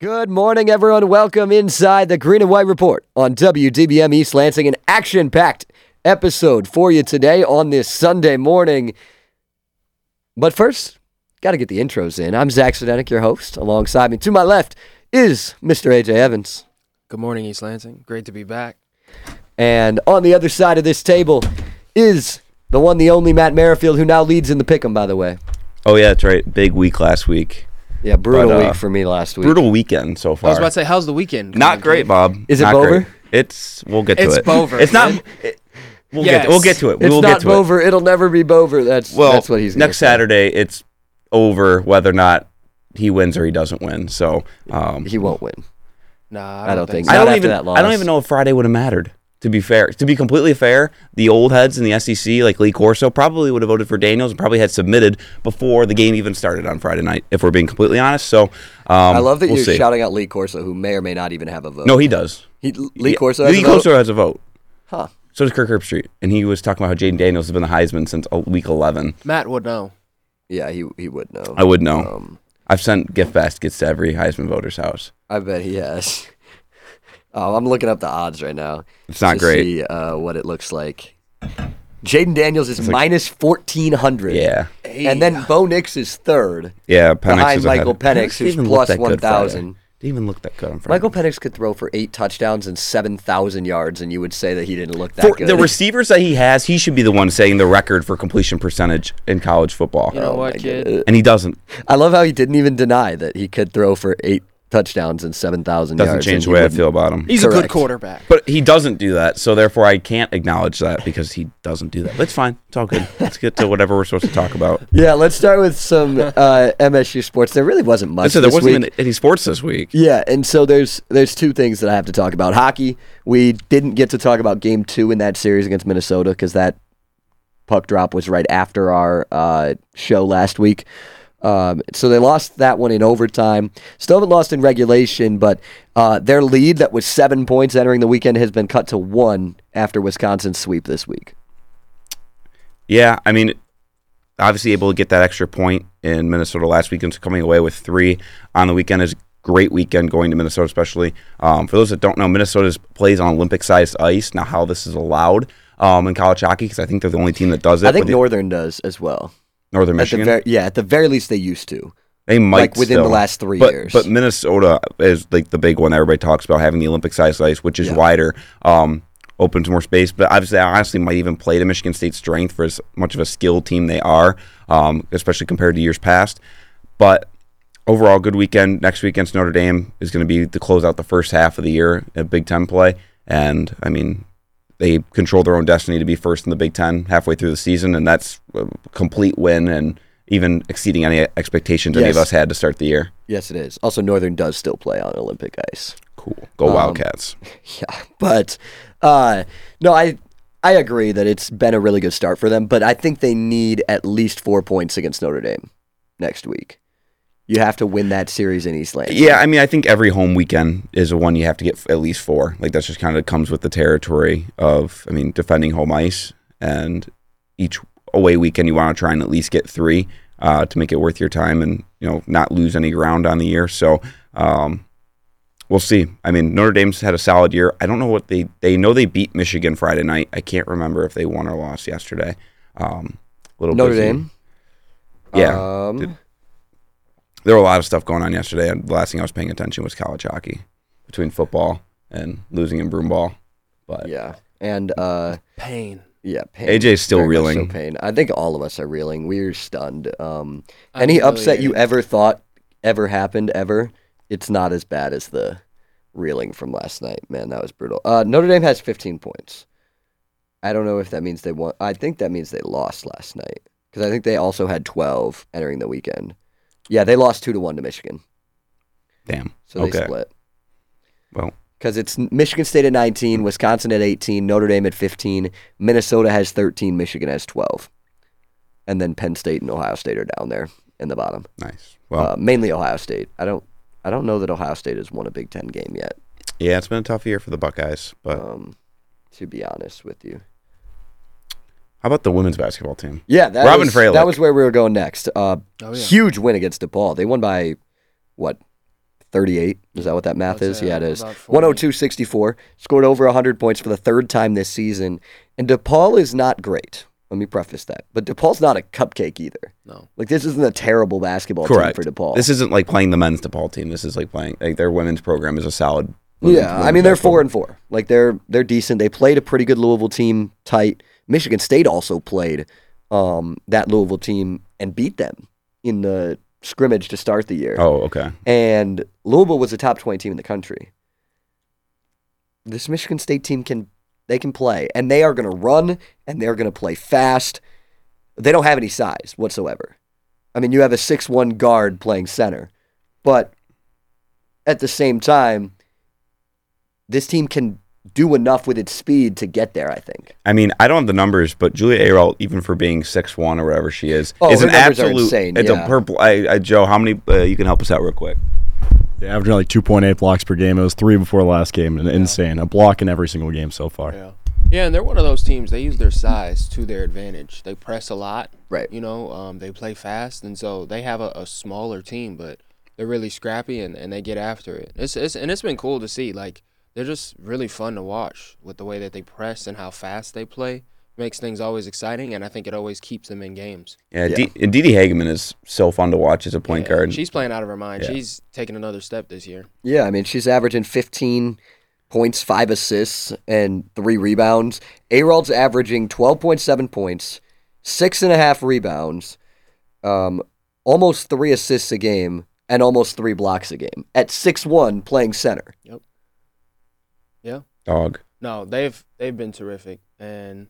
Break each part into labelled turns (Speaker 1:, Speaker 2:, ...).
Speaker 1: Good morning, everyone. Welcome inside the Green and White Report on WDBM East Lansing, an action packed episode for you today on this Sunday morning. But first, got to get the intros in. I'm Zach Sedenik, your host. Alongside me to my left is Mr. AJ Evans.
Speaker 2: Good morning, East Lansing. Great to be back.
Speaker 1: And on the other side of this table is the one, the only Matt Merrifield, who now leads in the pick 'em, by the way.
Speaker 3: Oh yeah, that's right. Big week last week.
Speaker 1: Yeah, brutal
Speaker 3: But, uh,
Speaker 1: week for me last week.
Speaker 3: Brutal weekend so far.
Speaker 2: I was about to say, how's the weekend?
Speaker 3: Not great, Bob.
Speaker 1: Is it
Speaker 3: Not
Speaker 1: Bover?
Speaker 3: great. It's we'll get to
Speaker 2: It's
Speaker 3: it.
Speaker 2: Bover.
Speaker 3: It's not. It, we'll get.
Speaker 2: Yes.
Speaker 3: We'll get to it.
Speaker 1: It's
Speaker 3: we'll
Speaker 1: not
Speaker 3: get to
Speaker 1: Bover. It'll never be Bover. That's
Speaker 3: it. Well,
Speaker 1: that's what he's gonna
Speaker 3: next
Speaker 1: say.
Speaker 3: Saturday. It's over whether or not he wins or he doesn't win. So um,
Speaker 1: He won't win.
Speaker 2: Nah,
Speaker 1: I don't think
Speaker 3: I
Speaker 1: Not
Speaker 3: don't
Speaker 1: after
Speaker 3: even.
Speaker 1: that
Speaker 3: I
Speaker 1: loss.
Speaker 3: don't even know if Friday would have mattered. To be fair, to be completely fair, the old heads in the SEC, like Lee Corso, probably would have voted for Daniels and probably had submitted before the game even started on Friday night. If we're being completely honest, so um,
Speaker 1: I love that
Speaker 3: we'll
Speaker 1: you're
Speaker 3: see.
Speaker 1: shouting out Lee Corso, who may or may not even have a vote.
Speaker 3: No, he does.
Speaker 1: he, Lee
Speaker 3: Yeah,
Speaker 1: Corso.
Speaker 3: Lee
Speaker 1: has a vote?
Speaker 3: Corso has a vote.
Speaker 1: Huh.
Speaker 3: So does Kirk Herbstreit, and he was talking about how Jaden Daniels has been the Heisman since uh, week eleven.
Speaker 2: Matt would know.
Speaker 1: Yeah, he he would know.
Speaker 3: I would know.
Speaker 1: Um,
Speaker 3: I've sent gift baskets to every Heisman voter's house.
Speaker 1: I bet he has. oh, I'm looking up the odds right now.
Speaker 3: It's not
Speaker 1: to
Speaker 3: great.
Speaker 1: See uh, what it looks like. Jaden Daniels is minus fourteen hundred.
Speaker 3: Yeah,
Speaker 1: And then Bo Nix is third.
Speaker 3: yeah.
Speaker 1: Behind
Speaker 3: is
Speaker 1: Michael
Speaker 3: ahead.
Speaker 1: Penix,
Speaker 3: Didn't
Speaker 1: who's
Speaker 3: even look
Speaker 1: plus
Speaker 3: that good
Speaker 1: 1,000.
Speaker 3: Friday. Didn't even look that good on Friday.
Speaker 1: Michael Penix could throw for eight touchdowns and seven thousand yards, and you would say that he didn't look that
Speaker 3: For
Speaker 1: good.
Speaker 3: the receivers that he has, he should be the one setting the record for completion percentage in college football,
Speaker 2: You know
Speaker 1: Oh
Speaker 2: what,
Speaker 1: my
Speaker 2: kid?
Speaker 1: goodness.
Speaker 3: and he doesn't.
Speaker 1: I love how he didn't even deny that he could throw for eight touchdowns and seven thousand yards.
Speaker 3: Doesn't
Speaker 1: and
Speaker 3: change the
Speaker 1: he
Speaker 3: way I
Speaker 1: wouldn't.
Speaker 3: feel about him.
Speaker 2: He's a good
Speaker 1: Correct.
Speaker 2: quarterback.
Speaker 3: But he doesn't do that, so therefore I can't acknowledge that because he doesn't do that. But it's fine. It's all good. Let's get to whatever we're supposed to talk about.
Speaker 1: Yeah, let's start with some uh, MSU sports. There really wasn't much
Speaker 3: So there
Speaker 1: this
Speaker 3: wasn't
Speaker 1: week.
Speaker 3: even any sports this week.
Speaker 1: yeah, and so there's there's two things that I have to talk about. Hockey, we didn't get to talk about game two in that series against Minnesota because that puck drop was right after our uh, show last week. Um, so they lost that one in overtime. Still haven't lost in regulation, but uh, their lead that was seven points entering the weekend has been cut to one after Wisconsin's sweep this week.
Speaker 3: Yeah, I mean, obviously able to get that extra point in Minnesota last weekend, so coming away with three on the weekend is a great weekend going to Minnesota, especially um, for those that don't know. Minnesota plays on Olympic-sized ice. Now, how this is allowed um, in college hockey? Because I think they're the only team that does it.
Speaker 1: I think
Speaker 3: with the-
Speaker 1: Northern does as well.
Speaker 3: Northern
Speaker 1: At the
Speaker 3: Michigan.
Speaker 1: ver- yeah, at the very least they used to.
Speaker 3: They might
Speaker 1: like, within the
Speaker 3: still.
Speaker 1: last three
Speaker 3: but,
Speaker 1: years.
Speaker 3: But Minnesota is like the big one that everybody talks about having the Olympic sized ice, which is wider, um, opens more space. But obviously, I honestly might even play to Michigan State's strength for as much of a skilled team they are, um, especially compared to years past. But overall, good weekend. Next weekend's Notre Dame is going to be to close out the first half of the year at Big Ten play, and I mean. They control their own destiny to be first in the Big Ten halfway through the season, and that's a complete win and even exceeding any expectations any of
Speaker 1: Yes.
Speaker 3: us had to start the year.
Speaker 1: Yes, it is. Also, Northern does still play on Olympic ice.
Speaker 3: Cool. Go Wildcats.
Speaker 1: Yeah, but uh, no, I I agree that it's been a really good start for them, but I think they need at least four points against Notre Dame next week. You have to win that series in East Lansing.
Speaker 3: Yeah, I mean, I think every home weekend is a one you have to get f- at least four. Like that's just kind of comes with the territory of, I mean, defending home ice, and each away weekend you want to try and at least get three uh, to make it worth your time, and you know not lose any ground on the year. So um, we'll see. I mean, Notre Dame's had a solid year. I don't know what they they know they beat Michigan Friday night. I can't remember if they won or lost yesterday. Um, little
Speaker 1: Notre
Speaker 3: busy.
Speaker 1: Dame.
Speaker 3: Yeah.
Speaker 1: Um,
Speaker 3: there were a lot of stuff going on yesterday, and the last thing I was paying attention was college hockey between football and losing in broomball. But
Speaker 1: yeah, and uh,
Speaker 2: Pain.
Speaker 1: yeah, pain.
Speaker 3: AJ is still
Speaker 1: Very much
Speaker 3: reeling.
Speaker 1: So pain. I think all of us are reeling. We're stunned. Um,
Speaker 2: I'm
Speaker 1: any
Speaker 2: really
Speaker 1: upset you
Speaker 2: angry.
Speaker 1: ever thought ever happened ever, it's not as bad as the reeling from last night. Man, that was brutal. Uh, Notre Dame has 15 points. I don't know if that means they won. I think that means they lost last night because I think they also had 12 entering the weekend. Yeah, they lost two to one to Michigan,
Speaker 3: damn.
Speaker 1: so they
Speaker 3: okay.
Speaker 1: split.
Speaker 3: Well,
Speaker 1: Because it's Michigan State at 19, Wisconsin at 18, Notre Dame at 15, Minnesota has 13, Michigan has 12. And then Penn State and Ohio State are down there in the bottom.
Speaker 3: nice. Well,
Speaker 1: Uh, mainly Ohio State. I don't I don't know that Ohio State has won a Big 10 game yet,
Speaker 3: yeah, it's been a tough year for the Buckeyes. But how
Speaker 1: um, to be honest with you.
Speaker 3: about the women's basketball team?
Speaker 1: Yeah, that
Speaker 3: Robin
Speaker 1: was,
Speaker 3: Fralick.
Speaker 1: that was where we were going next. Uh,
Speaker 2: Oh, yeah.
Speaker 1: Huge win against DePaul. They won by what? 38. Is that what that math
Speaker 2: Let's
Speaker 1: is?
Speaker 2: say
Speaker 1: Yeah, it is.
Speaker 2: about 40.
Speaker 1: 102.64. Scored over 100 points for the third time this season. And DePaul is not great. Let me preface that. But DePaul's not a cupcake either.
Speaker 2: No.
Speaker 1: Like, this isn't a terrible basketball
Speaker 3: Correct.
Speaker 1: team for DePaul.
Speaker 3: This isn't like playing the men's DePaul team. This is like playing like their women's program is a solid. women's-
Speaker 1: yeah, I
Speaker 3: women's
Speaker 1: mean they're
Speaker 3: basketball.
Speaker 1: four and four. Like they're they're decent. They played a pretty good Louisville team tight. Michigan State also played um, that Louisville team and beat them in the scrimmage to start the year.
Speaker 3: Oh, okay.
Speaker 1: And Louisville was a top twenty team in the country. This Michigan State team can they can play and they are going to run and they're going to play fast. They don't have any size whatsoever. I mean, you have a six one guard playing center, but at the same time, this team can do enough with its speed to get there. I think.
Speaker 3: I mean, I don't have the numbers, but Julia Arel, even for being six one or whatever she is,
Speaker 1: Oh,
Speaker 3: is
Speaker 1: her
Speaker 3: an
Speaker 1: numbers are
Speaker 3: absolute.
Speaker 1: insane,
Speaker 3: It's
Speaker 1: yeah.
Speaker 3: a purple. I, I, Joe, how many? Uh, you can help us out real quick.
Speaker 4: They're averaging like 2.8 blocks per game. It was three before last game. and Insane. A block in every single game so far.
Speaker 2: Yeah. Yeah, and they're one of those teams. They use their size to their advantage. They press a lot.
Speaker 1: Right.
Speaker 2: You know, um, they play fast, and so they have a, a smaller team, but they're really scrappy and, and they get after it. It's, it's and it's been cool to see. Like they're just really fun to watch with the way that they press and how fast they play. Makes things always exciting, and I think it always keeps them in games.
Speaker 3: Yeah, D- and Didi Hageman is so fun to watch as a point
Speaker 2: Yeah,
Speaker 3: guard.
Speaker 2: She's playing out of her mind. She's taking another step this year.
Speaker 1: Yeah, I mean, she's averaging fifteen points, five assists, and three rebounds. Arald's averaging twelve point seven points, six and a half rebounds, um, almost three assists a game, and almost three blocks a game. At six one, playing center.
Speaker 2: Yeah.
Speaker 3: Dog.
Speaker 2: No, they've they've been terrific, and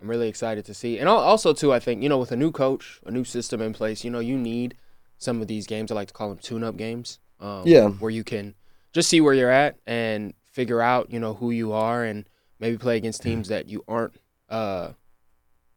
Speaker 2: I'm really excited to see. And al- also too, I think you know, with a new coach, a new system in place, you know, you need some of these games. I like to call them tune-up games. Um,
Speaker 1: Yeah.
Speaker 2: where you can just see where you're at and figure out you know who you are, and maybe play against teams that you aren't uh,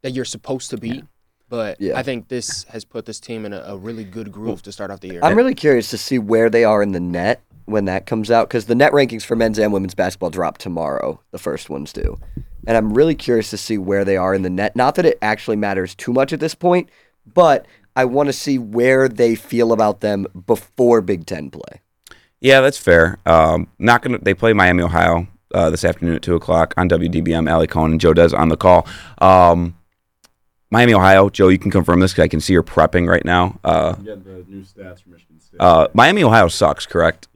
Speaker 2: that you're supposed to beat. But
Speaker 1: Yeah.
Speaker 2: I think this has put this team in a, a really good groove to start off the year.
Speaker 1: I'm really curious to see where they are in the net when that comes out because the net rankings for men's and women's basketball drop tomorrow. The first ones do. And I'm really curious to see where they are in the net. Not that it actually matters too much at this point, but I want to see where they feel about them before Big Ten play.
Speaker 3: Yeah, that's fair. Um, not gonna. They play Miami, Ohio, uh, this afternoon at two o'clock on WDBM. Ali Cohen and Joe Des on the call. Um, Miami, Ohio. Joe, you can confirm this because I can see you're prepping right now. Uh,
Speaker 4: Getting the new stats from Michigan State.
Speaker 3: uh, Miami, Ohio sucks. Correct.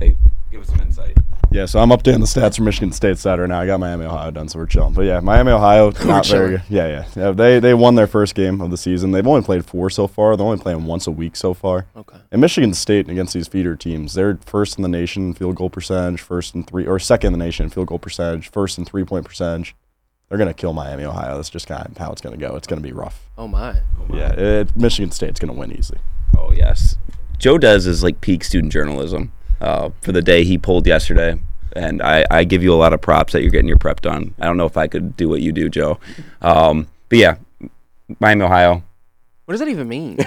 Speaker 3: Hey, give us some insight.
Speaker 4: yeah, so I'm updating the stats from Michigan State Saturday now. I got Miami, Ohio done, so we're chilling. But yeah, Miami, Ohio, not very good. Yeah, yeah, yeah. They, they won their first game of the season. They've only played four so far. They're only playing once a week so far.
Speaker 2: okay.
Speaker 4: And Michigan State against these feeder teams, they're first in the nation in field goal percentage, first in three or second in the nation in field goal percentage, first in three point percentage. They're gonna kill Miami, Ohio. That's just kind of how it's gonna go. It's gonna be rough.
Speaker 2: Oh my.
Speaker 4: Yeah, it, Michigan State's gonna win easily.
Speaker 3: Oh yes, Joe Des is like peak student journalism. Uh, for the day he pulled yesterday, and I, I give you a lot of props that you're getting your prep done. I don't know if I could do what you do, Joe. Um, but yeah, Miami, Ohio.
Speaker 2: What does that even mean?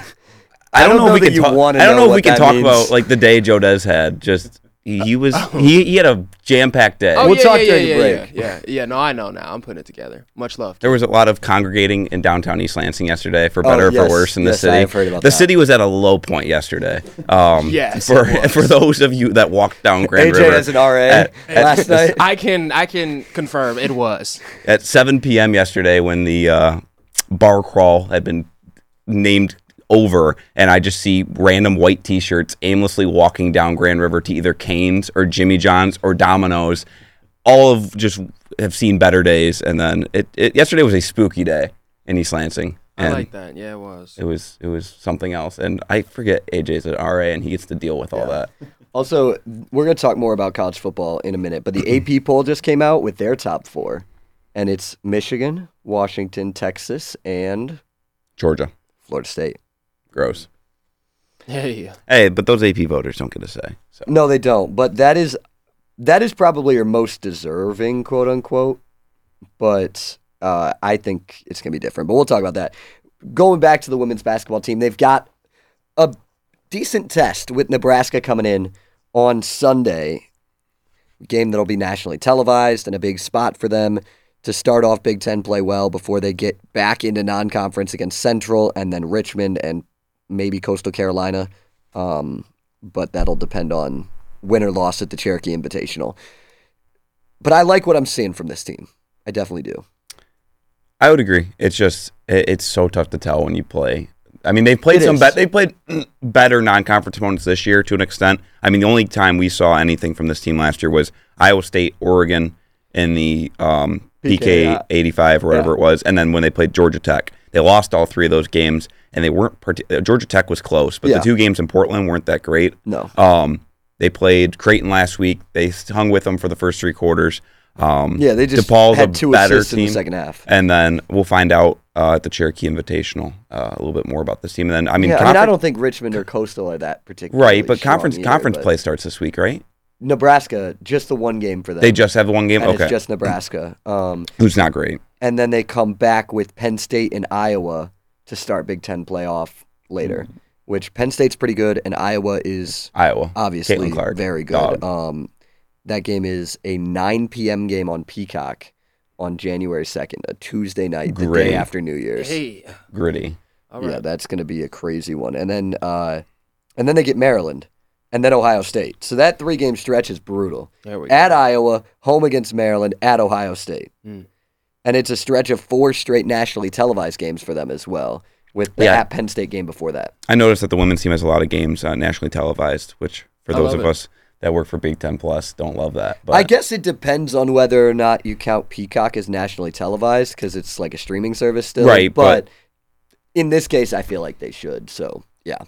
Speaker 3: I don't,
Speaker 1: don't know
Speaker 3: know, if we
Speaker 1: that
Speaker 3: can
Speaker 1: you
Speaker 3: talk.
Speaker 1: wanna
Speaker 3: I don't
Speaker 1: know
Speaker 3: know, if we
Speaker 1: what
Speaker 3: can
Speaker 1: that
Speaker 3: talk
Speaker 1: means. Oh.
Speaker 3: about like the day Joe Des had. Just he, he was he, he had a jam packed day.
Speaker 2: Oh,
Speaker 1: We'll
Speaker 2: yeah,
Speaker 1: talk
Speaker 2: yeah,
Speaker 1: during
Speaker 2: yeah,
Speaker 1: the
Speaker 2: yeah,
Speaker 1: break.
Speaker 2: Yeah, yeah, yeah. No, I know now. I'm putting it together. Much love.
Speaker 3: There was a lot of congregating in downtown East Lansing yesterday, for better or
Speaker 1: Oh, yes,
Speaker 3: for worse, in the
Speaker 1: yes, I
Speaker 3: city.
Speaker 1: have heard about
Speaker 3: the
Speaker 1: that.
Speaker 3: city was at a low point yesterday. Um,
Speaker 2: Yes,
Speaker 3: for
Speaker 2: it was.
Speaker 3: for those of you that walked down Grand
Speaker 1: AJ
Speaker 3: River
Speaker 1: as an RA
Speaker 3: at-
Speaker 1: last night.
Speaker 2: I can I can confirm it was.
Speaker 3: at 7 p.m. yesterday when the uh, bar crawl had been named over, and I just see random white T-shirts aimlessly walking down Grand River to either Canes or Jimmy John's or Domino's. All of just have seen better days, and then it, it yesterday was a spooky day in East Lansing,
Speaker 2: I
Speaker 3: and
Speaker 2: like that. Yeah, it was.
Speaker 3: it was it was something else. And I forget AJ's an RA, and he gets to deal with all that.
Speaker 1: Also, we're going to talk more about college football in a minute, but the AP poll just came out with their top four, and it's Michigan, Washington, Texas, and
Speaker 3: Georgia,
Speaker 1: Florida State.
Speaker 3: gross.
Speaker 2: Yeah, yeah.
Speaker 3: Hey, but those AP voters don't get a say. So
Speaker 1: No, they don't. But that is that is probably your most deserving, quote unquote. But uh, I think it's gonna be different. But we'll talk about that. Going back to the women's basketball team, they've got a decent test with Nebraska coming in on Sunday. Game that'll be nationally televised and a big spot for them to start off Big Ten play well before they get back into non conference against Central and then Richmond and maybe Coastal Carolina um, but that'll depend on win or loss at the Cherokee Invitational. But I like what I'm seeing from this team. I definitely do.
Speaker 3: I would agree. It's just it, it's so tough to tell when you play. I mean, they played
Speaker 1: It
Speaker 3: some
Speaker 1: is.
Speaker 3: bet. They played mm, better non-conference opponents this year to an extent. I mean, the only time we saw anything from this team last year was Iowa State, Oregon in the um, PK,
Speaker 1: PK, yeah.
Speaker 3: 85 or whatever it was, and then when they played Georgia Tech, they lost all three of those games, and they weren't. Part- Georgia Tech was close, but
Speaker 1: Yeah.
Speaker 3: the two games in Portland weren't that great.
Speaker 1: No.
Speaker 3: Um, they played Creighton last week. They hung with them for the first three quarters. Um,
Speaker 1: Yeah, they just
Speaker 3: DePaul's
Speaker 1: had
Speaker 3: a
Speaker 1: two
Speaker 3: better
Speaker 1: assists in
Speaker 3: team.
Speaker 1: the second half.
Speaker 3: and then we'll find out uh, at the Cherokee Invitational uh, a little bit more about this team. And then I mean,
Speaker 1: yeah, I
Speaker 3: conference,
Speaker 1: mean, I don't think Richmond or Coastal are that particularly
Speaker 3: right? But
Speaker 1: strong
Speaker 3: conference
Speaker 1: either,
Speaker 3: conference
Speaker 1: but
Speaker 3: play starts this week, right?
Speaker 1: Nebraska, just the one game for them.
Speaker 3: They just have one game.
Speaker 1: and
Speaker 3: okay,
Speaker 1: it's just Nebraska. Um,
Speaker 3: who's not great?
Speaker 1: and then they come back with Penn State and Iowa to start Big Ten playoff later,
Speaker 3: Mm.
Speaker 1: which Penn State's pretty good, and Iowa is
Speaker 3: Iowa.
Speaker 1: obviously
Speaker 3: Caitlin Clark,
Speaker 1: very good.
Speaker 3: dog.
Speaker 1: Um, that game is a 9 p.m. game on Peacock on January 2nd, a Tuesday night, the
Speaker 3: Great.
Speaker 1: day after New Year's.
Speaker 2: Hey,
Speaker 3: Gritty.
Speaker 2: all
Speaker 1: Yeah,
Speaker 2: right.
Speaker 1: that's going to be a crazy one. And then, uh, and then they get Maryland, and then Ohio State. So that three game stretch is brutal
Speaker 2: there we go.
Speaker 1: at Iowa, home against Maryland, at Ohio State.
Speaker 2: Mm.
Speaker 1: And it's a stretch of four straight nationally televised games for them as well, with the
Speaker 3: Yeah.
Speaker 1: at Penn State game before that.
Speaker 3: I noticed that the women's team has a lot of games uh, nationally televised, which for
Speaker 2: I
Speaker 3: those
Speaker 2: love
Speaker 3: of
Speaker 2: it.
Speaker 3: us that work for Big Ten Plus don't love that. But
Speaker 1: I guess it depends on whether or not you count Peacock as nationally televised because it's like a streaming service still.
Speaker 3: Right, but-
Speaker 1: in this case, I feel like they should. So, yeah.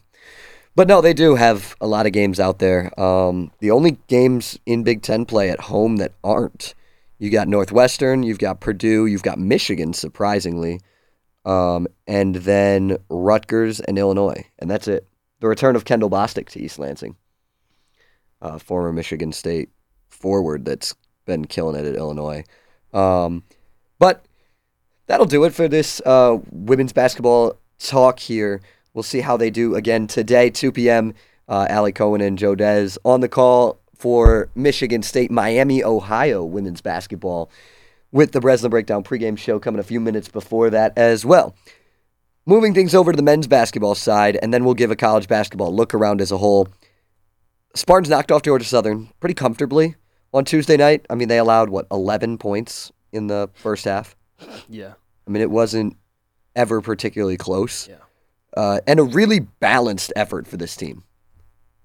Speaker 1: But no, they do have a lot of games out there. Um, the only games in Big Ten play at home that aren't you got Northwestern, you've got Purdue, you've got Michigan, surprisingly, um, and then Rutgers and Illinois. And that's it. The return of Kendall Bostic to East Lansing, uh, former Michigan State forward that's been killing it at Illinois. Um, but that'll do it for this uh, women's basketball talk here. We'll see how they do again today, 2 p.m. Uh, Ali Cohen and Joe Dez on the call for Michigan State, Miami, Ohio women's basketball with the Breslin Breakdown pregame show coming a few minutes before that as well. Moving things over to the men's basketball side, and then we'll give a college basketball look around as a whole. Spartans knocked off Georgia Southern pretty comfortably on Tuesday night. I mean, they allowed what eleven points in the first half.
Speaker 2: yeah.
Speaker 1: I mean, it wasn't ever particularly close.
Speaker 2: Yeah.
Speaker 1: Uh, and a really balanced effort for this team.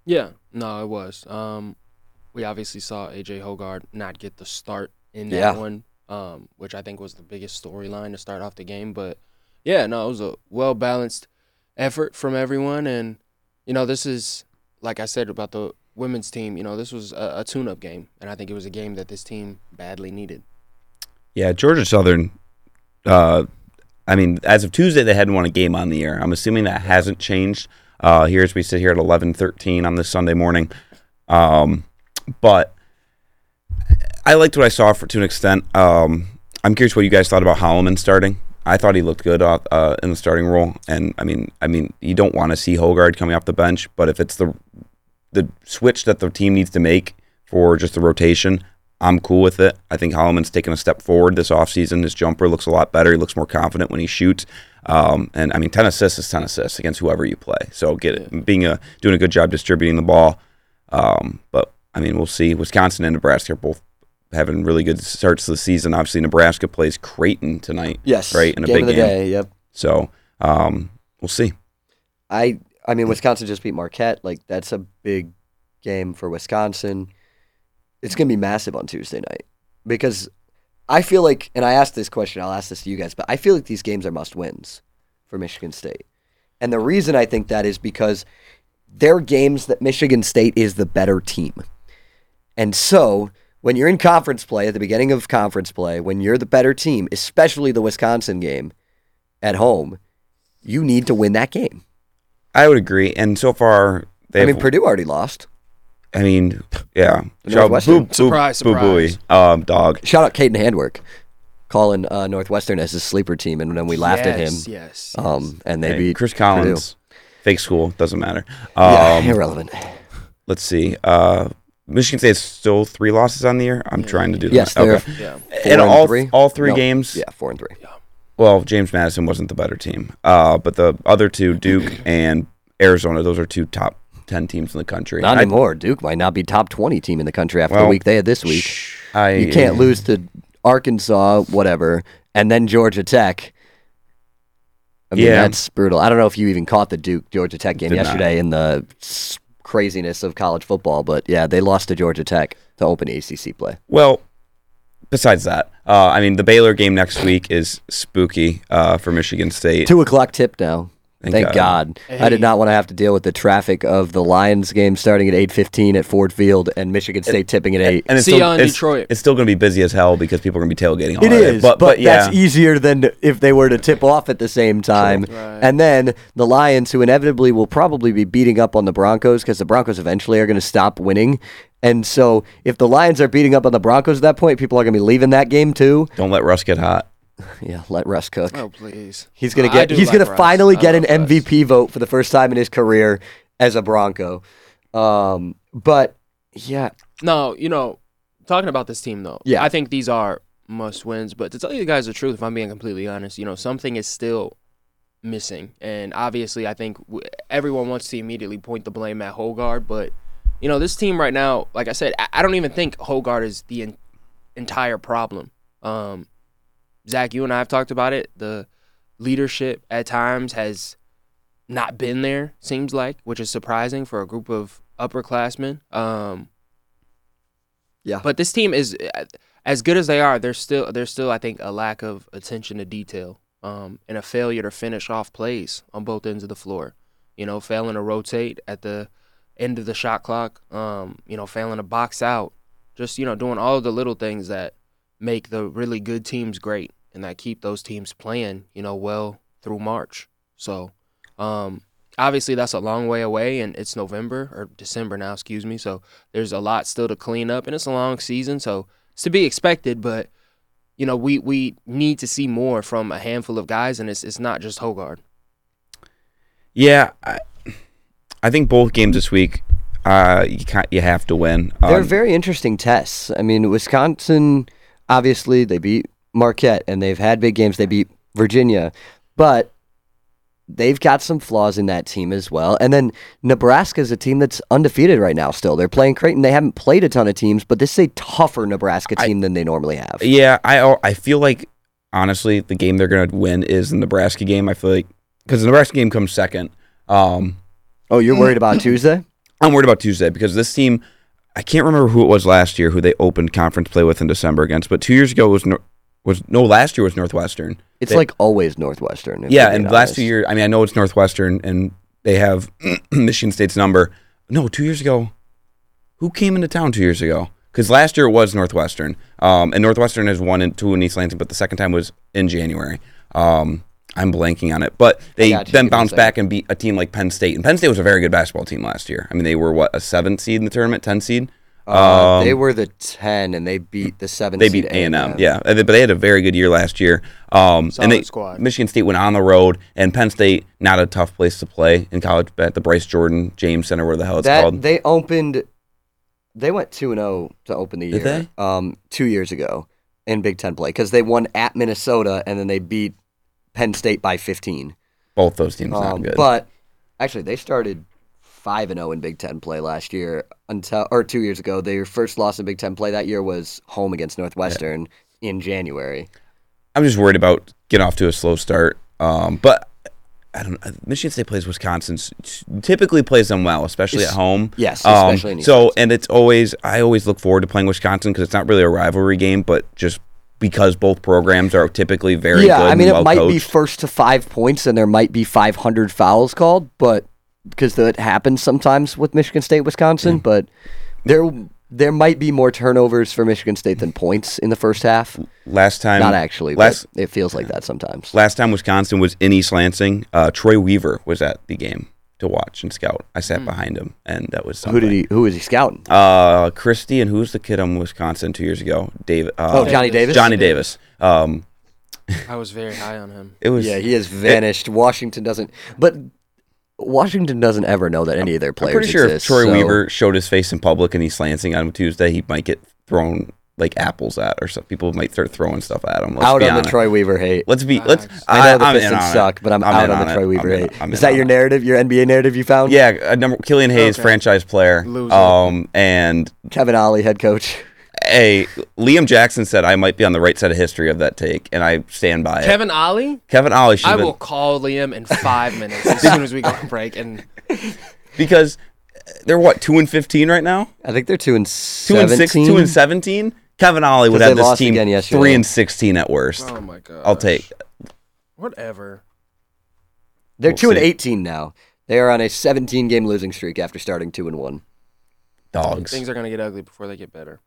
Speaker 2: Yeah, no, it was. Um, we obviously saw AJ Hogard not get the start in that
Speaker 1: Yeah.
Speaker 2: one, um, which I think was the biggest storyline to start off the game. But yeah, no, it was a well balanced effort from everyone, and you know, this is like I said about the women's team. You know, this was a, a tune-up game, and I think it was a game that this team badly needed.
Speaker 3: Yeah, Georgia Southern. Uh, I mean, as of Tuesday, they hadn't won a game on the year. I'm assuming that hasn't changed. Uh, here as we sit here at 11:13 on this Sunday morning, um, but I liked what I saw for, to an extent. Um, I'm curious what you guys thought about Holloman starting. I thought he looked good off, uh, in the starting role, and I mean, I mean, you don't want to see Hogard coming off the bench, but if it's the the switch that the team needs to make for just the rotation, I'm cool with it. I think Holloman's taken a step forward this offseason. His jumper looks a lot better. He looks more confident when he shoots. Um, and I mean, 10 assists is 10 assists against whoever you play. So get it, being a doing a good job distributing the ball. Um, but I mean, we'll see. Wisconsin and Nebraska are both having really good starts to the season. Obviously, Nebraska plays Creighton tonight.
Speaker 1: Yes.
Speaker 3: Right, in a
Speaker 1: game
Speaker 3: big
Speaker 1: of the
Speaker 3: game.
Speaker 1: day. Yep.
Speaker 3: So um, we'll see.
Speaker 1: I I mean Wisconsin just beat Marquette. Like that's a big game for Wisconsin. It's gonna be massive on Tuesday night because I feel like, and I asked this question, I'll ask this to you guys, but I feel like these games are must wins for Michigan State, and the reason I think that is because they're games that Michigan State is the better team, and so. When you're in conference play at the beginning of conference play, when you're the better team, especially the Wisconsin game at home, you need to win that game.
Speaker 3: I would agree. And so far, they
Speaker 1: I
Speaker 3: have
Speaker 1: mean, Purdue already lost.
Speaker 3: I mean, yeah.
Speaker 1: Northwestern.
Speaker 2: Surprise,
Speaker 3: boo-boo-y.
Speaker 2: surprise.
Speaker 3: Um, dog.
Speaker 1: Shout out Caden Handwork, calling uh, Northwestern as his sleeper team, and then we laughed at him.
Speaker 2: Yes, Yes.
Speaker 1: Um, and they
Speaker 3: Hey,
Speaker 1: beat
Speaker 3: Chris
Speaker 1: Purdue.
Speaker 3: Collins. Fake school doesn't matter.
Speaker 1: Yeah,
Speaker 3: Um,
Speaker 1: irrelevant.
Speaker 3: let's see. Uh, Michigan State's still three losses on the year. I'm trying to do
Speaker 1: Yes,
Speaker 3: that.
Speaker 1: they're
Speaker 3: Okay.
Speaker 2: yeah.
Speaker 1: and
Speaker 3: And all
Speaker 1: three?
Speaker 3: all three
Speaker 1: No.
Speaker 3: games.
Speaker 1: yeah, four and three.
Speaker 3: Well, James Madison wasn't the better team. Uh, but the other two, Duke and Arizona, those are two top ten teams in the country.
Speaker 1: Not
Speaker 3: I-
Speaker 1: anymore. Duke might not be top twenty team in the country after the
Speaker 3: Well,
Speaker 1: week they had this week.
Speaker 3: I,
Speaker 1: you can't lose to Arkansas, whatever, and then Georgia Tech. I mean,
Speaker 3: Yeah.
Speaker 1: that's brutal. I don't know if you even caught the Duke Georgia Tech game
Speaker 3: Did not.
Speaker 1: yesterday in the s- craziness of college football, but yeah, they lost to Georgia Tech to open ACC play.
Speaker 3: Well, besides that, uh, I mean, the Baylor game next week is spooky uh, for Michigan State.
Speaker 1: Two o'clock tip now. Thank, God. I did
Speaker 2: Hey.
Speaker 1: not want to have to deal with the traffic of the Lions game starting at eight fifteen at Ford Field and Michigan State tipping at eight.
Speaker 3: And it's
Speaker 2: See
Speaker 3: still,
Speaker 2: ya in
Speaker 3: it's,
Speaker 2: Detroit.
Speaker 3: It's still going to be busy as hell because people are going to be tailgating. All
Speaker 1: It
Speaker 3: day.
Speaker 1: is,
Speaker 3: but, but, yeah,
Speaker 1: that's easier than if they were to tip off at the same time.
Speaker 2: Right.
Speaker 1: And then the Lions, who inevitably will probably be beating up on the Broncos because the Broncos eventually are going to stop winning. And so if the Lions are beating up on the Broncos at that point, people are going to be leaving that game too.
Speaker 3: don't let Russ get hot.
Speaker 1: Yeah, let Russ cook.
Speaker 2: Oh please.
Speaker 1: He's going
Speaker 2: I
Speaker 1: to get.
Speaker 2: do
Speaker 1: He's
Speaker 2: like
Speaker 1: going to
Speaker 2: Russ.
Speaker 1: finally
Speaker 2: I
Speaker 1: get an
Speaker 2: love Russ.
Speaker 1: MVP vote for the first time in his career as a Bronco. Um, but yeah,
Speaker 2: No, you know, talking about this team though,
Speaker 1: Yeah.
Speaker 2: I think these are must wins. But to tell you guys the truth, if I'm being completely honest, you know, something is still missing, and obviously, I think w- everyone wants to immediately point the blame at Hogard, but you know, this team right now, like I said, I, I don't even think Hogard is the en- entire problem. Um, Zach, you and I have talked about it. The leadership at times has not been there, seems like, which is surprising for a group of upperclassmen. Um,
Speaker 1: Yeah.
Speaker 2: But this team is as good as they are. There's still there's still I think a lack of attention to detail um, and a failure to finish off plays on both ends of the floor. You know, failing to rotate at the end of the shot clock. Um, you know, failing to box out. Just you know, doing all the little things that make the really good teams great and that keep those teams playing, you know, well through March. So, um, obviously that's a long way away and it's November or December now, excuse me. So there's a lot still to clean up and it's a long season. So it's to be expected, but you know, we, we need to see more from a handful of guys and it's, it's not just Hogard.
Speaker 3: Yeah, I, I think both games this week, uh, you can you have to win.
Speaker 1: They're
Speaker 3: Um,
Speaker 1: very interesting tests. I mean, Wisconsin, obviously, they beat Marquette and they've had big games. They beat Virginia, but they've got some flaws in that team as well. And then Nebraska's a team that's undefeated right now still. They're playing Creighton. They haven't played a ton of teams, but this is a tougher Nebraska team than they normally have.
Speaker 3: Yeah, I al- I feel like honestly the game they're gonna win is the Nebraska game. I feel like because the Nebraska game comes second. Um,
Speaker 1: Oh, you're worried about Tuesday?
Speaker 3: I'm worried about Tuesday because this team. I can't remember who it was last year who they opened conference play with in December against, but two years ago was Nor- was no last year was Northwestern.
Speaker 1: It's
Speaker 3: They-
Speaker 1: like always Northwestern. if
Speaker 3: yeah,
Speaker 1: we're
Speaker 3: and
Speaker 1: being
Speaker 3: last two
Speaker 1: honest.
Speaker 3: years, I mean, I know it's Northwestern and they have Michigan State's number. No, two years ago, who came into town two years ago? Because last year it was Northwestern, um, and Northwestern has won and two in East Lansing, but the second time was in January. Um, I'm blanking on it, but they
Speaker 1: got you. Give
Speaker 3: then
Speaker 1: me a
Speaker 3: bounced
Speaker 1: second.
Speaker 3: back and beat a team like Penn State, and Penn State was a very good basketball team last year. I mean, they were what a seven seed in the tournament, ten seed.
Speaker 1: Uh,
Speaker 3: Um,
Speaker 1: they were the 10 and they beat the 7
Speaker 3: they
Speaker 1: seed
Speaker 3: beat A and M, yeah. And they- But they had a very good year last year. Um,
Speaker 2: Solid
Speaker 3: and they,
Speaker 2: squad.
Speaker 3: Michigan State went on the road, and Penn State not a tough place to play in college. But at the Bryce Jordan James Center, where the hell it's
Speaker 1: that
Speaker 3: called.
Speaker 1: they opened they went 2 and 0 to open the year
Speaker 3: Did
Speaker 1: um 2 years ago in Big 10 play cuz they won at Minnesota and then they beat Penn State by 15.
Speaker 3: Both those teams not
Speaker 1: Um,
Speaker 3: good.
Speaker 1: but actually they started 5 and 0 in Big 10 play last year until or 2 years ago their first loss in Big 10 play that year was home against Northwestern in January.
Speaker 3: I'm just worried about getting off to a slow start. Um, but I don't. uh, Michigan State plays Wisconsin. s- Typically plays them well, especially at
Speaker 1: Es-
Speaker 3: home.
Speaker 1: yes,
Speaker 3: Um,
Speaker 1: especially in East
Speaker 3: so, and it's always I always look forward to playing Wisconsin because it's not really a rivalry game, but just because both programs are typically very
Speaker 1: yeah,
Speaker 3: good.
Speaker 1: I mean
Speaker 3: and
Speaker 1: it
Speaker 3: well
Speaker 1: might be
Speaker 3: coached.
Speaker 1: first to 5 points and there might be 500 fouls called, but because that happens sometimes with Michigan State, Wisconsin,
Speaker 3: Mm.
Speaker 1: but there there might be more turnovers for Michigan State than points in the first half.
Speaker 3: last time.
Speaker 1: Not actually,
Speaker 3: Last
Speaker 1: but it feels like that sometimes.
Speaker 3: Last time Wisconsin was in East Lansing, uh, Troy Weaver was at the game to watch and scout. I
Speaker 1: Hmm.
Speaker 3: sat behind him, and that was
Speaker 1: Who
Speaker 3: something.
Speaker 1: did he? Who was he scouting?
Speaker 3: Uh, Christie and who's the kid on Wisconsin two years ago? David. Uh,
Speaker 1: oh, Johnny Davis.
Speaker 3: Johnny Davis. Um,
Speaker 2: I was very high on him.
Speaker 3: it was.
Speaker 1: Yeah, he has vanished. Washington doesn't, but Washington doesn't ever know that any of their
Speaker 3: I'm
Speaker 1: players.
Speaker 3: pretty sure
Speaker 1: exist,
Speaker 3: if Troy
Speaker 1: so-
Speaker 3: Weaver showed his face in public in East Lansing on Tuesday, he might get thrown like apples at or stuff. People might start throwing stuff at them. Let's
Speaker 1: out
Speaker 3: be
Speaker 1: on the
Speaker 3: honest.
Speaker 1: Troy Weaver hate.
Speaker 3: Let's be. Let's.
Speaker 1: I know the
Speaker 3: I'm in
Speaker 1: Pistons
Speaker 3: on it.
Speaker 1: suck, but I'm,
Speaker 3: I'm
Speaker 1: out
Speaker 3: in
Speaker 1: on the
Speaker 3: it.
Speaker 1: Troy
Speaker 3: I'm
Speaker 1: Weaver
Speaker 3: in-
Speaker 1: hate.
Speaker 3: I'm
Speaker 1: Is
Speaker 3: in
Speaker 1: that
Speaker 3: on
Speaker 1: your
Speaker 3: it.
Speaker 1: narrative? Your NBA narrative you found?
Speaker 3: Yeah, a number Killian Hayes,
Speaker 2: Okay.
Speaker 3: franchise player.
Speaker 2: Loser.
Speaker 3: Um, and
Speaker 1: Kevin Ollie, head coach.
Speaker 3: hey, Liam Jackson said I might be on the right side of history of that take, and I stand by it.
Speaker 2: Kevin Ollie?
Speaker 3: Kevin Ollie should
Speaker 2: I
Speaker 3: have
Speaker 2: will
Speaker 3: been
Speaker 2: call Liam in five minutes as soon as we go on break. And
Speaker 3: because they're what two and fifteen right now,
Speaker 1: I think they're two and
Speaker 3: two
Speaker 1: seventeen.
Speaker 3: and six, two and seventeen. Kevin Ollie would
Speaker 1: 'Cause
Speaker 3: have
Speaker 1: they
Speaker 3: this
Speaker 1: lost
Speaker 3: team
Speaker 1: again yesterday.
Speaker 3: three and sixteen at worst.
Speaker 2: oh my god,
Speaker 3: I'll take.
Speaker 2: whatever.
Speaker 1: They're
Speaker 3: We'll
Speaker 1: two and
Speaker 3: see.
Speaker 1: eighteen now. They are on a seventeen game losing streak after starting two and one.
Speaker 3: Dogs.
Speaker 2: Things are gonna get ugly before they get better.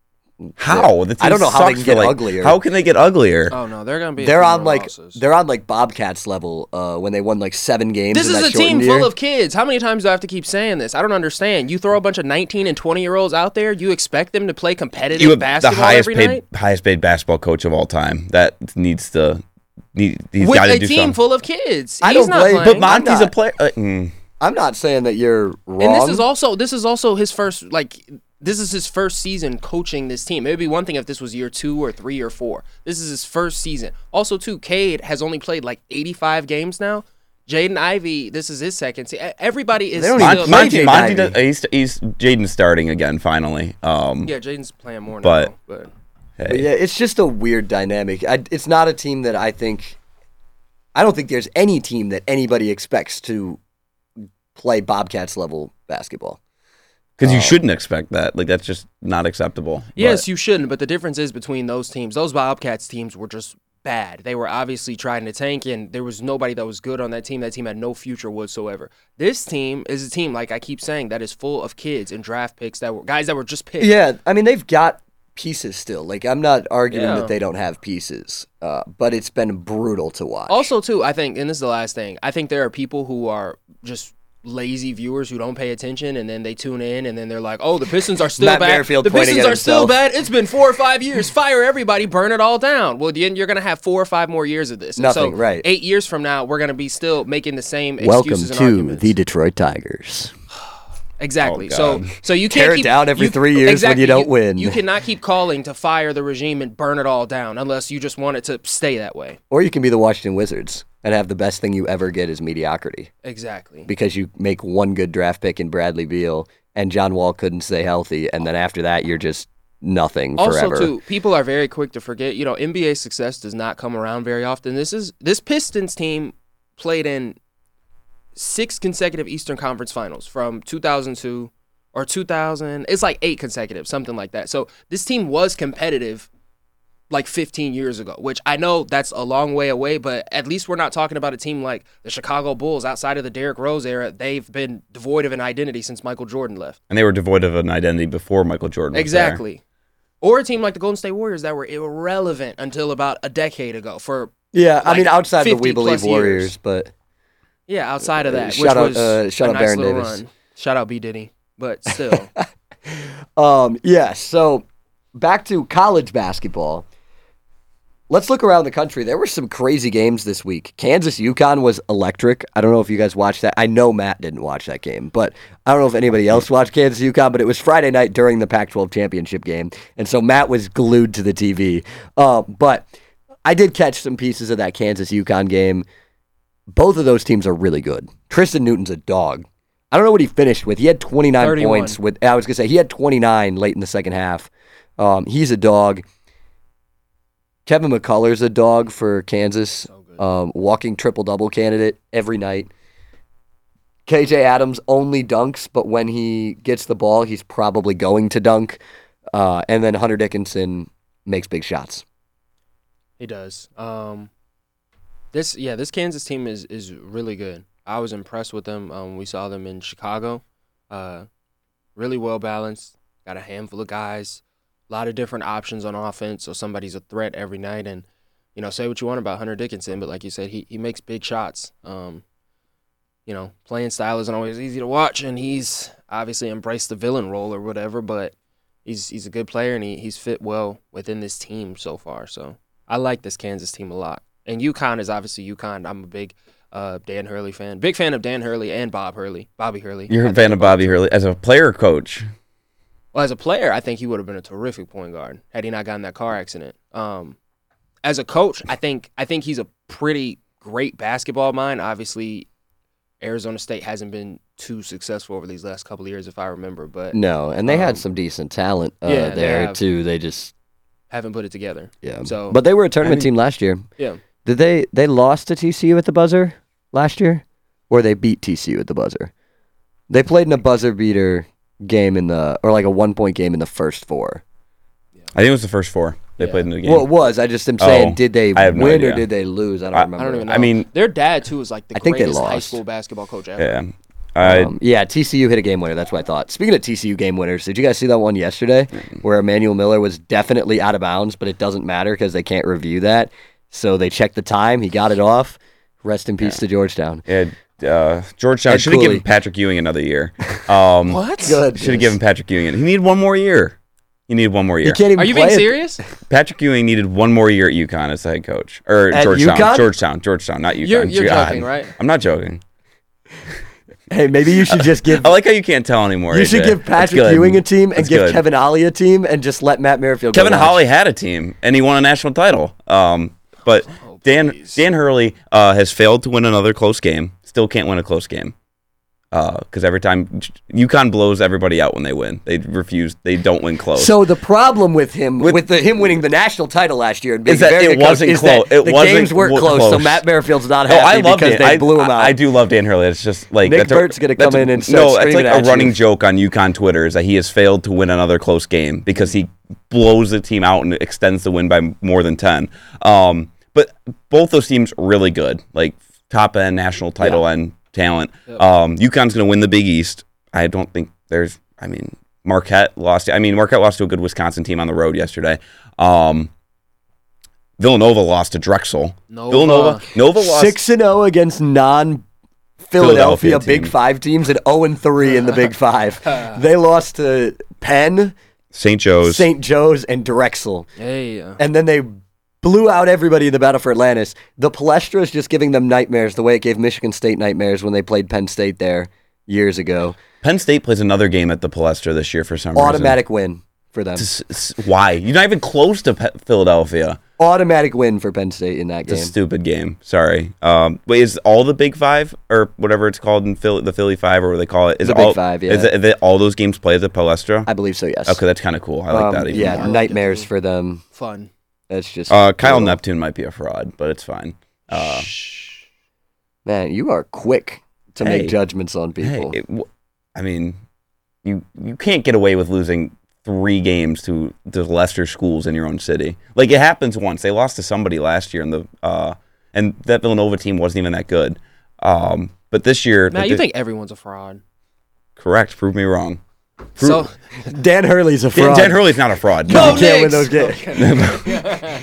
Speaker 3: How? The
Speaker 1: I don't
Speaker 3: team
Speaker 1: know how they
Speaker 3: sucks
Speaker 1: can
Speaker 3: for,
Speaker 1: get
Speaker 3: like-
Speaker 1: uglier.
Speaker 3: How can they get uglier?
Speaker 2: Oh no, they're gonna be. a
Speaker 1: They're
Speaker 2: few
Speaker 1: on
Speaker 2: more
Speaker 1: like
Speaker 2: losses.
Speaker 1: they're on like Bobcats level uh, when they won like seven games.
Speaker 2: This
Speaker 1: in
Speaker 2: is
Speaker 1: that
Speaker 2: a team
Speaker 1: shortened year.
Speaker 2: full of kids. How many times do I have to keep saying this? I don't understand. You throw a bunch of 19 and 20 year olds out there, you expect them to play competitive
Speaker 3: you have
Speaker 2: basketball
Speaker 3: the highest
Speaker 2: every
Speaker 3: paid
Speaker 2: night
Speaker 3: highest paid basketball coach of all time. That needs to need he's
Speaker 2: with
Speaker 3: got
Speaker 2: a
Speaker 3: to do
Speaker 2: team
Speaker 3: something.
Speaker 2: full of kids.
Speaker 1: I
Speaker 2: He's
Speaker 1: don't
Speaker 2: not
Speaker 1: blame-
Speaker 2: playing.
Speaker 3: but
Speaker 1: I'm
Speaker 3: Monty's a
Speaker 1: not-
Speaker 3: player. Uh, mm.
Speaker 1: I'm not saying that you're wrong.
Speaker 2: and this is also this is also his first like this is his first season coaching this team. It would be one thing if this was year two or three or four. This is his first season. Also, too, Cade has only played like 85 games now. Jaden Ivey, this is his second. See, everybody is
Speaker 1: They don't
Speaker 2: still,
Speaker 1: even
Speaker 3: Mon-
Speaker 1: play
Speaker 3: Monty,
Speaker 1: Jaden
Speaker 3: Monty
Speaker 1: Ivey.
Speaker 3: does, he's, he's Jaden's starting again finally. Um,
Speaker 2: yeah. Jaden's playing more
Speaker 3: But-
Speaker 2: now, but
Speaker 1: But yeah, it's just a weird dynamic. I, it's not a team that I think. I don't think there's any team that anybody expects to play Bobcats level basketball.
Speaker 3: Because you
Speaker 1: Oh.
Speaker 3: shouldn't expect that. Like that's just not acceptable.
Speaker 2: Yes, you shouldn't. But the difference is between those teams. Those Bobcats teams were just bad. They were obviously trying to tank, and there was nobody that was good on that team. That team had no future whatsoever. This team is a team, like I keep saying, that is full of kids and draft picks that were guys that were just picked.
Speaker 1: Yeah, I mean they've got pieces still. Like I'm not arguing
Speaker 2: Yeah.
Speaker 1: that they don't have pieces, uh, but it's been brutal to watch.
Speaker 2: Also, too, I think, and this is the last thing. I think there are people who are just lazy viewers who don't pay attention, and then they tune in, and then they're like, "Oh, the Pistons are still
Speaker 1: Matt
Speaker 2: bad.
Speaker 1: Merrifield
Speaker 2: the
Speaker 1: pointing
Speaker 2: Pistons are
Speaker 1: at
Speaker 2: still
Speaker 1: himself.
Speaker 2: bad. It's been four or five years. Fire everybody, burn it all down." Well, then you're gonna have four or five more years of this. And
Speaker 1: Nothing,
Speaker 2: so
Speaker 1: right.
Speaker 2: Eight years from now, we're gonna be still making the same
Speaker 1: Welcome
Speaker 2: excuses and
Speaker 1: to
Speaker 2: arguments.
Speaker 1: the Detroit Tigers.
Speaker 2: Exactly.
Speaker 3: Oh,
Speaker 2: so
Speaker 3: God.
Speaker 2: so you can't
Speaker 1: Tear it
Speaker 2: keep,
Speaker 1: down every
Speaker 2: you-
Speaker 1: three years when you don't win.
Speaker 2: You cannot keep calling to fire the regime and burn it all down unless you just want it to stay that way.
Speaker 1: Or you can be the Washington Wizards and have the best thing you ever get is mediocrity
Speaker 2: Exactly.
Speaker 1: because you make one good draft pick in Bradley Beal and John Wall couldn't stay healthy, and then after that you're just nothing forever.
Speaker 2: Also, too, people are very quick to forget. You know, NBA success does not come around very often. This is this Pistons team played in six consecutive Eastern Conference Finals from 2002 or 2000. It's like eight consecutive, something like that. So this team was competitive like 15 years ago, which I know that's a long way away, but at least we're not talking about a team like the Chicago Bulls outside of the Derrick Rose era. They've been devoid of an identity since Michael Jordan left.
Speaker 3: and they were devoid of an identity before Michael Jordan. was there.
Speaker 2: Exactly. Or a team like the Golden State Warriors that were irrelevant until about a decade ago. For
Speaker 1: Yeah, I
Speaker 2: like
Speaker 1: mean outside the We
Speaker 2: 50 plus
Speaker 1: Believe Warriors,
Speaker 2: years.
Speaker 1: but
Speaker 2: yeah, outside of
Speaker 1: Uh,
Speaker 2: that,
Speaker 1: shout out-
Speaker 2: which was
Speaker 1: uh, shout
Speaker 2: a
Speaker 1: out
Speaker 2: nice
Speaker 1: Baron
Speaker 2: little
Speaker 1: Davis.
Speaker 2: run. Shout out B Diddy, but still,
Speaker 1: um, yeah. So back to college basketball. Let's look around the country. There were some crazy games this week. Kansas UConn was electric. I don't know if you guys watched that. I know Matt didn't watch that game, but I don't know if anybody else watched Kansas UConn. But it was Friday night during the Pac-12 championship game, and so Matt was glued to the TV. Uh, but I did catch some pieces of that Kansas UConn game. both of those teams are really good. Tristan Newton's a dog. I don't know what he finished with. He had 29
Speaker 2: 31.
Speaker 1: points with I was going to say he had 29 late in the second half. Um, he's a dog. Kevin McCullough's a dog for Kansas. Um, walking triple double candidate every night. KJ Adams only dunks, but when he gets the ball, he's probably going to dunk. Uh, and then Hunter Dickinson makes big shots.
Speaker 2: he does. Um, this yeah, this Kansas team is is really good. I was impressed with them. Um, we saw them in Chicago. Uh, really well balanced. Got a handful of guys, a lot of different options on offense. So somebody's a threat every night. And you know, say what you want about Hunter Dickinson, but like you said, he he makes big shots. Um, you know, playing style isn't always easy to watch, and he's obviously embraced the villain role or whatever. But he's he's a good player, and he, he's fit well within this team so far. So I like this Kansas team a lot. And UConn is obviously UConn. I'm a big uh, Dan Hurley fan, big fan of Dan Hurley and Bob Hurley, Bobby Hurley.
Speaker 3: You're a fan of Bobby Hurley as a player coach.
Speaker 2: Well, as a player, I think he would have been a terrific point guard had he not gotten that car accident. Um, as a coach, I think I think he's a pretty great basketball mind. Obviously, Arizona State hasn't been too successful over these last couple of years, if I remember, but
Speaker 1: No, and they
Speaker 2: Um,
Speaker 1: had some decent talent uh,
Speaker 2: yeah, they
Speaker 1: there
Speaker 2: have.
Speaker 1: too. They just
Speaker 2: haven't put it together.
Speaker 1: yeah.
Speaker 2: So-
Speaker 1: but they were a tournament
Speaker 4: I
Speaker 1: team last year.
Speaker 2: Yeah.
Speaker 1: Did they they lost to TCU at the buzzer last year, or they beat TCU at the buzzer? They played in a buzzer beater game in the or like a one point game in the first four.
Speaker 3: I think it was the first four they
Speaker 2: Yeah.
Speaker 3: played in the game.
Speaker 1: Well, it was. I just am
Speaker 3: Oh,
Speaker 1: saying, did they
Speaker 3: I have no
Speaker 1: win or
Speaker 3: idea.
Speaker 1: did they lose? I don't
Speaker 3: I- I
Speaker 1: remember.
Speaker 2: I don't even know.
Speaker 3: I mean-
Speaker 2: their dad too was like the
Speaker 1: I think they
Speaker 2: greatest high
Speaker 1: lost.
Speaker 2: school basketball coach ever.
Speaker 3: yeah, I
Speaker 1: Um, yeah, TCU hit a game winner. That's what I thought. Speaking of TCU game winners, did you guys see that one yesterday where Emmanuel Miller was definitely out of bounds, but it doesn't matter because they can't review that. So they checked the time. He got it off. Rest in peace to Georgetown.
Speaker 3: had uh, Georgetown
Speaker 1: Ed
Speaker 3: should have given
Speaker 1: Cooley.
Speaker 3: Patrick Ewing another year. Um,
Speaker 2: What?
Speaker 1: Good.
Speaker 3: Should have given Patrick Ewing. He needed one more year. He needed one more
Speaker 1: You
Speaker 3: year.
Speaker 1: can't even
Speaker 2: Are you
Speaker 1: play
Speaker 2: being
Speaker 1: it.
Speaker 2: serious?
Speaker 3: Patrick Ewing needed one more year at UConn as the head coach or
Speaker 1: At
Speaker 3: Georgetown.
Speaker 1: UConn?
Speaker 3: Georgetown. Georgetown, not UConn.
Speaker 2: You're- you're
Speaker 3: God.
Speaker 2: joking, right?
Speaker 3: I'm not joking.
Speaker 1: Hey, maybe you should just give.
Speaker 3: I like how you can't tell anymore.
Speaker 1: You should
Speaker 3: AJ.
Speaker 1: give
Speaker 3: Oh, That's
Speaker 1: Patrick
Speaker 3: good.
Speaker 1: Ewing a team and
Speaker 3: That's
Speaker 1: give
Speaker 3: good.
Speaker 1: Kevin Ollie a team and just let Matt Merrifield. go
Speaker 3: Kevin
Speaker 1: watch.
Speaker 3: Holly had a team and he won a national title. Um, but
Speaker 1: Oh,
Speaker 3: Dan
Speaker 2: please.
Speaker 3: Dan Hurley uh, has failed to win another close game. Still can't win a close game. Because every time UConn blows everybody out when they win, they refuse. They don't win close.
Speaker 1: So the problem with him, with,
Speaker 3: With-
Speaker 1: the him winning the national title last year, and being
Speaker 3: Is that
Speaker 1: a very
Speaker 3: it
Speaker 1: good coach,
Speaker 3: wasn't
Speaker 1: is
Speaker 3: clo-
Speaker 1: that
Speaker 3: it
Speaker 1: the
Speaker 3: wasn't
Speaker 1: games weren't
Speaker 3: wo-
Speaker 1: close, So
Speaker 3: close.
Speaker 1: Matt Merrifield's not
Speaker 3: No, Oh, I
Speaker 1: happy
Speaker 3: love
Speaker 1: because
Speaker 3: Dan.
Speaker 1: they
Speaker 3: I,
Speaker 1: blew him
Speaker 3: I-
Speaker 1: out.
Speaker 3: I do love Dan Hurley. It's just like
Speaker 1: Nick
Speaker 3: that's a-
Speaker 1: Burt's gonna
Speaker 3: that's
Speaker 1: come
Speaker 3: a-
Speaker 1: in and start
Speaker 3: no, it's
Speaker 1: screaming
Speaker 3: like
Speaker 1: at
Speaker 3: a
Speaker 1: you.
Speaker 3: running joke on UConn Twitter is that he has failed to win another close game because he blows the team out and extends the win by more than ten. Um, but both those teams really good, like top end national title end talent. Um, UConn's gonna win the Big East. I don't think there's. I mean, Marquette lost. I mean, Marquette lost to a good Wisconsin team on the road yesterday. Um, Villanova lost to Drexel.
Speaker 2: Nova.
Speaker 3: Villanova, Nova lost
Speaker 1: six and zero against non Philadelphia
Speaker 3: Philadelphia
Speaker 1: Big
Speaker 3: team.
Speaker 1: Five teams and zero and three in the Big Five. they lost to Penn,
Speaker 3: St. Joe's.
Speaker 1: St. Joe's, and Drexel,
Speaker 2: Hey, uh,
Speaker 1: and then they blew out everybody in the battle for Atlantis. The Palestra is just giving them nightmares, the way it gave Michigan State nightmares when they played Penn State there years ago.
Speaker 3: Penn State plays another game at the Palestra this year for some
Speaker 1: Automatic win for them.
Speaker 3: reason. S- s- Why? You're not even close to Pe- Philadelphia.
Speaker 1: Automatic win for Penn State in that
Speaker 3: It's
Speaker 1: game.
Speaker 3: a stupid game. Sorry. Um, wait, is all the Big Five or whatever it's called in Philly, the Philly Five or what they call it? Is
Speaker 1: The
Speaker 3: it
Speaker 1: Big
Speaker 3: all,
Speaker 1: Five, yeah.
Speaker 3: Is it, that all those games play at the Palestra?
Speaker 1: I believe so. Yes.
Speaker 3: Okay, that's kind of cool. I like
Speaker 1: Um,
Speaker 3: that even
Speaker 1: yeah,
Speaker 3: more.
Speaker 1: nightmares for them.
Speaker 2: fun.
Speaker 1: That's just
Speaker 3: Uh, Kyle
Speaker 1: brutal.
Speaker 3: Neptune might be a fraud, but it's fine. Uh,
Speaker 1: Man, you are quick to
Speaker 3: Hey.
Speaker 1: make judgments on
Speaker 3: hey,
Speaker 1: people.
Speaker 3: it, w- I mean, you you can't get away with losing three games to to lesser schools in your own city. Like it happens once. They lost to somebody last year, and the uh, and that Villanova team wasn't even that good. Um, but this year,
Speaker 2: Matt,
Speaker 3: like,
Speaker 2: you
Speaker 3: they-
Speaker 2: think everyone's a fraud?
Speaker 3: correct? Prove me wrong.
Speaker 2: So
Speaker 1: Dan Hurley's a
Speaker 3: Dan,
Speaker 1: fraud.
Speaker 3: Dan Hurley's not a fraud.
Speaker 1: You
Speaker 2: Go
Speaker 1: can't win
Speaker 2: Knicks!
Speaker 1: those games.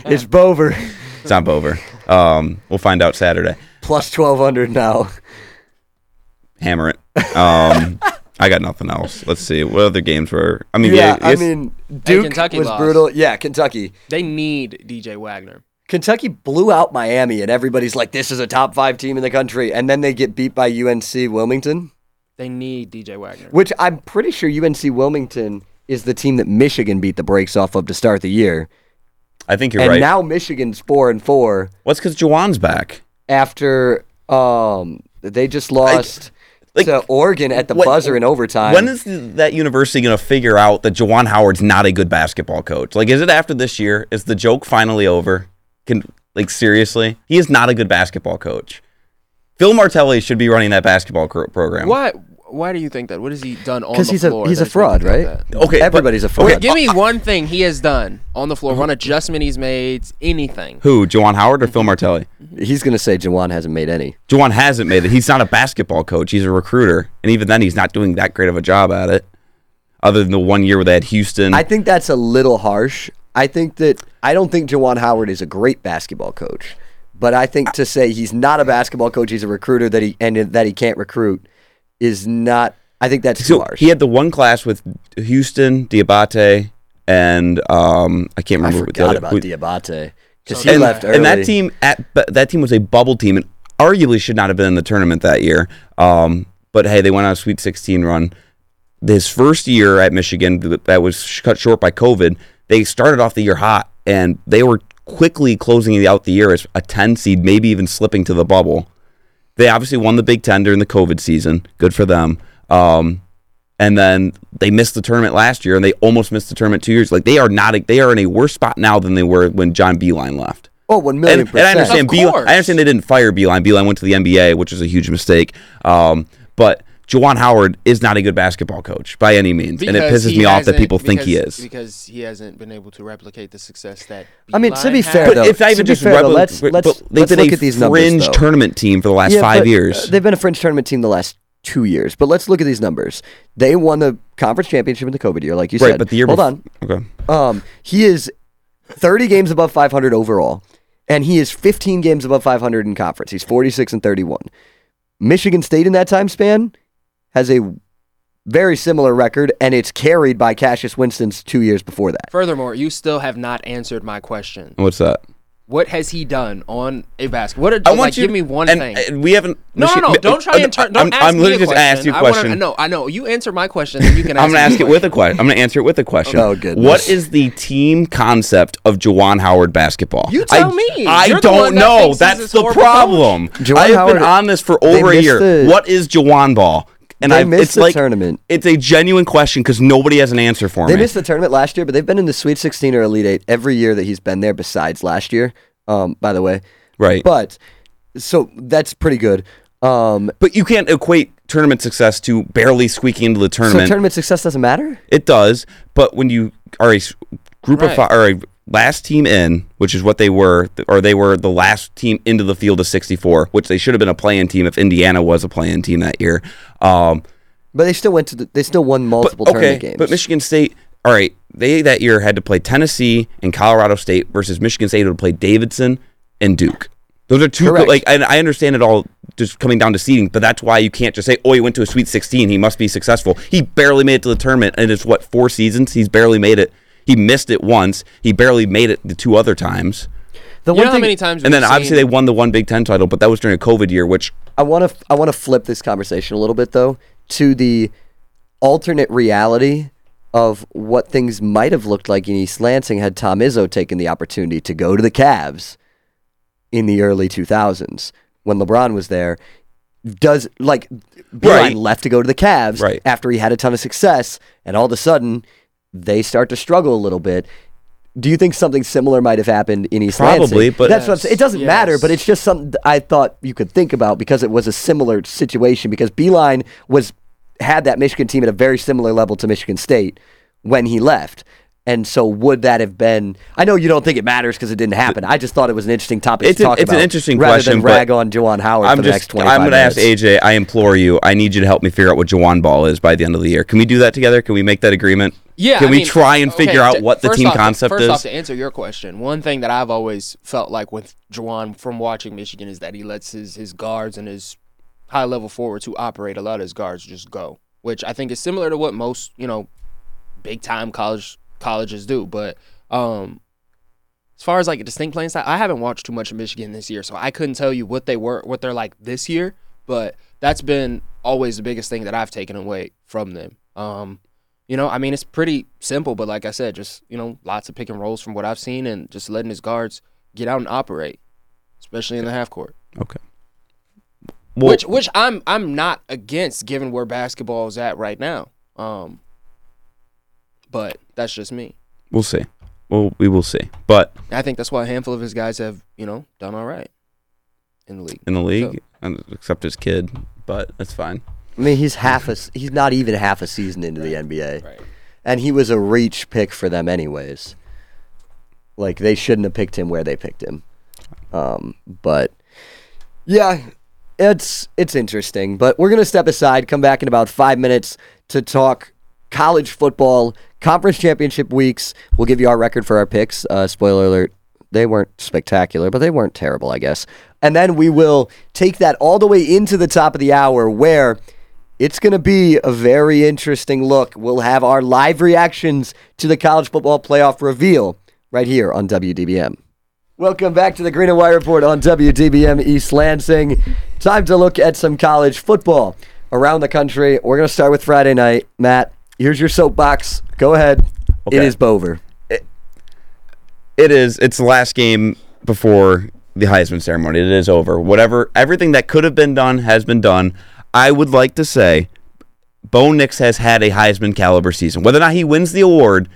Speaker 1: it's Bover
Speaker 3: it's not over. Um, we'll find out Saturday.
Speaker 1: plus twelve hundred now.
Speaker 3: Hammer it. Um, I got nothing else. Let's see what other games were. I mean,
Speaker 1: Yeah, I
Speaker 3: yes-
Speaker 1: mean Duke
Speaker 2: Kentucky
Speaker 1: was
Speaker 2: lost.
Speaker 1: brutal. Yeah, Kentucky.
Speaker 2: they need DJ Wagner.
Speaker 1: Kentucky blew out Miami, and everybody's like, "This is a top five team in the country," and then they get beat by UNC Wilmington,
Speaker 2: They need DJ Wagner.
Speaker 1: which I'm pretty sure UNC Wilmington is the team that Michigan beat the brakes off of to start the year,
Speaker 3: I think you're
Speaker 1: and
Speaker 3: right.
Speaker 1: now Michigan's four and four
Speaker 3: What's because Jawan's back?
Speaker 1: after um they just lost
Speaker 3: like,
Speaker 1: to Oregon at the
Speaker 3: what-
Speaker 1: buzzer in overtime.
Speaker 3: When is th- that university going to figure out that Jawan Howard's not a good basketball coach? Like, is it after this year? Is the joke finally over? Can like seriously, he is not a good basketball coach. Phil Martelli should be running that basketball cro- program.
Speaker 2: Why? Why do you think that? What has he done on the
Speaker 1: because he's a
Speaker 2: floor?
Speaker 1: he's a
Speaker 2: that is making
Speaker 1: fraud,
Speaker 2: you think
Speaker 1: right?
Speaker 2: that?
Speaker 3: Okay, but-
Speaker 1: everybody's a fraud.
Speaker 3: okay,
Speaker 2: Wait, give me one thing he has done on the floor. One adjustment he's made. Anything.
Speaker 3: Who, Jawan Howard or Phil Martelli?
Speaker 1: He's gonna say Jawan hasn't made any.
Speaker 3: Jawan hasn't made it. He's not a basketball coach. He's a recruiter, and even then, he's not doing that great of a job at it. Other than the one year where they had Houston,
Speaker 1: I think that's a little harsh. I think that I don't think Jawan Howard is a great basketball coach, but I think to say he's not a basketball coach, he's a recruiter that he and that he can't recruit is not. I think that's too
Speaker 3: so
Speaker 1: harsh.
Speaker 3: he had the one class with Houston, Diabate, and um, I can't
Speaker 1: I
Speaker 3: remember. what the
Speaker 1: forgot
Speaker 3: other-
Speaker 1: about
Speaker 3: who-
Speaker 1: Diabate because
Speaker 2: So
Speaker 1: he
Speaker 2: did
Speaker 1: left early.
Speaker 3: and that team at but that team was a bubble team and arguably should not have been in the tournament that year. Um, but hey, they went on a Sweet 16 run. his first year at Michigan th- that was sh- cut short by COVID, they started off the year hot and they were quickly closing out the year as a 10 seed, maybe even slipping to the bubble. They obviously won the Big Ten during the COVID season. Good for them. Um, and then they missed the tournament last year, and they almost missed the tournament two years. Like they are not, they are in a worse spot now than they were when John Beeline left.
Speaker 1: Oh, one million
Speaker 3: And, and I
Speaker 1: percent.
Speaker 3: understand
Speaker 2: Of
Speaker 3: Beeline,
Speaker 2: course.
Speaker 3: I understand they didn't fire Beeline. Beeline went to the NBA, which is a huge mistake. Um, but Jawan Howard is not a good basketball coach by any means, and it
Speaker 2: Because
Speaker 3: pisses
Speaker 2: he
Speaker 3: me off that
Speaker 2: hasn't-
Speaker 3: people think he
Speaker 2: because-
Speaker 3: is.
Speaker 2: because he hasn't been able to replicate the success that.
Speaker 1: I mean, to
Speaker 2: Beeline
Speaker 1: be
Speaker 2: had.
Speaker 1: fair,
Speaker 3: but
Speaker 1: though,
Speaker 3: if not
Speaker 1: to
Speaker 3: even
Speaker 1: be
Speaker 3: just
Speaker 1: fair, though,
Speaker 3: rebel-
Speaker 1: let's-
Speaker 3: but
Speaker 1: let's-
Speaker 3: they
Speaker 1: let's
Speaker 3: did
Speaker 1: look
Speaker 3: a
Speaker 1: at these numbers,
Speaker 3: fringe
Speaker 1: though.
Speaker 3: tournament team for the last
Speaker 1: Yeah,
Speaker 3: five
Speaker 1: but,
Speaker 3: years.
Speaker 1: uh, they've been a fringe tournament team the last two years. But let's look at these numbers. They won the conference championship in the COVID year, like you
Speaker 3: right,
Speaker 1: said.
Speaker 3: but the year
Speaker 1: hold
Speaker 3: bef- okay.
Speaker 1: on, um, he is thirty games above five hundred overall, and he is fifteen games above five hundred in conference. He's forty six and thirty one. Michigan State in that time span has a very similar record, and it's carried by Cassius Winston's two years before that.
Speaker 2: Furthermore, you still have not answered my question.
Speaker 3: What's that?
Speaker 2: What has he done on a basketball? What? Are, I like, give me one
Speaker 3: and,
Speaker 2: thing.
Speaker 3: and we haven't.
Speaker 2: no,
Speaker 3: Michi-
Speaker 2: no, no!
Speaker 3: Mi-
Speaker 2: Don't try and turn. Don't
Speaker 3: I'm,
Speaker 2: ask
Speaker 3: I'm
Speaker 2: me
Speaker 3: literally
Speaker 2: a
Speaker 3: just
Speaker 2: question.
Speaker 3: ask you a
Speaker 2: I wanna-
Speaker 3: question.
Speaker 2: no, I know. You answer my question, then you can. Ask
Speaker 3: I'm gonna ask
Speaker 2: me
Speaker 3: it
Speaker 2: a question.
Speaker 3: with a question. I'm gonna answer it with a question.
Speaker 1: Oh, goodness.
Speaker 3: What is the team concept of Jawan Howard basketball?
Speaker 2: You tell
Speaker 3: I,
Speaker 2: me.
Speaker 3: I
Speaker 2: You're the
Speaker 3: don't
Speaker 2: one that
Speaker 3: know.
Speaker 2: thinks he's
Speaker 3: That's
Speaker 2: this
Speaker 3: the
Speaker 2: horrible
Speaker 3: problem.
Speaker 1: Juwan
Speaker 3: I have
Speaker 1: Howard-
Speaker 3: been on this for
Speaker 1: they
Speaker 3: over a
Speaker 1: missed
Speaker 3: year.
Speaker 1: the-
Speaker 3: what is Jawan ball? And
Speaker 1: They
Speaker 3: I've,
Speaker 1: missed
Speaker 3: it's
Speaker 1: the
Speaker 3: like,
Speaker 1: tournament.
Speaker 3: It's a genuine question because nobody has an answer for
Speaker 1: They
Speaker 3: me.
Speaker 1: missed the tournament last year, but they've been in the Sweet 16 or Elite Eight every year that he's been there, besides last year. Um, by the way,
Speaker 3: right.
Speaker 1: but so that's pretty good. Um,
Speaker 3: But you can't equate tournament success to barely squeaking into the
Speaker 1: so
Speaker 3: tournament.
Speaker 1: tournament success doesn't matter.
Speaker 3: It does, but when you are a s- group of
Speaker 2: Right.
Speaker 3: five, or a last team in, which is what they were, th- or they were the last team into the field of 64, which they should have been a play-in team if Indiana was a play-in team that year. Um,
Speaker 1: But they still went to. The, they still won multiple tournament games.
Speaker 3: but Michigan State, all right, they that year had to play Tennessee and Colorado State versus Michigan State who would play Davidson and Duke. Those are two
Speaker 1: Correct.
Speaker 3: like, and I understand it all just coming down to seeding, but that's why you can't just say, "Oh, he went to a Sweet 16, he must be successful." He barely made it to the tournament, and it's what four seasons he's barely made it. He missed it once. He barely made it the two other times,
Speaker 1: the
Speaker 2: You
Speaker 1: one
Speaker 2: know how
Speaker 1: thing
Speaker 2: many times?
Speaker 3: and
Speaker 2: we've
Speaker 3: then obviously
Speaker 2: seen-
Speaker 3: they won the one Big Ten title, but that was during a COVID year, which
Speaker 1: I want to. I want to flip this conversation a little bit though to the alternate reality of what things might have looked like in East Lansing had Tom Izzo taken the opportunity to go to the Cavs in the early 2000s when LeBron was there. Does like Beeline
Speaker 3: Right.
Speaker 1: left to go to the Cavs
Speaker 3: Right.
Speaker 1: after he had a ton of success, and all of a sudden they start to struggle a little bit. Do you think something similar might have happened in East Lansing?
Speaker 3: Probably, but-
Speaker 1: that's what I'm saying. It
Speaker 2: Yes,
Speaker 1: doesn't matter,
Speaker 2: yes.
Speaker 1: but it's just something th- I thought you could think about because it was a similar situation because Beeline was had that Michigan team at a very similar level to Michigan State when he left. And so would that have been I know you don't think it matters because it didn't happen. I just thought it was an interesting topic
Speaker 3: It's
Speaker 1: to
Speaker 3: an-
Speaker 1: talk
Speaker 3: it's an
Speaker 1: about
Speaker 3: interesting
Speaker 1: rather
Speaker 3: question,
Speaker 1: than
Speaker 3: but
Speaker 1: rag on Juwan Howard
Speaker 3: I'm
Speaker 1: for the next
Speaker 3: just.
Speaker 1: 25
Speaker 3: I'm going to
Speaker 1: minutes.
Speaker 3: ask AJ. I implore you. I need you to help me figure out what Jawan Ball is by the end of the year. Can we do that together? Can we make that agreement?
Speaker 2: Yeah.
Speaker 3: Can
Speaker 2: I
Speaker 3: we
Speaker 2: mean,
Speaker 3: try and
Speaker 2: okay,
Speaker 3: figure
Speaker 2: to-
Speaker 3: out what the
Speaker 2: first
Speaker 3: team
Speaker 2: off-
Speaker 3: concept
Speaker 2: first
Speaker 3: is?
Speaker 2: off, to answer your question, one thing that I've always felt like with Juwan from watching Michigan is that he lets his his guards and his high level forwards who operate a lot of his guards just go, which I think is similar to what most you know big time college colleges do. But um, as far as like a distinct playing style, I haven't watched too much of Michigan this year, so I couldn't tell you what they were, what they're like this year. But that's been always the biggest thing that I've taken away from them. Um, you know, I mean, it's pretty simple, but like I said, just you know, lots of pick and rolls from what I've seen, and just letting his guards get out and operate, especially in the half court.
Speaker 3: okay. Well,
Speaker 2: which, which I'm I'm not against, given where basketball is at right now. Um, but that's just me.
Speaker 3: we'll see. Well, we will see. But
Speaker 2: I think that's why a handful of his guys have, you know, done all right in the league.
Speaker 3: in the league,
Speaker 2: So-
Speaker 3: and except his kid, but that's fine.
Speaker 1: I mean, he's half a s- he's not even half a season into the NBA.
Speaker 2: Right.
Speaker 1: And he was a reach pick for them anyways. Like they shouldn't have picked him where they picked him. Um, but yeah, it's it's interesting, but we're going to step aside, come back in about 5 minutes to talk college football, conference championship weeks. We'll give you our record for our picks. Uh, spoiler alert, they weren't spectacular, but they weren't terrible, I guess. And then we will take that all the way into the top of the hour where it's going to be a very interesting look. We'll have our live reactions to the college football playoff reveal right here on WDBM. Welcome back to the Green and White Report on WDBM East Lansing. Time to look at some college football. around the country. We're gonna start with Friday night. Matt, here's your soapbox. Go ahead. It
Speaker 3: Okay.
Speaker 1: is Bover.
Speaker 3: It is. It's the last game before the Heisman ceremony. It is over. Whatever, everything that could have been done has been done. I would like to say, Bo Nix has had a Heisman caliber season. Whether or not he wins the award,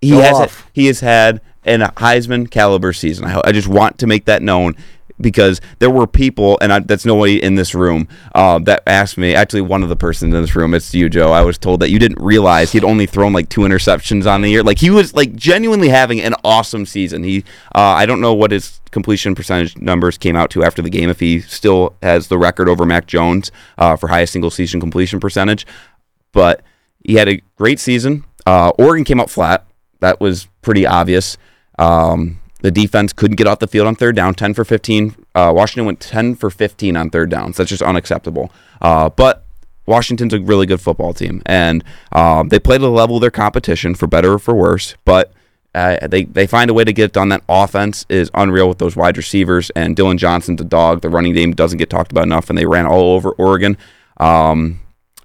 Speaker 3: he
Speaker 1: Go
Speaker 3: has.
Speaker 1: off.
Speaker 3: He has had an Heisman caliber season. I, I just want to make that known because there were people, and I, that's nobody in this room uh, that asked me. Actually, one of the persons in this room, it's you, Joe. I was told that you didn't realize he'd only thrown like two interceptions on the year. Like he was like genuinely having an awesome season. He, uh, I don't know what his completion percentage numbers came out to after the game. If he still has the record over Mac Jones uh, for highest single season completion percentage, but he had a great season. Uh, Oregon came out flat. That was pretty obvious. Um, the defense couldn't get off the field on third down, 10 for 15. Uh, Washington went 10 for 15 on third downs. That's just unacceptable. Uh, but Washington's a really good football team, and um, they play to the level of their competition, for better or for worse. But uh, they they find a way to get it done. That offense is unreal with those wide receivers, and Dylan Johnson's a dog. The running game doesn't get talked about enough, and they ran all over Oregon. Um,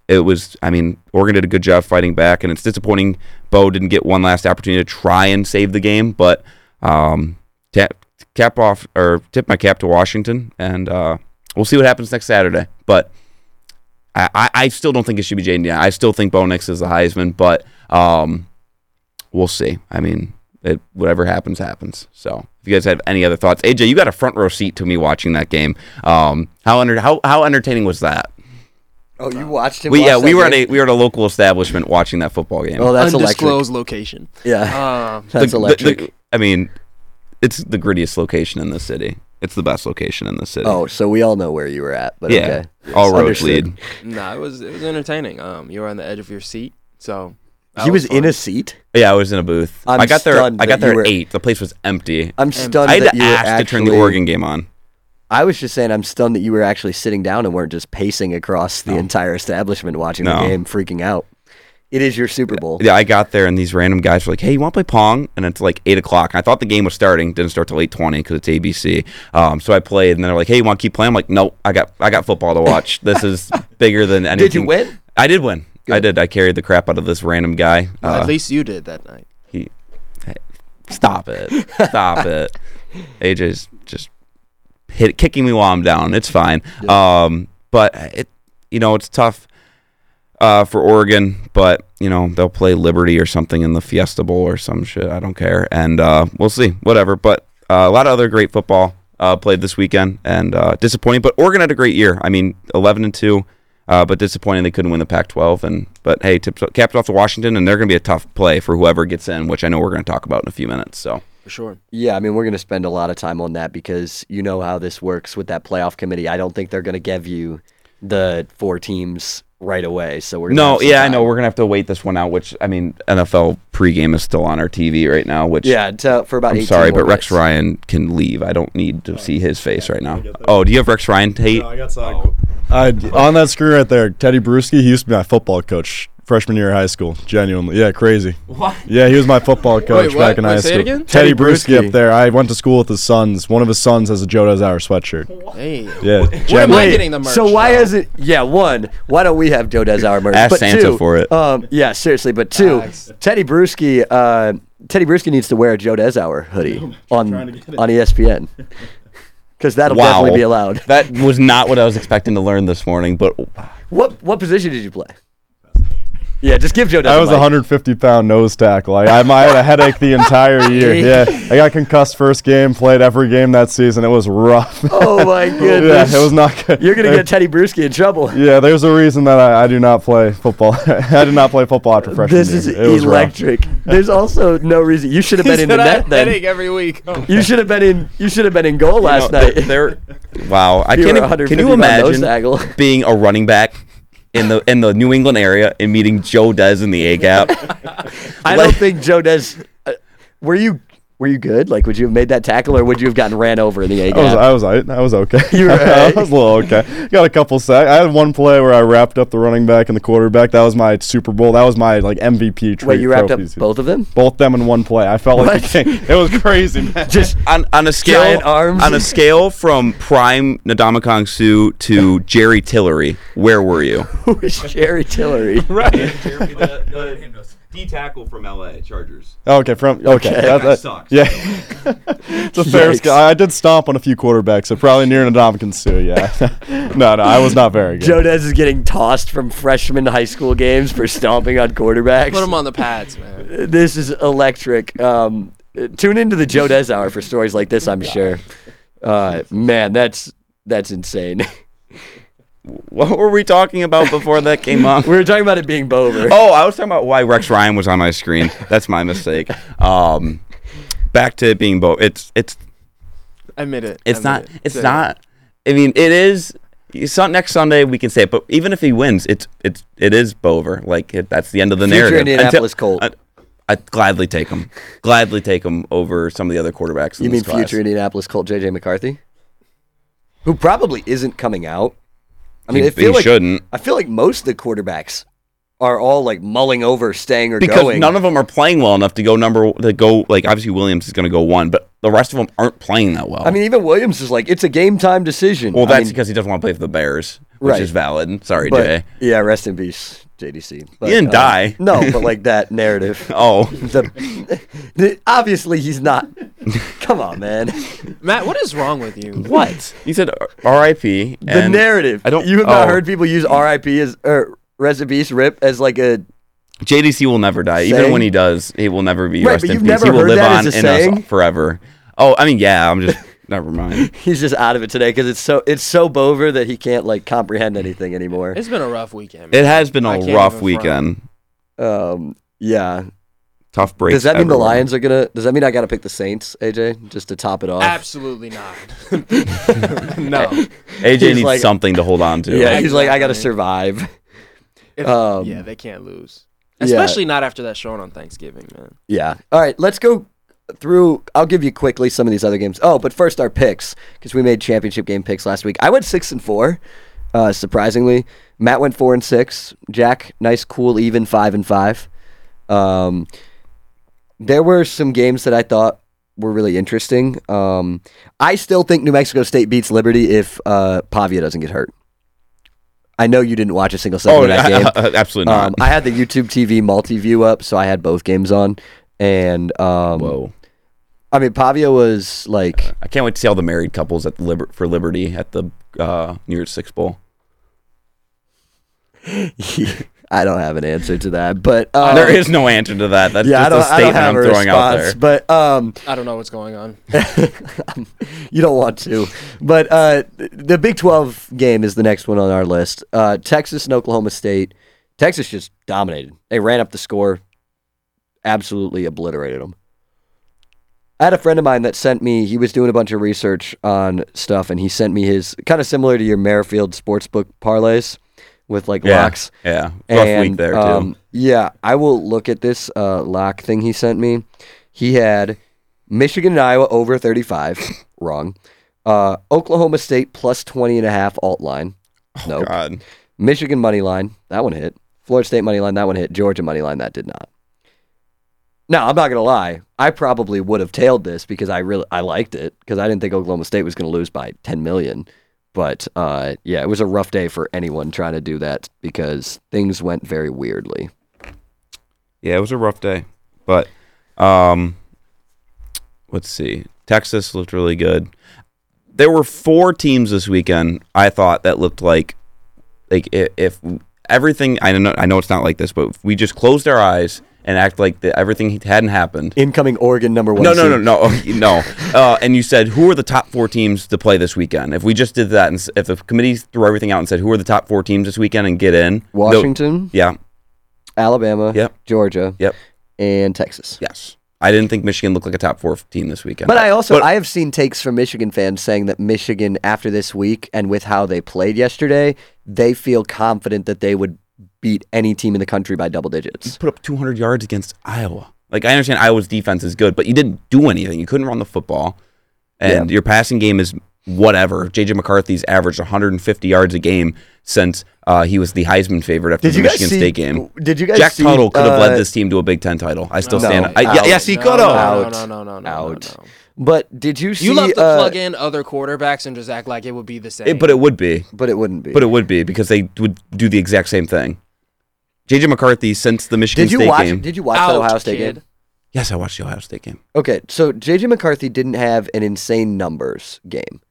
Speaker 3: it was I mean, Oregon did a good job fighting back and it's disappointing Bo didn't get one last opportunity to try and save the game, but um tap, cap off or tip my cap to Washington and uh we'll see what happens next Saturday. But I, I, I still don't think it should be Jaden. Daniels. I still think Bo Nix is the Heisman, but um we'll see. I mean it, whatever happens, happens. So, if you guys have any other thoughts, AJ, you got a front row seat to me watching that game. Um, how under, how how entertaining was that?
Speaker 1: Oh, you watched it.
Speaker 3: We, yeah, we were at a we were at a local establishment watching that football game.
Speaker 1: Oh, that's electric.
Speaker 2: Undisclosed location.
Speaker 1: Yeah,
Speaker 2: Um,
Speaker 1: that's
Speaker 3: The- the-
Speaker 1: electric.
Speaker 3: the- I mean, it's the grittiest location in the city. It's the best location in the city.
Speaker 1: oh, so we all know where you were at, but
Speaker 3: yeah,
Speaker 1: okay.
Speaker 3: all roads
Speaker 1: Understood.
Speaker 3: lead.
Speaker 2: no, it was it was entertaining. Um, you were on the edge of your seat, so that
Speaker 1: He was,
Speaker 2: fun.
Speaker 1: in a seat.
Speaker 3: Yeah, I was in a booth.
Speaker 1: I'm
Speaker 3: I got there.
Speaker 1: stunned
Speaker 3: I
Speaker 1: that
Speaker 3: got there
Speaker 1: you
Speaker 3: at
Speaker 1: were-
Speaker 3: eight. The place was empty.
Speaker 1: I'm stunned.
Speaker 3: I had
Speaker 1: that
Speaker 3: to
Speaker 1: you were
Speaker 3: ask to turn the
Speaker 1: actually-
Speaker 3: Oregon game on.
Speaker 1: I was just saying, I'm stunned that you were actually sitting down and weren't just pacing across the entire establishment watching the
Speaker 3: No.
Speaker 1: game, freaking out. It is your Super Bowl.
Speaker 3: Yeah, I got there and these random guys were like, "Hey, you want to play pong?" And it's like eight o'clock. And I thought the game was starting. Didn't start till eight twenty because it's ABC. Um, so I played, and then they're like, "Hey, you want to keep playing?" I'm like, "Nope, I got I got football to watch. This is bigger than anything."
Speaker 1: you win?
Speaker 3: I did win. I did. I carried the crap out of this random guy.
Speaker 2: Well,
Speaker 3: Uh,
Speaker 2: at least you did that night.
Speaker 3: he, hey, stop it! Stop it! AJ's just hit kicking me while I'm down. It's fine. Um, but it, you know, it's tough uh, for Oregon, but you know they'll play Liberty or something in the Fiesta Bowl or some shit. I don't care, and uh, we'll see. Whatever. But uh, a lot of other great football uh, played this weekend, and uh, disappointing. But Oregon had a great year. I mean, eleven and two. Uh, but disappointing they couldn't win the Pac-12, and but hey, tips caps off to Washington, and they're going to be a tough play for whoever gets in, which I know we're going to talk about in a few minutes. So
Speaker 2: For sure.
Speaker 1: Yeah, I mean, we're going to spend a lot of time on that because you know how this works with that playoff committee. I don't think they're going to give you the four teams right away. So we're gonna
Speaker 3: No,
Speaker 1: have some
Speaker 3: yeah, I
Speaker 1: time.
Speaker 3: know. We're gonna have to wait this one out. Which I mean, NFL pregame is still on our TV right now. Which
Speaker 1: Yeah, to, for about.
Speaker 3: I'm
Speaker 1: 18
Speaker 3: sorry,
Speaker 1: more
Speaker 3: but Rex
Speaker 1: minutes.
Speaker 3: Ryan can leave. I don't need to see his face right now. Oh, do you have Rex Ryan Tate?
Speaker 4: I got on that screen right there, Teddy Bruschi. He used to be my football coach freshman year of high school. Genuinely, yeah, crazy. What? Yeah, he was my football coach
Speaker 2: what?
Speaker 4: back in
Speaker 2: Wait,
Speaker 4: high
Speaker 2: say it
Speaker 4: school.
Speaker 2: again?
Speaker 1: Teddy
Speaker 4: Teddy, Bruschi
Speaker 1: Bruschi.
Speaker 4: up there. I went to school with his sons. One of his sons has a Joe Does Our sweatshirt.
Speaker 2: Hey, what
Speaker 4: Yeah,
Speaker 2: am
Speaker 4: genuinely.
Speaker 2: I getting the merch?
Speaker 1: So why
Speaker 2: though?
Speaker 1: is it? Yeah, one. Why don't we have Dodez our merch?
Speaker 3: Ask
Speaker 1: but
Speaker 3: Santa
Speaker 1: two,
Speaker 3: for it.
Speaker 1: Um, yeah, seriously. But two,
Speaker 2: Facts.
Speaker 1: Teddy Bruschi. Uh, Teddy Bruschi needs to wear a Dodez our hoodie on
Speaker 4: trying to get it.
Speaker 1: on E ESPN because that'll
Speaker 3: Wow,
Speaker 1: definitely be allowed.
Speaker 3: That was not what I was expecting to learn this morning. But
Speaker 1: What what position did you play? Yeah, just give Joe. Dez
Speaker 4: I
Speaker 1: a
Speaker 4: was a
Speaker 1: mic.
Speaker 4: 150 pound nose tackle. I, I, I had a headache the entire year. Yeah, I got concussed first game, played every game that season. It was rough.
Speaker 1: Oh my
Speaker 4: yeah,
Speaker 1: goodness!
Speaker 4: it was not good.
Speaker 1: You're gonna
Speaker 4: It-
Speaker 1: get Teddy Bruschi in trouble.
Speaker 4: Yeah, there's a reason that I, I do not play football. I did not play football after freshman
Speaker 1: This is
Speaker 4: year. It was rough.
Speaker 1: electric. There's also no reason you should have been in the
Speaker 2: Said I have
Speaker 1: net then.
Speaker 2: headache every week. Oh.
Speaker 1: You should have been in. You should have been in goal last
Speaker 3: No,
Speaker 1: night.
Speaker 3: they're- wow, I
Speaker 1: You
Speaker 3: can't.
Speaker 1: were
Speaker 3: even- Can
Speaker 1: 150
Speaker 3: you
Speaker 1: pound nose
Speaker 3: imagine
Speaker 1: tackle.
Speaker 3: being a running back in the in the New England area and meeting Joe Dez in the A gap?
Speaker 1: I don't think Joe Dez. Uh, were you Were you good? Like, would you have made that tackle, or would you have gotten ran over in the A
Speaker 4: I was,
Speaker 1: gap?
Speaker 4: I was, I, I was okay.
Speaker 1: You were
Speaker 4: I
Speaker 1: alright?
Speaker 4: was a little okay. Got a couple sacks. I had one play where I wrapped up the running back and the quarterback. That was my Super Bowl. That was my like MVP. Tre-
Speaker 1: Wait, you wrapped up
Speaker 4: trophy.
Speaker 1: both of them?
Speaker 4: both them in one play. I felt like the king. it was crazy, man.
Speaker 1: Just
Speaker 3: on, on a scale
Speaker 1: Giant arms.
Speaker 3: on a scale from prime Nadamakong Su to Jerry Tillery, where were you?
Speaker 1: who is Jerry Tillery?
Speaker 3: D tackle from LA Chargers.
Speaker 4: Okay, from okay, that,
Speaker 3: guy
Speaker 4: that-
Speaker 3: sucks.
Speaker 4: Yeah, it's a fair.
Speaker 1: Yikes.
Speaker 4: sc- I I did stomp on a few quarterbacks, so probably near Ndamukong Suh. Yeah, no, no, I was not very good.
Speaker 1: Jones is getting tossed from freshman high school games for stomping on quarterbacks.
Speaker 2: Put him on the pads, man.
Speaker 1: This is electric. Um, uh, tune into the Joe Des Hour for stories like this. I'm sure. Uh, man, that's that's insane.
Speaker 3: What were we talking about before that came on?
Speaker 1: we were talking about it being Bover.
Speaker 3: Oh, I was talking about why Rex Ryan was on my screen. That's my mistake. Um, back to it being Bo. It's it's
Speaker 2: Admit it.
Speaker 3: it's
Speaker 2: admit
Speaker 3: not
Speaker 2: it.
Speaker 3: it's
Speaker 2: Say it.
Speaker 3: not. I mean, it is. Sun, next Sunday we can say it, but even if he wins, it's it's it is Bover. Like it, that's the end of the
Speaker 1: Future
Speaker 3: narrative.
Speaker 1: Indianapolis Colt.
Speaker 3: I, I'd gladly take him. gladly take him over some of the other quarterbacks. in
Speaker 1: You mean
Speaker 3: this class.
Speaker 1: future Indianapolis Colt JJ McCarthy, who probably isn't coming out. I mean,
Speaker 3: He-
Speaker 1: I feel
Speaker 3: he
Speaker 1: like
Speaker 3: shouldn't.
Speaker 1: I feel like most of the quarterbacks are all like mulling over staying or
Speaker 3: because
Speaker 1: going.
Speaker 3: none of them are playing well enough to go number to go like obviously Williams is going to go one, but the rest of them aren't playing that well.
Speaker 1: I mean, even Williams is like, it's a game time decision.
Speaker 3: well,
Speaker 1: I
Speaker 3: that's
Speaker 1: mean,
Speaker 3: because he doesn't want to play for the Bears, which
Speaker 1: Right.
Speaker 3: is valid. Sorry,
Speaker 1: but-
Speaker 3: Jay.
Speaker 1: yeah. Rest in peace, JDC. But,
Speaker 3: didn't
Speaker 1: uh,
Speaker 3: die.
Speaker 1: No, but like that narrative.
Speaker 3: Oh,
Speaker 1: the, the- obviously, he's not. Come on, man.
Speaker 2: Matt, what is wrong with you?
Speaker 1: What
Speaker 3: you said R.I.P.
Speaker 1: the narrative?
Speaker 3: I don't-
Speaker 1: You have not
Speaker 3: oh.
Speaker 1: heard people use RIP as or rest in peace, rip as like a
Speaker 3: JDC will never die, even
Speaker 1: Saying?
Speaker 3: when he does, he will never be
Speaker 1: Right,
Speaker 3: rest
Speaker 1: but
Speaker 3: in
Speaker 1: you've
Speaker 3: peace.
Speaker 1: never
Speaker 3: he will
Speaker 1: heard
Speaker 3: live
Speaker 1: that
Speaker 3: on
Speaker 1: as a
Speaker 3: in
Speaker 1: saying?
Speaker 3: us forever. Oh, I mean, yeah, I'm just never mind.
Speaker 1: he's just out of it today because it's so it's so bover that he can't like comprehend anything anymore.
Speaker 2: It's been a rough weekend.
Speaker 3: It has been
Speaker 2: I
Speaker 3: a
Speaker 2: can't
Speaker 3: rough
Speaker 2: even front.
Speaker 3: weekend,
Speaker 1: Um, yeah.
Speaker 3: tough break.
Speaker 1: Does that mean the Lions are gonna? Does that mean I gotta pick the Saints, AJ, just to top it off?
Speaker 2: Absolutely not. no.
Speaker 3: AJ
Speaker 1: He's
Speaker 3: needs
Speaker 1: like-
Speaker 3: something to hold on to.
Speaker 1: Yeah,
Speaker 3: Like,
Speaker 1: he's like, I gotta
Speaker 2: Exactly.
Speaker 1: survive.
Speaker 2: If-
Speaker 1: Um,
Speaker 2: yeah, they can't lose.
Speaker 1: yeah.
Speaker 2: Especially not after that showing on Thanksgiving, man.
Speaker 1: Yeah. All right, let's go through. I'll give you quickly some of these other games. Oh, but first our picks because we made championship game picks last week. I went six and four, uh, surprisingly. Matt went four and six. Jack, nice, cool, even five and five. Um, there were some games that I thought were really interesting. Um, I still think New Mexico State beats Liberty if uh, Pavia doesn't get hurt. I know you didn't watch a single second
Speaker 3: oh,
Speaker 1: of that game.
Speaker 3: absolutely not.
Speaker 1: Um, I had the YouTube TV multi view up, so I had both games on. And um,
Speaker 3: Whoa.
Speaker 1: I mean, Pavia was like,
Speaker 3: Oh. I can't wait to see all the married couples at the liber- for Liberty at the uh, New Year's Six Bowl.
Speaker 1: I don't have an answer to that, but um,
Speaker 3: there is no answer to that. That's
Speaker 1: yeah, I
Speaker 3: just
Speaker 1: don't,
Speaker 3: a
Speaker 1: I don't
Speaker 3: statement
Speaker 1: have
Speaker 3: I'm
Speaker 1: a
Speaker 3: throwing out there.
Speaker 1: response, but um,
Speaker 2: I don't know what's going on.
Speaker 1: you don't want to. But uh, th- the Big 12 game is the next one on our list. Uh, Texas and Oklahoma State. Texas just dominated. They ran up the score, absolutely obliterated them. I had a friend of mine that sent me, he was doing a bunch of research on stuff, and he sent me his kind of similar to your Merrifield sportsbook parlays with like
Speaker 3: Yeah,
Speaker 1: locks.
Speaker 3: yeah, rough week
Speaker 1: And,
Speaker 3: there too.
Speaker 1: um, yeah, I will look at this uh, lock thing he sent me. He had Michigan and Iowa over 35. wrong. Uh, Oklahoma State plus 20 and a half alt line.
Speaker 3: Oh,
Speaker 1: no.
Speaker 3: God,
Speaker 1: Michigan money line. That one hit. Florida State money line. That one hit. Georgia money line. That did not. Now, I'm not going to lie. I probably would have tailed this because I really I liked it because I didn't think Oklahoma State was going to lose by 10 million. But uh, yeah, it was a rough day for anyone trying to do that because things went very weirdly.
Speaker 3: yeah, it was a rough day, but um, let's see. Texas looked really good. There were four teams this weekend. I thought that looked like like if, if everything. I know I know it's not like this, but if we just closed our eyes and act like that everything hadn't happened.
Speaker 1: Incoming Oregon number one.
Speaker 3: No, no,
Speaker 1: seed.
Speaker 3: no, no, no. Uh, and you said who are the top four teams to play this weekend? If we just did that, and s- if the committee threw everything out and said who are the top four teams this weekend and get in, tho-
Speaker 1: Washington,
Speaker 3: yeah,
Speaker 1: Alabama,
Speaker 3: Yep.
Speaker 1: Georgia,
Speaker 3: Yep.
Speaker 1: and Texas.
Speaker 3: yes. I didn't think Michigan looked like a top four f- team this weekend.
Speaker 1: But I also
Speaker 3: But-
Speaker 1: I have seen takes from Michigan fans saying that Michigan after this week and with how they played yesterday, they feel confident that they would beat any team in the country by double digits.
Speaker 3: put up 200 yards against Iowa. Like I understand Iowa's defense is good, but you didn't do anything. You couldn't run the football, and your passing game is whatever. JJ McCarthy's averaged 150 yards a game since uh, he was the Heisman favorite after the Michigan State game.
Speaker 1: Did you guys
Speaker 3: Jack
Speaker 1: see,
Speaker 3: Tuttle could have
Speaker 1: uh,
Speaker 3: led this team to a Big Ten title. I still
Speaker 1: No.
Speaker 3: stand. I,
Speaker 1: Out.
Speaker 3: yes, he
Speaker 2: No,
Speaker 3: could have.
Speaker 2: No, no,
Speaker 1: Out.
Speaker 2: no, no, no, no,
Speaker 1: Out.
Speaker 2: No, no.
Speaker 1: But did you see?
Speaker 2: You love to
Speaker 1: uh,
Speaker 2: plug in other quarterbacks and just act like it would be the same.
Speaker 3: It- but it would be.
Speaker 1: but it wouldn't be.
Speaker 3: But it would be because they would do the exact same thing. JJ McCarthy since the Michigan
Speaker 1: did you
Speaker 3: State
Speaker 1: watch?
Speaker 3: game.
Speaker 1: Did you watch
Speaker 2: Out,
Speaker 1: the Ohio State
Speaker 2: kid.
Speaker 1: game?
Speaker 3: yes, I watched the Ohio State game.
Speaker 1: Okay, so JJ McCarthy didn't have an insane numbers game.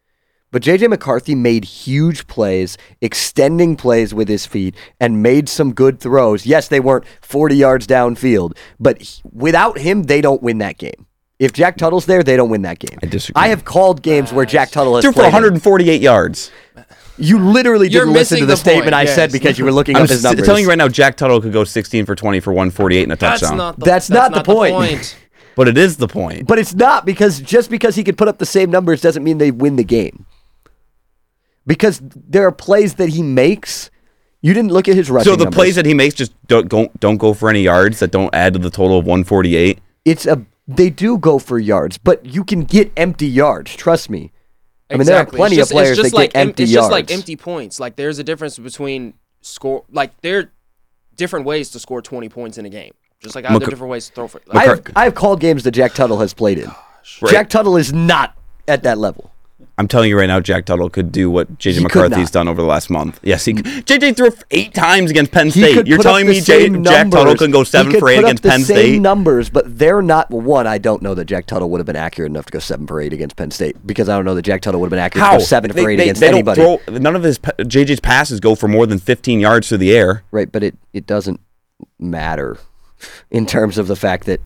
Speaker 1: But JJ McCarthy made huge plays, extending plays with his feet, and made some good throws. Yes, they weren't 40 yards downfield, but he- without him, they don't win that game. If Jack Tuttle's there, they don't win that game.
Speaker 3: I disagree.
Speaker 1: I have called games where Jack Tuttle has
Speaker 3: Threw for
Speaker 1: played.
Speaker 3: 148 yards.
Speaker 1: You literally
Speaker 2: You're
Speaker 1: didn't listen to
Speaker 2: missing
Speaker 1: the,
Speaker 2: the
Speaker 1: statement
Speaker 2: point,
Speaker 1: I said
Speaker 2: yes.
Speaker 1: because you were looking
Speaker 3: I'm
Speaker 1: up his
Speaker 3: s-
Speaker 1: numbers.
Speaker 3: telling you right now, Jack Tuttle could go 16 for 20 for 148 and a
Speaker 2: that's
Speaker 3: touchdown.
Speaker 2: not the,
Speaker 1: That's not the point.
Speaker 3: but it is the point.
Speaker 1: But it's not because just because he could put up the same numbers doesn't mean they win the game. Because there are plays that he makes. You didn't look at his rushing.
Speaker 3: so the
Speaker 1: numbers.
Speaker 3: plays that he makes just don't, don't don't go for any yards that don't add to the total of 148.
Speaker 1: it's a they do go for yards, but you can get empty yards. Trust me. I mean, there are
Speaker 2: Exactly.
Speaker 1: plenty of
Speaker 2: It's just-
Speaker 1: players
Speaker 2: it's just
Speaker 1: that get
Speaker 2: like, em-
Speaker 1: empty
Speaker 2: It's just like
Speaker 1: yards.
Speaker 2: empty points. Like there's a difference between score. Like there are different ways to score 20 points in a game. Just like I have
Speaker 3: Mc-
Speaker 2: different ways to throw for. Like,
Speaker 1: I have,
Speaker 3: McCart-
Speaker 1: I have called games that Jack Tuttle has played in.
Speaker 3: Right.
Speaker 1: Jack Tuttle is not at that level.
Speaker 3: I'm telling you right now, Jack Tuttle could do what JJ
Speaker 1: He could not.
Speaker 3: McCarthy's done over the last month. Yes, he could. JJ threw eight times against Penn
Speaker 1: He
Speaker 3: State.
Speaker 1: could
Speaker 3: You're
Speaker 1: put up
Speaker 3: telling
Speaker 1: the
Speaker 3: me J-
Speaker 1: same
Speaker 3: Jack Tuttle
Speaker 1: numbers.
Speaker 3: can go
Speaker 1: He
Speaker 3: seven
Speaker 1: could
Speaker 3: for eight
Speaker 1: put up
Speaker 3: against
Speaker 1: the
Speaker 3: Penn
Speaker 1: same
Speaker 3: State?
Speaker 1: Numbers, but they're not well, one. I don't know that Jack Tuttle would have been accurate enough to go seven for eight against Penn State because I don't know that Jack Tuttle would have been accurate to go seven for eight against
Speaker 3: don't
Speaker 1: anybody.
Speaker 3: throw- none of his pa- JJ's passes go for more than 15 yards through the air.
Speaker 1: Right, but it, it doesn't matter in terms of the fact that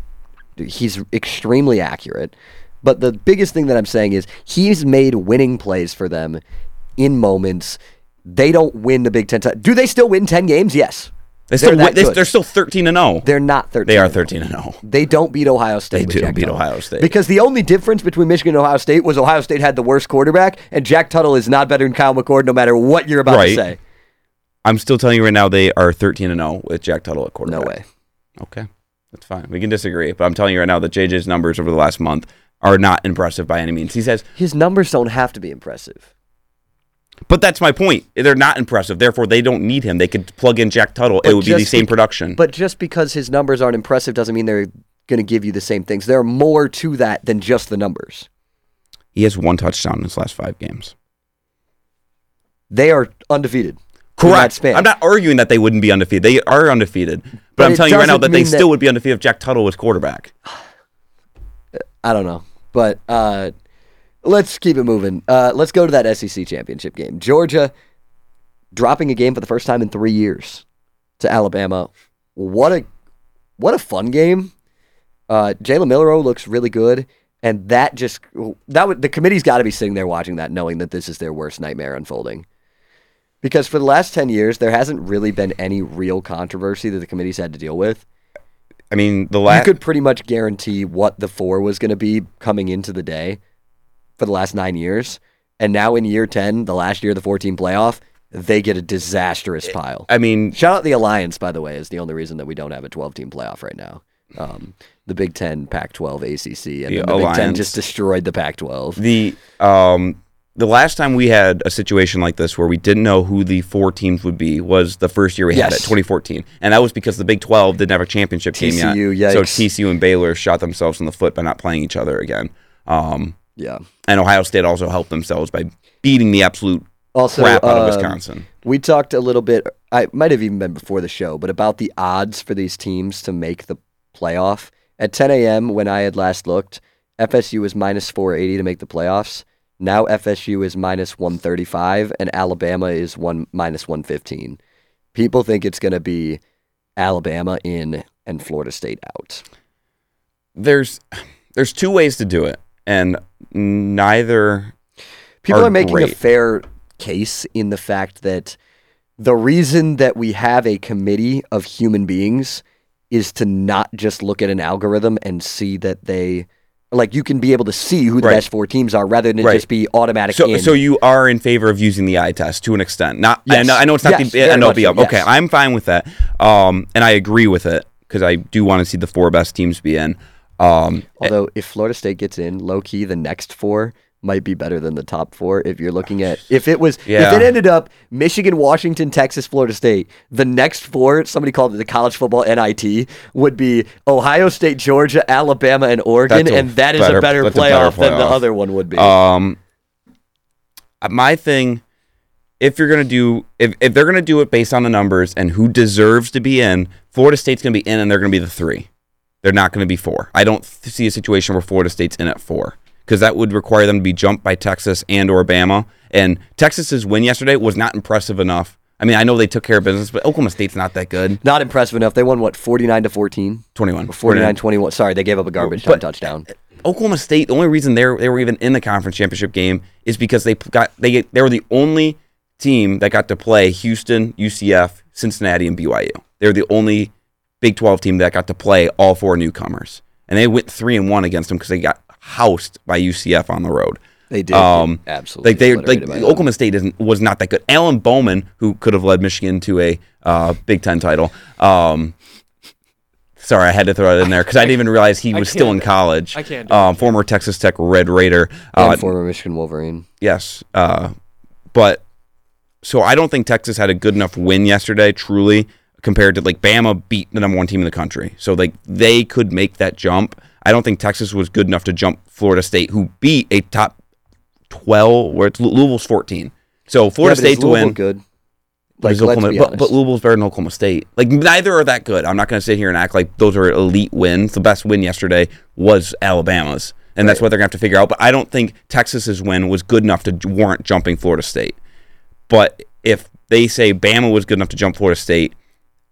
Speaker 1: he's extremely accurate. But the biggest thing that I'm saying is he's made winning plays for them in moments. They don't win the Big Ten. ti- Do they still win 10 games? Yes.
Speaker 3: They still
Speaker 1: that
Speaker 3: win, they,
Speaker 1: good.
Speaker 3: they're still 13 and 0.
Speaker 1: They're not 13.
Speaker 3: They are 13 and oh. 0.
Speaker 1: They don't beat Ohio State.
Speaker 3: They
Speaker 1: with
Speaker 3: do
Speaker 1: Jack
Speaker 3: beat
Speaker 1: Tuttle.
Speaker 3: Ohio State.
Speaker 1: because the only difference between Michigan and Ohio State was Ohio State had the worst quarterback, and Jack Tuttle is not better than Kyle McCord, no matter what you're about to
Speaker 3: Right.
Speaker 1: say.
Speaker 3: I'm still telling you right now, they are 13 and 0 with Jack Tuttle
Speaker 1: No
Speaker 3: at quarterback.
Speaker 1: way.
Speaker 3: Okay, that's fine. We can disagree, but I'm telling you right now that JJ's numbers over the last month are not impressive by any means. He says,
Speaker 1: His numbers don't have to be impressive.
Speaker 3: but that's my point. They're not impressive. Therefore, they don't need him. They could plug in Jack Tuttle.
Speaker 1: But
Speaker 3: it would be the
Speaker 1: just
Speaker 3: same
Speaker 1: bec-
Speaker 3: production.
Speaker 1: But just because his numbers aren't impressive doesn't mean they're going to give you the same things. There are more to that than just the numbers.
Speaker 3: he has one touchdown in his last five games.
Speaker 1: They are undefeated. in that
Speaker 3: Correct.
Speaker 1: span.
Speaker 3: I'm not arguing that they wouldn't be undefeated. They are undefeated. But,
Speaker 1: But
Speaker 3: I'm
Speaker 1: it
Speaker 3: telling you right now
Speaker 1: doesn't
Speaker 3: that they
Speaker 1: mean that-
Speaker 3: still would be undefeated if Jack Tuttle was quarterback.
Speaker 1: I don't know, but uh, let's keep it moving. Uh, let's go to that SEC championship game. Georgia dropping a game for the first time in three years to Alabama. What a what a fun game. Uh, Jalen Milrow looks really good, and that just that would the committee's got to be sitting there watching that, knowing that this is their worst nightmare unfolding. Because for the last ten years, there hasn't really been any real controversy that the committee's had to deal with
Speaker 3: I mean, the
Speaker 1: you
Speaker 3: last
Speaker 1: could pretty much guarantee what the four was going to be coming into the day for the last nine years. And now in year 10, the last year of the 14 playoff, they get a
Speaker 3: Eh,
Speaker 1: disastrous pile.
Speaker 3: I mean,
Speaker 1: Shout out the Alliance, by the way, is the only reason that we don't have a 12 team playoff right now. Um, the Big Ten, Pac 12, ACC, and
Speaker 3: The
Speaker 1: then the Big Ten
Speaker 3: Alliance.
Speaker 1: just destroyed the Pac 12.
Speaker 3: the um the last time we had a situation like this where we didn't know who the four teams would be was the first year we had it,
Speaker 1: Yes.
Speaker 3: 2014, and that was because the Big 12 didn't have a championship
Speaker 1: TCU,
Speaker 3: game yet. So
Speaker 1: yikes.
Speaker 3: TCU and Baylor shot themselves in the foot by not playing each other again. Um,
Speaker 1: Yeah.
Speaker 3: and Ohio State also helped themselves by beating the absolute
Speaker 1: Also,
Speaker 3: crap out of
Speaker 1: um,
Speaker 3: Wisconsin.
Speaker 1: We talked a little bit, I it might have even been before the show, but about the odds for these teams to make the playoff. At 10 a.m., when I had last looked, FSU was minus 480 to make the playoffs. Now FSU is minus 135, and Alabama is one minus 115. People think it's going to be Alabama in and Florida State out.
Speaker 3: There's there's two ways to do it, and neither
Speaker 1: people
Speaker 3: are
Speaker 1: are, making a
Speaker 3: great.
Speaker 1: fair case in the fact that the reason that we have a committee of human beings is to not just look at an algorithm and see that they like you can be able to see who the
Speaker 3: Right.
Speaker 1: best four teams are rather than it
Speaker 3: Right.
Speaker 1: just be automatic
Speaker 3: So,
Speaker 1: in.
Speaker 3: so you are in favor of using the eye test to an extent. Not,
Speaker 1: Yes.
Speaker 3: I, know, I know it's not
Speaker 1: Yes,
Speaker 3: the
Speaker 1: very
Speaker 3: end all
Speaker 1: much
Speaker 3: be
Speaker 1: so,
Speaker 3: up.
Speaker 1: yes.
Speaker 3: Okay, I'm fine with that, um, and I agree with it because I do want to see the four best teams be in. Um,
Speaker 1: Although if Florida State gets in, low key the next four might be better than the top four if you're looking at if it was
Speaker 3: Yeah.
Speaker 1: if it ended up Michigan, Washington, Texas, Florida State, the next four, somebody called it the college football NIT, would be Ohio State, Georgia, Alabama, and Oregon,
Speaker 3: That's a
Speaker 1: and that is
Speaker 3: better-
Speaker 1: a better
Speaker 3: that's a better
Speaker 1: playoff than the
Speaker 3: playoff.
Speaker 1: other one would be.
Speaker 3: Um, my thing, if you're gonna do, if, if they're gonna do it based on the numbers and who deserves to be in, Florida State's gonna be in, and they're gonna be the three. They're not gonna be four. I don't th- see a situation where Florida State's in at four because that would require them to be jumped by Texas and or Bama. And Texas's win yesterday was not impressive enough. I mean, I know they took care of business, but Oklahoma State's not that good.
Speaker 1: Not impressive enough. They won what 49 to 14,
Speaker 3: 21.
Speaker 1: 49 21. Sorry, they gave up a garbage time
Speaker 3: But- eh,
Speaker 1: touchdown.
Speaker 3: Oklahoma State. The only reason they they were even in the conference championship game is because they p- got they they were the only team that got to play Houston, UCF, Cincinnati, and BYU. They were the only Big Twelve team that got to play all four newcomers, and they went three and one against them because they got housed by UCF on the road.
Speaker 1: They did.
Speaker 3: Um,
Speaker 1: absolutely.
Speaker 3: Like they oh like
Speaker 1: obliterated by them.
Speaker 3: Oklahoma State isn't, was not that good. Alan Bowman, who could have led Michigan to a uh, Big Ten title. Um, sorry, I had to throw it in there because I didn't even realize he was still in
Speaker 2: can't-
Speaker 3: college.
Speaker 2: I can't do
Speaker 3: Um, former Texas Tech Red Raider.
Speaker 1: And
Speaker 3: Uh,
Speaker 1: former Michigan Wolverine.
Speaker 3: yes, uh, but so I don't think Texas had a good enough win yesterday. Truly, compared to like Bama beat the number one team in the country, so like they could make that jump. I don't think Texas was good enough to jump Florida State, who beat a top twelve, where it's Lou- Louisville's fourteen. So
Speaker 1: Yeah, but
Speaker 3: Florida
Speaker 1: is
Speaker 3: State to
Speaker 1: Louisville
Speaker 3: win.
Speaker 1: Good.
Speaker 3: is Oklahoma- but, but Louisville's better than Oklahoma State. Like neither are that good. I'm not going to sit here and act like those are elite wins. The best win yesterday was Alabama's, and that's what they're going to have to figure out. But I don't think Texas's win was good enough to j- warrant jumping Florida State. But if they say Bama was good enough to jump Florida State,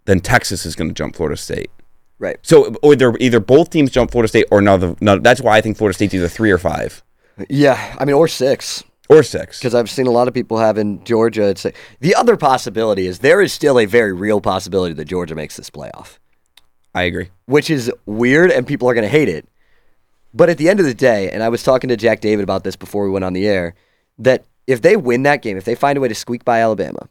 Speaker 3: then Texas is going to jump Florida State.
Speaker 1: right.
Speaker 3: So or either either both teams jump Florida State or none. of the- none- That's why I think Florida State's either three or five
Speaker 1: Yeah, I mean, or six,
Speaker 3: or six.
Speaker 1: because I've seen a lot of people have in Georgia. It's like, the other possibility is there is still a very real possibility that Georgia makes this playoff,
Speaker 3: I agree.
Speaker 1: which is weird, and people are going to hate it. But at the end of the day, and I was talking to Jack David about this before we went on the air, that if they win that game, if they find a way to squeak by Alabama,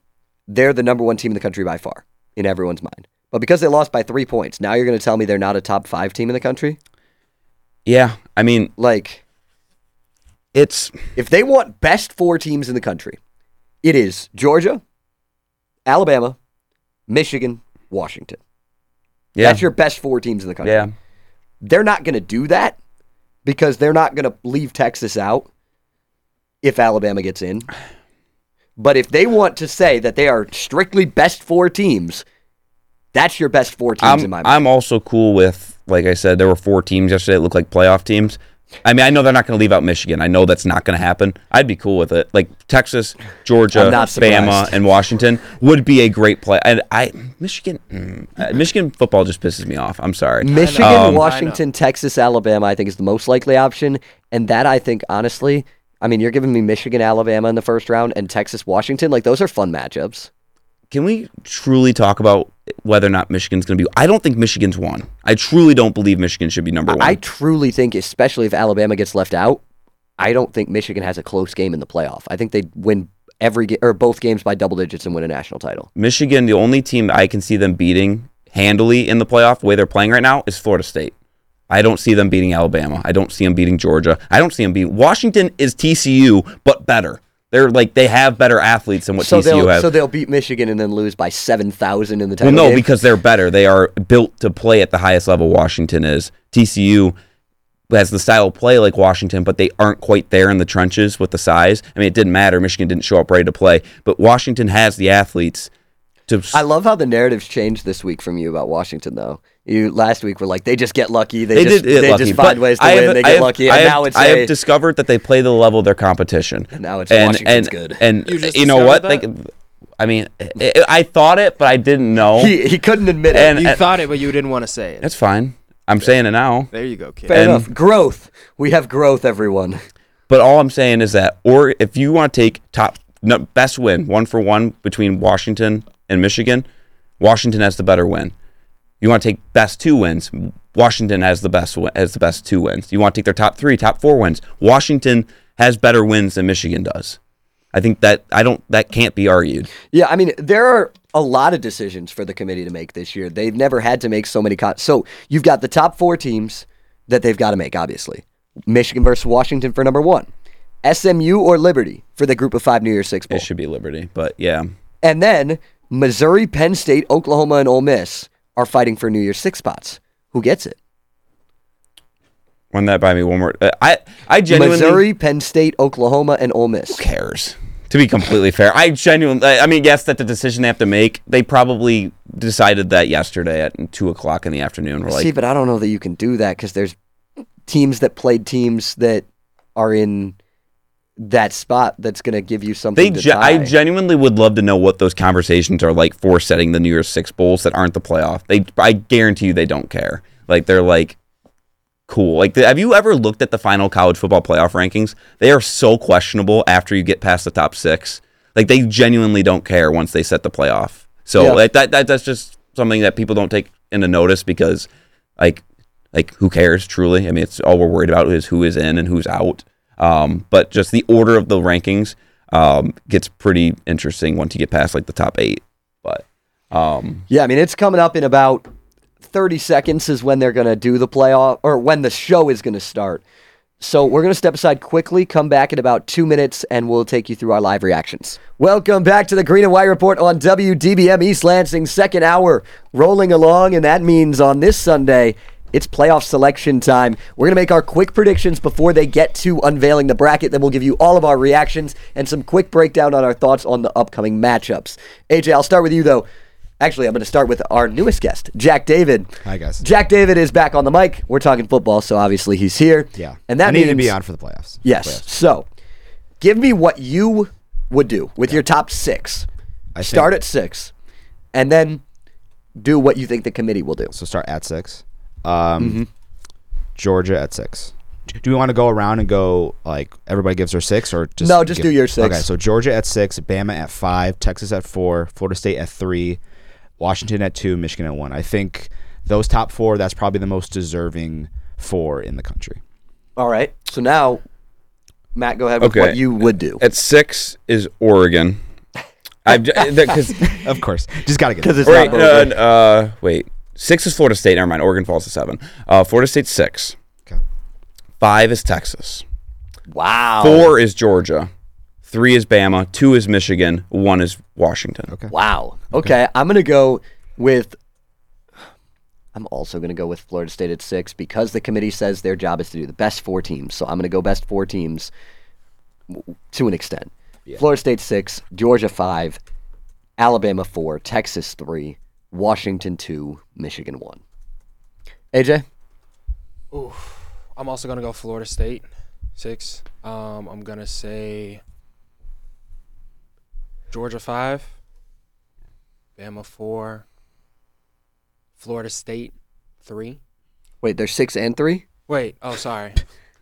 Speaker 1: they're the number one team in the country by far in everyone's mind. But because they lost by three points, now you're going to tell me they're not a top five team in the country?
Speaker 3: Yeah, I mean
Speaker 1: Like.
Speaker 3: it's
Speaker 1: If they want best four teams in the country, it is Georgia, Alabama, Michigan, Washington.
Speaker 3: yeah
Speaker 1: That's your best four teams in the country.
Speaker 3: yeah.
Speaker 1: They're not going to do that because they're not going to leave Texas out if Alabama gets in. But if they want to say that they are strictly best four teams, that's your best four teams
Speaker 3: I'm,
Speaker 1: in my mind.
Speaker 3: I'm also cool with, like I said, there were four teams yesterday that looked like playoff teams. I mean, I know they're not going to leave out Michigan. I know that's not going to happen. I'd be cool with it. Like Texas, Georgia,
Speaker 1: I'm not
Speaker 3: Bama,
Speaker 1: surprised.
Speaker 3: and Washington would be a great play. And I, Michigan, mm, uh, Michigan football just pisses me off. I'm sorry.
Speaker 1: Michigan,
Speaker 2: Um,
Speaker 1: Washington, Texas, Alabama, I think is the most likely option. And that I think, honestly, I mean, you're giving me Michigan, Alabama in the first round and Texas, Washington. Like, those are fun matchups.
Speaker 3: Can we truly talk about whether or not Michigan's going to be? I don't think Michigan's one. I truly don't believe Michigan should be number one.
Speaker 1: I truly think, especially if Alabama gets left out, I don't think Michigan has a close game in the playoff. I think they win every game or both games by double digits and win a national title.
Speaker 3: Michigan, the only team I can see them beating handily in the playoff, the way they're playing right now, is Florida State. I don't see them beating Alabama. I don't see them beating Georgia. I don't see them beating Washington is TCU, but better. They're like they have better athletes than what
Speaker 1: So
Speaker 3: TCU
Speaker 1: they'll,
Speaker 3: has.
Speaker 1: so they'll beat Michigan and then lose by 7,000 in the
Speaker 3: well,
Speaker 1: title.
Speaker 3: no,
Speaker 1: game.
Speaker 3: because they're better. They are built to play at the highest level. Washington is TCU has the style of play like Washington, but they aren't quite there in the trenches with the size. I mean, it didn't matter. Michigan didn't show up ready to play, but Washington has the athletes to
Speaker 1: I love how the narratives changed this week from you about Washington, though. You last week were like they just get lucky, they, just
Speaker 3: get
Speaker 1: they
Speaker 3: lucky,
Speaker 1: just
Speaker 3: but
Speaker 1: find ways to
Speaker 3: I
Speaker 1: win,
Speaker 3: have-
Speaker 1: they
Speaker 3: I
Speaker 1: get
Speaker 3: have-
Speaker 1: lucky,
Speaker 3: I
Speaker 1: and
Speaker 3: have,
Speaker 1: now it's
Speaker 3: I
Speaker 1: a-
Speaker 3: have discovered that they play the level of their competition.
Speaker 1: And now it's
Speaker 3: and
Speaker 1: Washington's good.
Speaker 3: And
Speaker 2: You just
Speaker 3: you know what?
Speaker 2: discovered
Speaker 3: Like, I mean, i I thought it, but I didn't know.
Speaker 1: he, he couldn't admit it.
Speaker 3: and
Speaker 2: You
Speaker 3: and-
Speaker 2: thought it, but you didn't want to say it.
Speaker 3: that's fine. I'm saying it now.
Speaker 2: There you go, kid.
Speaker 1: Fair
Speaker 3: and-
Speaker 1: enough. Growth. We have growth, everyone.
Speaker 3: But all I'm saying is that, or if you want to take top no, best win one for one between Washington and Michigan, Washington has the better win. You want to take best two wins. Washington has the best win, has the best two wins. You want to take their top three, top four wins. Washington has better wins than Michigan does. I think that I don't that can't be argued.
Speaker 1: Yeah, I mean, there are a lot of decisions for the committee to make this year. They've never had to make so many. Con- so you've got the top four teams that they've got to make, obviously. Michigan versus Washington for number one, SMU or Liberty for the group of five New Year's Six Bowl.
Speaker 3: It should be Liberty, but yeah,
Speaker 1: And then Missouri, Penn State, Oklahoma, and Ole Miss are fighting for New Year's Six spots. Who gets it?
Speaker 3: run that by me one more. Uh, I I genuinely
Speaker 1: Missouri, Penn State, Oklahoma, and Ole Miss.
Speaker 3: cares. To be completely fair, I genuinely, I mean, yes, that the decision they have to make, they probably decided that yesterday at two o'clock in the afternoon. We're
Speaker 1: See,
Speaker 3: like,
Speaker 1: but I don't know that you can do that because there's teams that played teams that are in that spot that's going to give you something.
Speaker 3: they,
Speaker 1: to
Speaker 3: ge- I
Speaker 1: tie.
Speaker 3: genuinely would love to know what those conversations are like for setting the New Year's Six bowls that aren't the playoff. They, I guarantee you, they don't care. Like they're like, cool. Like, have you ever looked at the final college football playoff rankings? They are so questionable after you get past the top six. Like, they genuinely don't care once they set the playoff. So
Speaker 1: Yeah.
Speaker 3: like, that, that that's just something that people don't take into notice because, like, like who cares? Truly, I mean, it's all we're worried about is who is in and who's out. Um, but just the order of the rankings um, gets pretty interesting once you get past like the top eight. But um,
Speaker 1: yeah, I mean, it's coming up in about 30 seconds is when they're going to do the playoff or when the show is going to start. So we're going to step aside quickly, come back in about two minutes, and we'll take you through our live reactions. Welcome back to the Green and White Report on WDBM East Lansing, second hour rolling along, and that means on this Sunday, it's playoff selection time. We're going to make our quick predictions before they get to unveiling the bracket. Then we'll give you all of our reactions and some quick breakdown on our thoughts on the upcoming matchups. AJ, I'll start with you, though. Actually, I'm going to start with our newest guest, Jack David.
Speaker 5: Hi, guys.
Speaker 1: Jack David is back on the mic. We're talking football, so obviously he's here.
Speaker 5: Yeah.
Speaker 1: And that
Speaker 5: I
Speaker 1: means
Speaker 5: need to be on for the playoffs.
Speaker 1: Yes.
Speaker 5: Playoffs.
Speaker 1: So, give me what you would do with your top six.
Speaker 5: I think-
Speaker 1: Start at six, and then do what you think the committee will do.
Speaker 5: So start at six. Um,
Speaker 1: Mm-hmm.
Speaker 5: Georgia at six. D- Do we want to go around and go like everybody gives her six or just
Speaker 1: No, just do your six.
Speaker 5: Okay, so Georgia at six, Bama at five, Texas at four, Florida State at three, Washington at two, Michigan at one. I think those top four. That's probably the most deserving four in the country.
Speaker 1: All right. So now, Matt, go ahead with
Speaker 3: Okay.
Speaker 1: what you would do
Speaker 3: at six is Oregon. I've because
Speaker 5: Of course, just gotta get
Speaker 1: because
Speaker 5: them.
Speaker 1: it's
Speaker 3: Wait,
Speaker 1: not over.
Speaker 3: uh, uh, wait. Six is Florida State. Never mind. Oregon falls to seven. Uh, Florida State six.
Speaker 5: Okay.
Speaker 3: Five is Texas.
Speaker 1: wow.
Speaker 3: Four is Georgia. Three is Bama. Two is Michigan. One is Washington. Okay.
Speaker 1: Wow. Okay. I'm gonna go with. I'm also gonna go with Florida State at six because the committee says their job is to do the best four teams. So I'm gonna go best four teams w- to an extent. Florida State six, Georgia five, Alabama four, Texas three, Washington two, Michigan one. AJ,
Speaker 2: I'm also gonna go Florida State, six. Um, I'm gonna say Georgia five, Bama four, Florida State three.
Speaker 1: wait, there's six and three.
Speaker 2: Wait, oh sorry,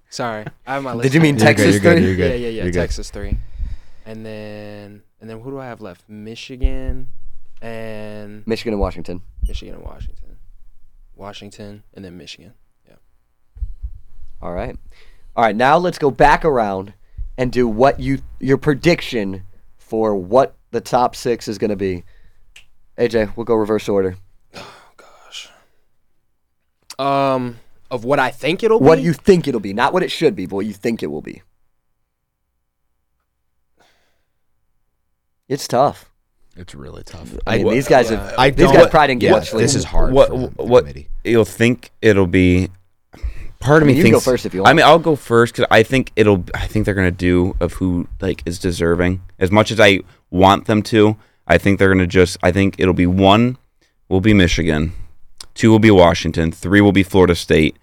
Speaker 2: sorry. I have my list.
Speaker 1: Did you mean
Speaker 5: You're good,
Speaker 1: Texas
Speaker 5: you're good,
Speaker 1: three?
Speaker 5: you're good,
Speaker 2: Yeah, yeah, yeah.
Speaker 5: you're good.
Speaker 2: Texas three, and then and then who do I have left? Michigan and
Speaker 1: Michigan and Washington.
Speaker 2: Michigan and Washington, Washington and then Michigan. Yeah.
Speaker 1: All right. All right, now let's go back around and do what you your prediction for what the top 6 is going to be. AJ, we'll go reverse order.
Speaker 2: Um, of what I think it'll
Speaker 1: What
Speaker 2: be.
Speaker 1: you think it'll be, not what it should be, but what you think it will be. It's tough.
Speaker 5: It's really tough.
Speaker 1: I mean,
Speaker 3: wha-
Speaker 1: these guys have
Speaker 5: I
Speaker 1: these
Speaker 5: don't-
Speaker 1: guys pride and
Speaker 5: yeah,
Speaker 1: guilt.
Speaker 5: this is hard.
Speaker 3: What
Speaker 5: for them, the
Speaker 3: what
Speaker 5: committee.
Speaker 3: you'll think it'll be? Part
Speaker 1: I
Speaker 3: of
Speaker 1: mean,
Speaker 3: me
Speaker 1: you can go
Speaker 3: thinks.
Speaker 1: first if you
Speaker 3: I
Speaker 1: want.
Speaker 3: mean, I'll go first because I think it'll. I think they're gonna do of who like is deserving as much as I want them to. I think they're gonna just. I think it'll be one will be Michigan, two will be Washington, three will be Florida State.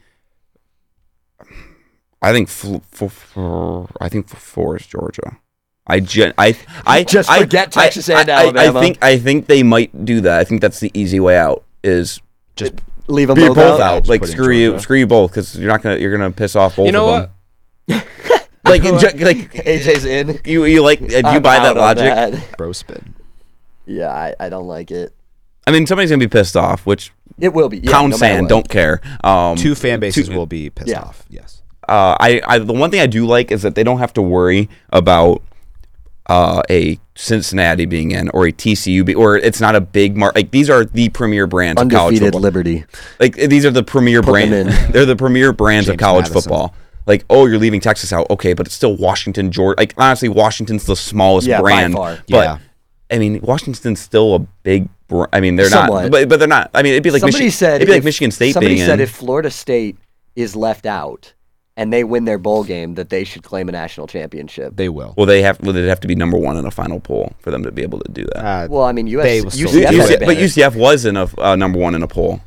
Speaker 3: I think fl- fl- fl- I think four is Georgia. I gen- I I
Speaker 1: Just
Speaker 3: I-
Speaker 1: forget
Speaker 3: I-
Speaker 1: Texas and
Speaker 3: I- I-
Speaker 1: Alabama.
Speaker 3: I think I think they might do that. I think that's the easy way out. Is
Speaker 5: Just
Speaker 1: Leave them
Speaker 3: be
Speaker 1: both, out.
Speaker 3: both, out.
Speaker 5: Just
Speaker 3: Like
Speaker 5: put in
Speaker 3: screw you,
Speaker 5: Georgia.
Speaker 3: screw you both because you're not gonna you're gonna piss off both.
Speaker 2: You know
Speaker 3: of Them. Like ju- like
Speaker 1: AJ's in.
Speaker 3: you you like uh, do you
Speaker 1: I'm
Speaker 3: buy
Speaker 1: out
Speaker 3: that
Speaker 1: on
Speaker 3: logic?
Speaker 1: that.
Speaker 5: bro spin.
Speaker 1: Yeah, I, I don't like it.
Speaker 3: I mean somebody's gonna be pissed off, which
Speaker 1: It will be. Yeah,
Speaker 3: pound
Speaker 1: no matter
Speaker 3: sand,
Speaker 1: what.
Speaker 3: don't care. Um,
Speaker 5: Two fan bases will be pissed
Speaker 1: Yeah.
Speaker 5: off. Yes.
Speaker 3: uh, I, I the one thing I do like is that they don't have to worry about uh, a Cincinnati being in or a TCU, be, or it's not a big mark. Like these are the premier brands of college
Speaker 1: Undefeated
Speaker 3: football.
Speaker 1: Liberty.
Speaker 3: like these are the premier
Speaker 1: Put them
Speaker 3: brand. They're the premier brands of
Speaker 5: James
Speaker 3: college
Speaker 5: Madison.
Speaker 3: football. Like, oh, you're leaving Texas out, okay, but it's still Washington, Georgia. Like, honestly, Washington's the smallest
Speaker 1: Yeah, by
Speaker 3: brand,
Speaker 1: far.
Speaker 3: but
Speaker 5: Yeah.
Speaker 3: I mean, Washington's still a big. Br- I mean, they're
Speaker 1: Somewhat.
Speaker 3: not, but, but they're not. I mean, it'd be like
Speaker 1: somebody
Speaker 3: Michigan.
Speaker 1: said
Speaker 3: it'd be like
Speaker 1: if-
Speaker 3: Michigan State
Speaker 1: Somebody
Speaker 3: being
Speaker 1: said
Speaker 3: in.
Speaker 1: if Florida State is left out and they win their bowl game, that they should claim a national championship.
Speaker 5: They will.
Speaker 3: well, they have. Well, they'd have to be number one in a final poll for them to be able to do that.
Speaker 5: Uh,
Speaker 1: well, I mean, US,
Speaker 5: They will still
Speaker 1: UCF
Speaker 5: do
Speaker 1: had
Speaker 3: UCF
Speaker 1: been
Speaker 3: but
Speaker 1: in it.
Speaker 3: UCF was in a uh, number one in a poll.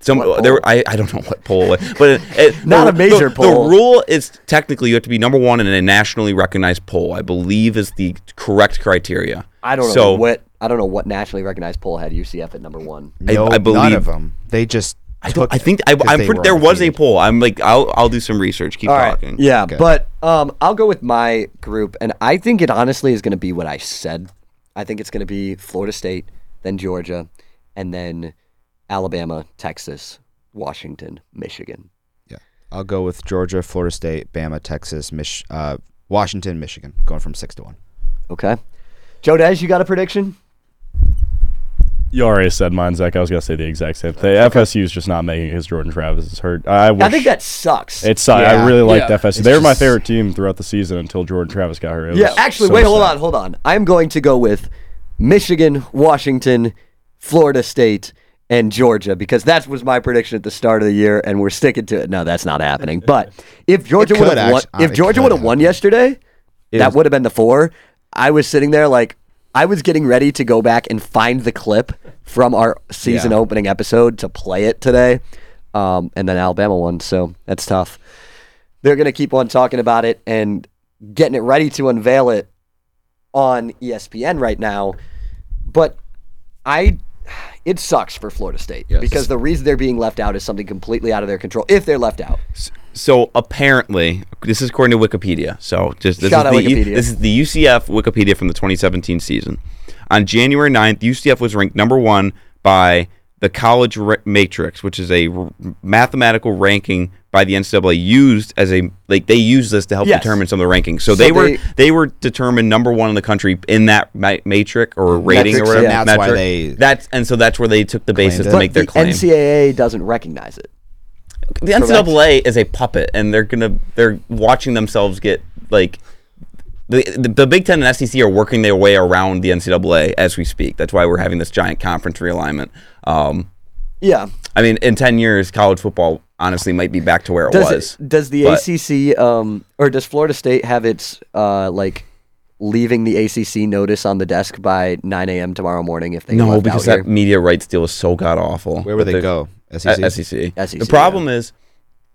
Speaker 3: Some
Speaker 1: What poll?
Speaker 3: there, were- I, I don't know what poll, it- but it, it-
Speaker 1: Not
Speaker 3: the-
Speaker 1: a major
Speaker 3: the,
Speaker 1: poll.
Speaker 3: The rule is technically you have to be number one in a nationally recognized poll. I believe is the correct criteria.
Speaker 1: I don't know
Speaker 3: So
Speaker 1: what I don't know what nationally recognized poll had UCF at number one.
Speaker 3: I-
Speaker 5: no,
Speaker 3: I
Speaker 5: none
Speaker 3: believe-
Speaker 5: of them. They just.
Speaker 3: I,
Speaker 5: took
Speaker 3: don't, I think I,
Speaker 5: because
Speaker 3: I'm
Speaker 5: they
Speaker 3: pretty,
Speaker 5: were
Speaker 3: there was a
Speaker 5: undefeated.
Speaker 3: poll. I'm like I'll I'll do some research. Keep
Speaker 1: All right.
Speaker 3: talking.
Speaker 1: Yeah,
Speaker 5: Okay.
Speaker 1: but um, I'll go with my group, and I think it honestly is going to be what I said. I think it's going to be Florida State, then Georgia, and then Alabama, Texas, Washington, Michigan.
Speaker 5: I'll go with Georgia, Florida State, Bama, Texas, Mich- uh, Washington, Michigan, going from six to one.
Speaker 1: Okay, Joe Des, you got a prediction?
Speaker 4: You already said mine, Zach. I was gonna say the exact same thing. FSU is just not making it because Jordan Travis is hurt. I, wish
Speaker 1: I think that sucks.
Speaker 4: it's. I
Speaker 5: Yeah.
Speaker 4: really liked
Speaker 2: Yeah.
Speaker 4: FSU.
Speaker 5: It's
Speaker 4: They were my
Speaker 5: just-
Speaker 4: favorite team throughout the season until Jordan Travis got hurt. It
Speaker 1: yeah,
Speaker 4: was
Speaker 1: actually,
Speaker 4: so
Speaker 1: wait, hold
Speaker 4: sad.
Speaker 1: on, hold on. I'm going to go with Michigan, Washington, Florida State, and Georgia because that was my prediction at the start of the year, and we're sticking to it. No, that's not happening. But if Georgia
Speaker 5: could
Speaker 1: would have won,
Speaker 5: actu-
Speaker 1: if
Speaker 5: it
Speaker 1: Georgia
Speaker 5: could
Speaker 1: would have won yesterday, that
Speaker 5: was-
Speaker 1: would have been the four. I was sitting there like I was getting ready to go back and find the clip from our season opening episode to play it today, um, and then Alabama won, so that's tough they're going to keep on talking about it and getting it ready to unveil it on E ESPN right now. But I, it sucks for Florida State because the reason they're being left out is something completely out of their control. If they're left out,
Speaker 3: So apparently, this is according to Wikipedia. So just this
Speaker 1: Shout
Speaker 3: is
Speaker 1: out
Speaker 3: the
Speaker 1: Wikipedia.
Speaker 3: this is the UCF Wikipedia from the 2017 season. On January 9th, UCF was ranked number one by the College Ra- Matrix, which is a r- mathematical ranking by the NCAA used as a like they use this to help
Speaker 1: Yes.
Speaker 3: determine some of the rankings. So, they were
Speaker 1: they-
Speaker 3: they, were determined number one in the country in that ma- matrix or rating
Speaker 5: Metrics,
Speaker 3: or whatever.
Speaker 5: yeah. That's why
Speaker 3: metric.
Speaker 5: they
Speaker 3: that's and so that's where they took the basis
Speaker 5: it.
Speaker 3: to
Speaker 1: but
Speaker 3: make
Speaker 1: the
Speaker 3: their claim.
Speaker 1: NCAA doesn't recognize it.
Speaker 3: The NCAA is a puppet, and they're gonna they're watching themselves get like the, the the Big Ten and SEC are working their way around the NCAA as we speak. That's why we're having this giant conference realignment. Um,
Speaker 1: Yeah.
Speaker 3: I mean, in ten years, college football honestly might be back to where it was.
Speaker 1: Does it, does the
Speaker 3: but-
Speaker 1: ACC um or does Florida State have its uh like leaving the ACC notice on the desk by 9 a.m. tomorrow morning if they get
Speaker 3: no,
Speaker 1: left
Speaker 3: because
Speaker 1: out
Speaker 3: that
Speaker 1: here?
Speaker 3: media rights deal is so god awful.
Speaker 5: Where would
Speaker 3: But
Speaker 5: they
Speaker 3: the-
Speaker 5: go? E SEC.
Speaker 3: Uh, SEC.
Speaker 1: SEC,
Speaker 3: The problem is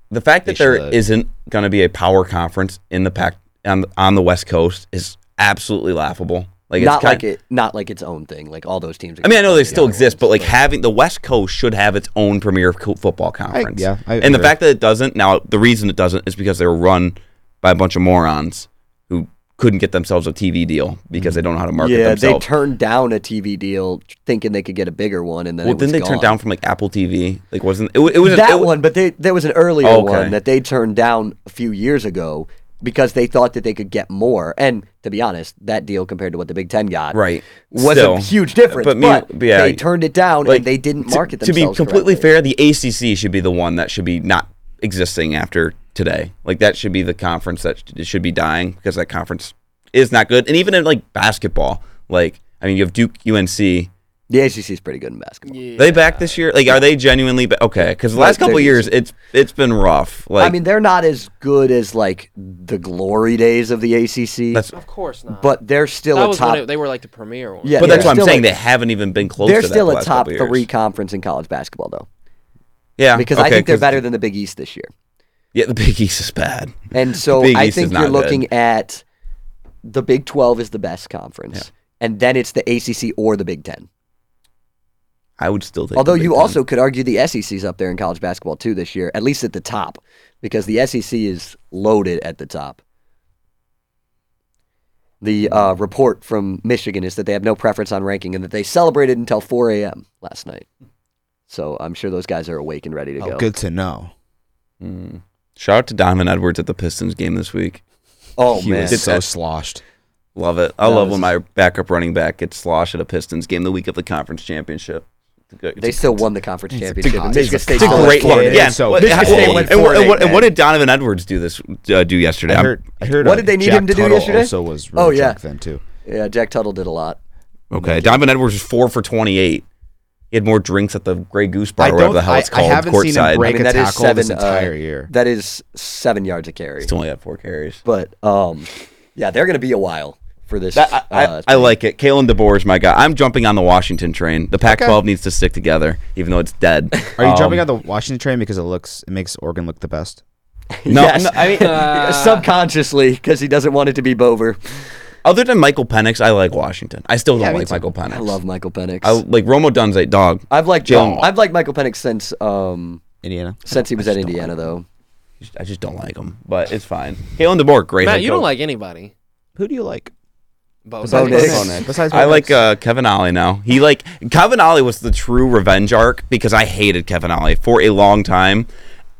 Speaker 3: the fact that
Speaker 5: They
Speaker 3: there
Speaker 5: should.
Speaker 3: not going to be a power conference in the pack on on the West Coast is absolutely laughable. Like
Speaker 1: not
Speaker 3: it's kind,
Speaker 1: like it, not like its own thing. Like all those teams. Are
Speaker 3: I mean, I know they
Speaker 1: Yeah.
Speaker 3: still exist, but like having the West Coast should have its own premier co- football conference.
Speaker 5: yeah, I
Speaker 3: and the
Speaker 5: agree.
Speaker 3: fact that it doesn't now, the reason it doesn't is because they were run by a bunch of morons who couldn't get themselves a TV deal because they don't know how to market
Speaker 1: Yeah, they
Speaker 3: themselves.
Speaker 1: turned down a TV deal thinking they could get a bigger one, and then
Speaker 3: well,
Speaker 1: it was
Speaker 3: then they
Speaker 1: gone.
Speaker 3: turned down from like Apple TV. Like, wasn't it? wa- It was
Speaker 1: that
Speaker 3: it, wa- Oh,
Speaker 1: one, but they, there was an earlier
Speaker 3: Okay.
Speaker 1: one that they turned down a few years ago because they thought that they could get more. And to be honest, that deal compared to what the Big Ten got
Speaker 3: Right.
Speaker 1: was
Speaker 3: Still.
Speaker 1: a huge difference. But,
Speaker 3: But me- yeah.
Speaker 1: they turned it down
Speaker 3: Like,
Speaker 1: and they didn't
Speaker 3: to-
Speaker 1: market
Speaker 3: to, be
Speaker 1: themselves
Speaker 3: completely
Speaker 1: correctly.
Speaker 3: fair, the ACC should be the one that should be not existing after today. Like that should be the conference that sh- should be dying because that conference is not good. And even in like basketball, like I mean, you have Duke, UNC.
Speaker 1: The ACC is pretty good in basketball.
Speaker 3: They back this year? Like, are they genuinely ba- okay? Because the last
Speaker 1: They're-
Speaker 3: couple
Speaker 1: they're
Speaker 3: years, it's it's been rough. Like,
Speaker 1: I mean, they're not as good as like the glory days of the ACC,
Speaker 3: That's-
Speaker 2: Of course not.
Speaker 1: but they're still
Speaker 2: that
Speaker 1: a
Speaker 2: was
Speaker 1: top.
Speaker 2: when it, they were like the premier one.
Speaker 1: Yeah,
Speaker 3: but that's
Speaker 1: they're
Speaker 3: what I'm
Speaker 1: still
Speaker 3: saying.
Speaker 1: a-
Speaker 3: they haven't even been close.
Speaker 1: they're
Speaker 3: to that
Speaker 1: still
Speaker 3: the
Speaker 1: a
Speaker 3: last
Speaker 1: top
Speaker 3: couple years.
Speaker 1: three conference in college basketball, though,
Speaker 3: Yeah,
Speaker 1: because I
Speaker 3: okay,
Speaker 1: think they're
Speaker 3: 'cause-
Speaker 1: better than the Big East this year.
Speaker 3: Yeah, the Big East is bad.
Speaker 1: And so
Speaker 3: Big
Speaker 1: I
Speaker 3: East
Speaker 1: think
Speaker 3: is
Speaker 1: you're
Speaker 3: not good.
Speaker 1: looking at the Big 12 is the best conference, and then it's the ACC or the Big 10.
Speaker 3: I would still take. the
Speaker 1: Although
Speaker 3: Big
Speaker 1: you
Speaker 3: Ten.
Speaker 1: also could argue the SEC's up there in college basketball too this year, at least at the top, because the SEC is loaded at the top.
Speaker 3: Hmm.
Speaker 1: The uh, report from Michigan is that they have no preference on ranking and that they celebrated until 4 a.m. last night. So I'm sure those guys are awake and ready to
Speaker 5: Oh,
Speaker 1: go.
Speaker 5: good to know.
Speaker 3: Mm. Shout out to Donovan Edwards at the Pistons game this week.
Speaker 1: Oh
Speaker 5: he
Speaker 1: man,
Speaker 5: was so
Speaker 3: Did-
Speaker 5: sloshed.
Speaker 3: Love it. I
Speaker 1: No,
Speaker 3: love
Speaker 1: this
Speaker 3: when my backup running back gets sloshed at a Pistons game the week of the conference championship. It's a good-
Speaker 1: They
Speaker 3: it's a-
Speaker 1: still won the conference championship. and
Speaker 5: it's
Speaker 1: Michigan
Speaker 5: a
Speaker 1: State
Speaker 3: it's a
Speaker 5: Oh,
Speaker 1: still
Speaker 3: great
Speaker 5: Florida
Speaker 3: one.
Speaker 5: is
Speaker 3: Yeah.
Speaker 5: so
Speaker 3: What-
Speaker 5: big.
Speaker 3: how-
Speaker 1: Michigan State
Speaker 3: and
Speaker 1: went
Speaker 3: what- and
Speaker 1: 4-8,
Speaker 3: what- and
Speaker 1: man.
Speaker 3: what did Donovan Edwards do this uh, do yesterday?
Speaker 5: I
Speaker 3: I'm-
Speaker 5: heard, I heard
Speaker 1: What
Speaker 5: uh,
Speaker 1: did they need
Speaker 5: Jack
Speaker 1: him to do
Speaker 5: Tuttle
Speaker 1: yesterday?
Speaker 5: Also was
Speaker 1: Oh,
Speaker 5: really
Speaker 1: yeah.
Speaker 5: drunk then too.
Speaker 1: Yeah, Jack Tuttle did a lot.
Speaker 3: Okay, Diamond Edwards was four for twenty-eight. He had more drinks at the Grey Goose Bar,
Speaker 5: I
Speaker 3: or whatever
Speaker 5: don't-
Speaker 3: the hell it's
Speaker 5: I- I
Speaker 3: called,
Speaker 5: haven't seen him
Speaker 3: courtside.
Speaker 5: break-
Speaker 1: I
Speaker 5: Make
Speaker 1: mean,
Speaker 5: a
Speaker 1: that is
Speaker 5: tackle this
Speaker 1: seven
Speaker 5: entire
Speaker 1: uh,
Speaker 5: year.
Speaker 1: That is seven yards of carry.
Speaker 3: He's only had four carries.
Speaker 1: But um, yeah, they're going to be a while for this.
Speaker 3: That, I,
Speaker 1: uh,
Speaker 3: I, I like it. Kalen DeBoer is my guy. I'm jumping on the Washington train. The Pac-12 needs to stick together, even though it's dead.
Speaker 5: Are you
Speaker 3: Um,
Speaker 5: jumping on the Washington train because it looks it makes Oregon look the best?
Speaker 3: No,
Speaker 1: yes.
Speaker 3: no, I mean,
Speaker 1: subconsciously because he doesn't want it to be Bover.
Speaker 3: other than Michael Penix, I like Washington. I still don't
Speaker 5: me
Speaker 3: like
Speaker 5: too.
Speaker 3: Michael Penix.
Speaker 1: I love Michael Penix.
Speaker 3: I like Romo Dunze, dog. I,
Speaker 1: I've liked
Speaker 3: Jalen-
Speaker 1: I've liked Michael Penix since um
Speaker 5: Indiana.
Speaker 1: since he was at Indiana though.
Speaker 3: just- I just don't like him, but it's fine. Kalen DeBoer, great.
Speaker 2: Matt,
Speaker 3: head
Speaker 2: you don't
Speaker 3: coach.
Speaker 2: like anybody.
Speaker 5: Who do you like?
Speaker 2: Bo
Speaker 1: Besides
Speaker 2: Nix.
Speaker 1: Bo
Speaker 5: Besides- Besides,
Speaker 3: I like uh, Kevin Ollie now. He like Kevin Ollie was the true revenge arc because I hated Kevin Ollie for a long time,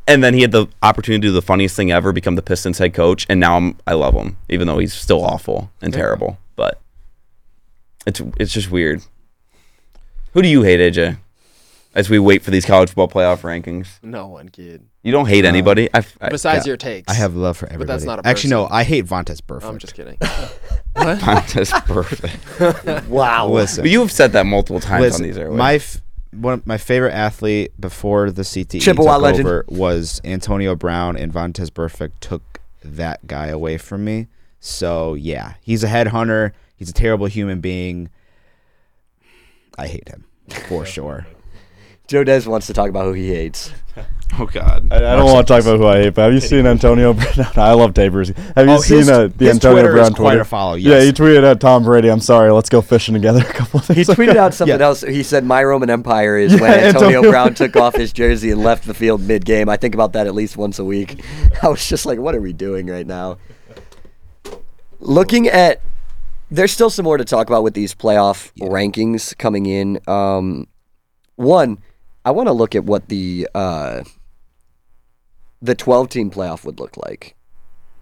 Speaker 3: and then he had the opportunity to do the funniest thing ever, become the Pistons head coach, and now I'm, I love him, even though he's still awful and terrible. But it's it's just weird. Who do you hate, AJ? As we wait for these college football playoff rankings,
Speaker 2: No one, kid.
Speaker 3: you don't hate anybody. I, I,
Speaker 2: Uh, Besides your takes.
Speaker 5: I have love for everybody.
Speaker 2: that's not a
Speaker 5: Actually, no.
Speaker 2: person.
Speaker 5: I hate Vontaze Burfict.
Speaker 2: I'm just kidding.
Speaker 3: That's perfect.
Speaker 1: Wow.
Speaker 5: Listen,
Speaker 3: But you have said that multiple times on these airwaves.
Speaker 5: my f- one of my favorite athlete before the CTE
Speaker 1: Chippewa
Speaker 5: took
Speaker 1: legend.
Speaker 5: over was Antonio Brown, and Vontez Burfict took that guy away from me. So yeah, he's a headhunter. He's a terrible human being. I hate him for sure.
Speaker 1: Joe Des wants to talk about who he hates.
Speaker 3: oh God,
Speaker 4: I, I don't want to talk about who I hate, but have you seen Antonio? Brown? I love Tapers. Have you
Speaker 5: Oh,
Speaker 4: seen
Speaker 5: his-
Speaker 4: uh, the
Speaker 5: his
Speaker 4: Antonio
Speaker 5: Twitter is
Speaker 4: Brown
Speaker 5: quite
Speaker 4: Twitter?
Speaker 5: a follow,
Speaker 4: Yeah,
Speaker 5: yes.
Speaker 4: he tweeted at Tom Brady. I'm sorry. Let's go fishing together. A couple of
Speaker 1: He
Speaker 4: things.
Speaker 1: tweeted out something
Speaker 5: Yeah.
Speaker 1: else. He said, "My Roman Empire is when
Speaker 4: Yeah,
Speaker 1: Antonio,
Speaker 4: Antonio-
Speaker 1: Brown took off his jersey and left the field mid-game." I think about that at least once a week. I was just like, "What are we doing right now?" Looking at, there's still some more to talk about with these playoff rankings coming in. Um, one, I want to look at what the uh, the 12 team playoff would look like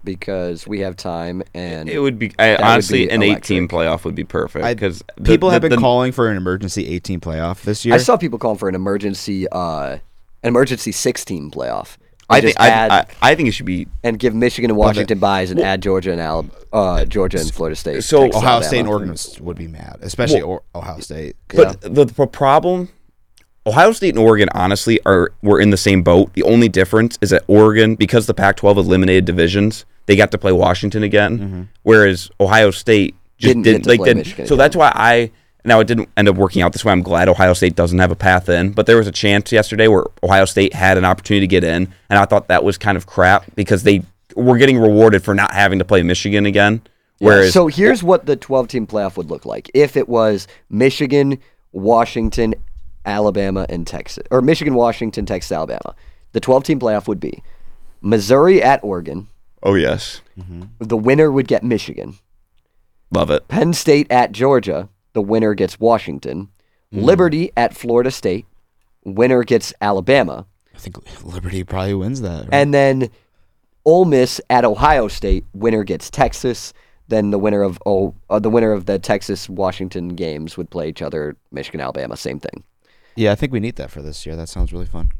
Speaker 1: because we have time and
Speaker 3: It would be I,
Speaker 1: would
Speaker 3: honestly
Speaker 1: be
Speaker 3: an
Speaker 1: electric.
Speaker 3: eight-team playoff would be perfect
Speaker 5: I-
Speaker 3: because
Speaker 5: People have been calling for an emergency 18 playoff this year.
Speaker 1: I saw people calling for an emergency, uh, an emergency 16 playoff.
Speaker 3: I
Speaker 1: And
Speaker 3: think
Speaker 1: just add
Speaker 3: I, I, I think it should be
Speaker 1: and give Michigan and Washington buys and add Georgia and Alab- uh, Georgia and Florida State.
Speaker 3: so
Speaker 1: Texas,
Speaker 5: Ohio
Speaker 1: Alabama.
Speaker 5: State and Oregon was- would be mad, especially or- Ohio State.
Speaker 3: But the, the problem, Ohio State and Oregon, honestly, are were in the same boat. The only difference is that Oregon, because the Pac-12 eliminated divisions, they got to play Washington again, whereas Ohio State just
Speaker 1: Mm-hmm. Didn't
Speaker 3: didn't,
Speaker 1: get to
Speaker 3: like
Speaker 1: play
Speaker 3: didn't.
Speaker 1: Michigan
Speaker 3: so that's why I now it didn't end up working out this way. I'm glad Ohio State doesn't have a path in, but there was a chance yesterday where Ohio State had an opportunity to get in, and I thought that was kind of crap because they were getting rewarded for not having to play Michigan again. Whereas
Speaker 1: so here's what the 12 team playoff would look like if it was Michigan, Washington, Alabama, and Texas, or Michigan, Washington, Texas, Alabama. The 12 team playoff would be Missouri at Oregon.
Speaker 3: oh yes,
Speaker 1: The winner would get Michigan.
Speaker 3: love it.
Speaker 1: Penn State at Georgia, the winner gets Washington.
Speaker 3: Hmm.
Speaker 1: Liberty at Florida State, winner gets Alabama.
Speaker 5: I think Liberty probably wins that. right?
Speaker 1: And then Ole Miss at Ohio State, winner gets Texas. Then the winner of oh, uh, the winner of the Texas Washington games would play each other. Michigan, Alabama, same thing.
Speaker 5: yeah, I think we need that for this year. That sounds really fun.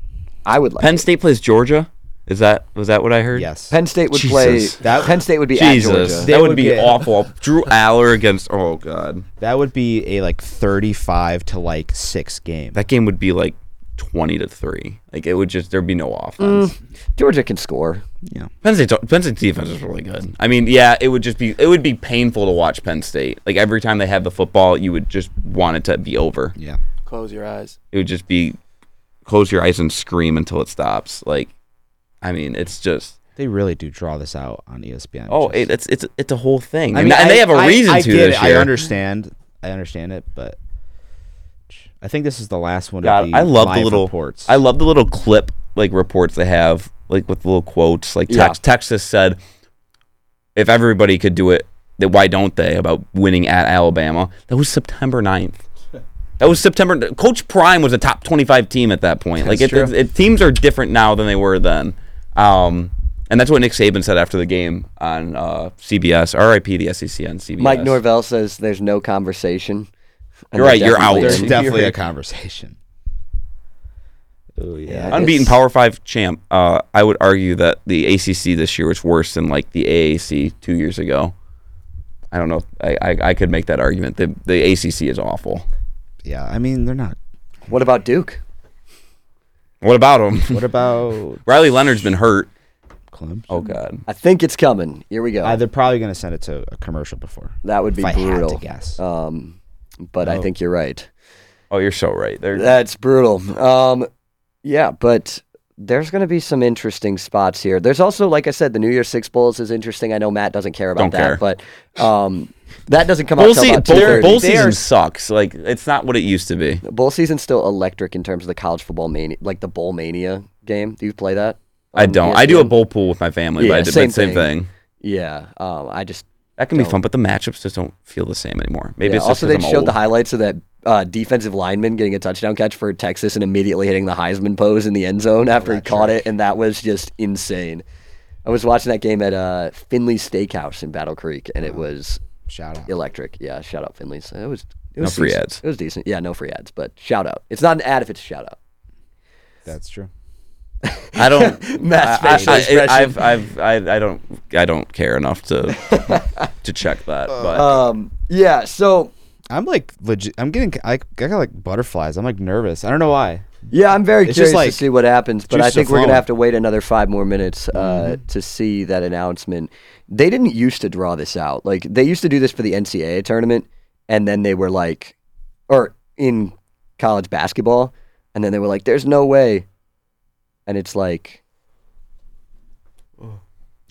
Speaker 1: I would like
Speaker 3: Penn State plays Georgia. Is that was that what I heard?
Speaker 5: Yes.
Speaker 1: Penn State would
Speaker 3: Jesus.
Speaker 1: play. Penn State would be at
Speaker 3: Jesus,
Speaker 1: Georgia.
Speaker 5: They
Speaker 3: that would
Speaker 5: would
Speaker 3: be
Speaker 5: get-
Speaker 3: awful. Drew Aller against oh god,
Speaker 5: That would be a like 35 to like 6 game.
Speaker 3: that game would be like twenty to three. Like it would just there'd be no
Speaker 5: Mm.
Speaker 3: offense.
Speaker 1: Georgia can score.
Speaker 5: yeah.
Speaker 3: Penn State's Penn State's defense is really good. I mean, yeah, it would just be it would be painful to watch Penn State. Like every time they have the football, you would just want it to be over.
Speaker 5: Yeah.
Speaker 2: Close your eyes.
Speaker 3: It would just be close your eyes and scream until it stops. Like, I mean, it's just.
Speaker 5: They really do draw this out on E ESPN.
Speaker 3: Oh,
Speaker 5: which is-
Speaker 3: it, it's it's it's a whole thing,
Speaker 5: I
Speaker 3: and,
Speaker 5: mean,
Speaker 3: and they
Speaker 5: I-
Speaker 3: have a
Speaker 5: I-
Speaker 3: reason
Speaker 5: I
Speaker 3: to
Speaker 5: get
Speaker 3: this
Speaker 5: it.
Speaker 3: year.
Speaker 5: I understand. I understand it, but I think this is the last one. of
Speaker 3: God,
Speaker 5: the
Speaker 3: I love the
Speaker 5: live
Speaker 3: little
Speaker 5: reports.
Speaker 3: I love the little clip like reports they have, like with little quotes. Like
Speaker 1: Yeah.
Speaker 3: Tex- Texas said, if everybody could do it, then why don't they? About winning at Alabama. That was September 9th. That was September. Coach Prime was a top twenty-five team at that point. like it,
Speaker 5: That's
Speaker 3: it, it- teams are different now than they were then. Um, And that's what Nick Saban said after the game on uh, CBS. RIP the E SEC on CBS.
Speaker 1: Mike Norvell says there's no conversation. And
Speaker 3: You're right,
Speaker 1: there
Speaker 3: you're out.
Speaker 1: definitely
Speaker 3: There's
Speaker 1: is.
Speaker 5: There's definitely a conversation. Oh yeah.
Speaker 1: I
Speaker 3: unbeaten
Speaker 1: guess-
Speaker 3: Power Five champ. Uh, I would argue that the ACC this year was worse than like the AAC two years ago. I don't know. I, I, I could make that argument. The the ACC is awful.
Speaker 5: Yeah, I mean they're not.
Speaker 1: What about Duke?
Speaker 3: What about them?
Speaker 5: What about
Speaker 3: Riley Leonard's been hurt.
Speaker 5: Clemson?
Speaker 3: Oh God.
Speaker 1: I think it's coming. Here we go.
Speaker 5: Uh, they're probably gonna send it to a commercial before.
Speaker 1: that would be
Speaker 5: if I
Speaker 1: brutal.
Speaker 5: had to guess.
Speaker 3: Uh,
Speaker 1: Um, but I think you're right.
Speaker 3: Oh, you're so right. They're,
Speaker 1: That's brutal. Um, yeah, but there's going to be some interesting spots here. There's also, like I said, the New Year's Six bowls is interesting. I know Matt doesn't care about
Speaker 3: Don't
Speaker 1: that,
Speaker 3: care.
Speaker 1: but um, that doesn't come out
Speaker 3: bowl
Speaker 1: until
Speaker 3: season,
Speaker 1: about
Speaker 3: bowl,
Speaker 1: 2:30.
Speaker 3: bowl
Speaker 1: They
Speaker 3: season
Speaker 1: are-
Speaker 3: sucks. Like it's not what it used to be.
Speaker 1: bowl season's still electric in terms of the college football mania, like the bowl mania game. Do you play that?
Speaker 3: I
Speaker 1: on E
Speaker 3: don't. I do a
Speaker 1: ESPN?
Speaker 3: bowl pool with my family, but
Speaker 1: Um, Yeah,
Speaker 3: I did
Speaker 1: same
Speaker 3: same, same
Speaker 1: thing.
Speaker 3: thing.
Speaker 1: Yeah, um, I just
Speaker 3: That can be fun, but the matchups just don't feel the same anymore. Maybe
Speaker 1: Yeah,
Speaker 3: it's
Speaker 1: also
Speaker 3: also
Speaker 1: they
Speaker 3: I'm
Speaker 1: showed
Speaker 3: old.
Speaker 1: the highlights of that uh, defensive lineman getting a touchdown catch for Texas and immediately hitting the Heisman pose in the end zone after he caught it, and that was just insane. I was watching that game at uh, Finley Steakhouse in Battle Creek, and it was
Speaker 5: Shout out.
Speaker 1: electric. Yeah, shout out Finley's. It was it
Speaker 3: No
Speaker 1: was
Speaker 3: free
Speaker 1: decent.
Speaker 3: ads.
Speaker 1: It was decent. Yeah, no free ads, but shout out. It's not an ad if it's a shout out.
Speaker 5: That's true.
Speaker 3: I don't.
Speaker 1: Matt's
Speaker 3: I,
Speaker 1: facial expression.
Speaker 3: I, I've, I've, I, I don't, I don't care enough to to check that. But
Speaker 1: Um, yeah, so
Speaker 5: I'm like legit. I'm getting. I, I got like butterflies. I'm like nervous. I don't know why.
Speaker 1: Yeah, I'm very
Speaker 5: It's
Speaker 1: curious
Speaker 5: just
Speaker 1: to
Speaker 5: like
Speaker 1: see what happens, but I
Speaker 5: juices are
Speaker 1: think we're gonna
Speaker 5: flowing.
Speaker 1: have to wait another five more minutes uh,
Speaker 5: Mm-hmm.
Speaker 1: to see that announcement. They didn't used to draw this out. Like they used to do this for the NCAA tournament, and then they were like, or in college basketball, and then they were like, "There's no way," and it's like,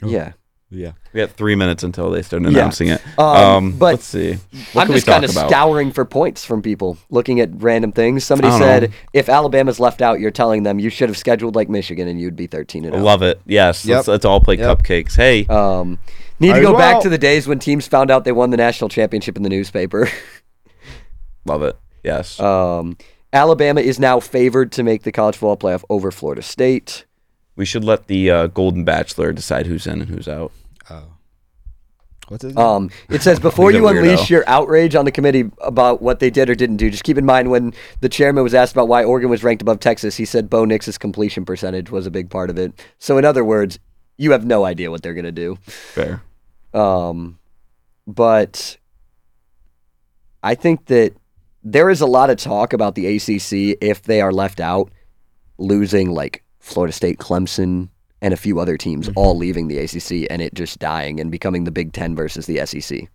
Speaker 1: yeah.
Speaker 5: Yeah.
Speaker 3: we got three minutes until they start
Speaker 1: Yeah.
Speaker 3: announcing it.
Speaker 1: Um,
Speaker 3: Um,
Speaker 1: but
Speaker 3: let's see. What
Speaker 1: I'm
Speaker 3: can
Speaker 1: just
Speaker 3: we
Speaker 1: kind of
Speaker 3: talk about?
Speaker 1: scouring for points from people, looking at random things. Somebody
Speaker 3: I don't
Speaker 1: said,
Speaker 3: know.
Speaker 1: "If Alabama's left out, you're telling them you should have scheduled like Michigan, and you'd be 13 and 0."
Speaker 3: Love it. Yes.
Speaker 5: Yep.
Speaker 3: Let's, let's all play
Speaker 5: Yep.
Speaker 3: cupcakes. Hey,
Speaker 1: Um, need
Speaker 5: Might
Speaker 1: to
Speaker 5: as
Speaker 1: go back
Speaker 5: well.
Speaker 1: to the days when teams found out they won the national championship in the newspaper.
Speaker 3: love it. Yes.
Speaker 1: Um, Alabama is now favored to make the college football playoff over Florida State.
Speaker 3: we should let the uh, Golden Bachelor decide who's in and who's out.
Speaker 5: Oh. What's
Speaker 3: Uh,
Speaker 5: his name?
Speaker 1: Um, it says before
Speaker 3: He's a
Speaker 1: you unleash
Speaker 3: weirdo.
Speaker 1: your outrage on the committee about what they did or didn't do, just keep in mind when the chairman was asked about why Oregon was ranked above Texas, he said Bo Nix's completion percentage was a big part of it. So, in other words, you have no idea what they're going to do.
Speaker 3: Fair.
Speaker 1: Um, but I think that there is a lot of talk about the ACC if they are left out losing like Florida State, Clemson, and a few other teams all leaving the ACC and it just dying and becoming the Big Ten versus the SEC,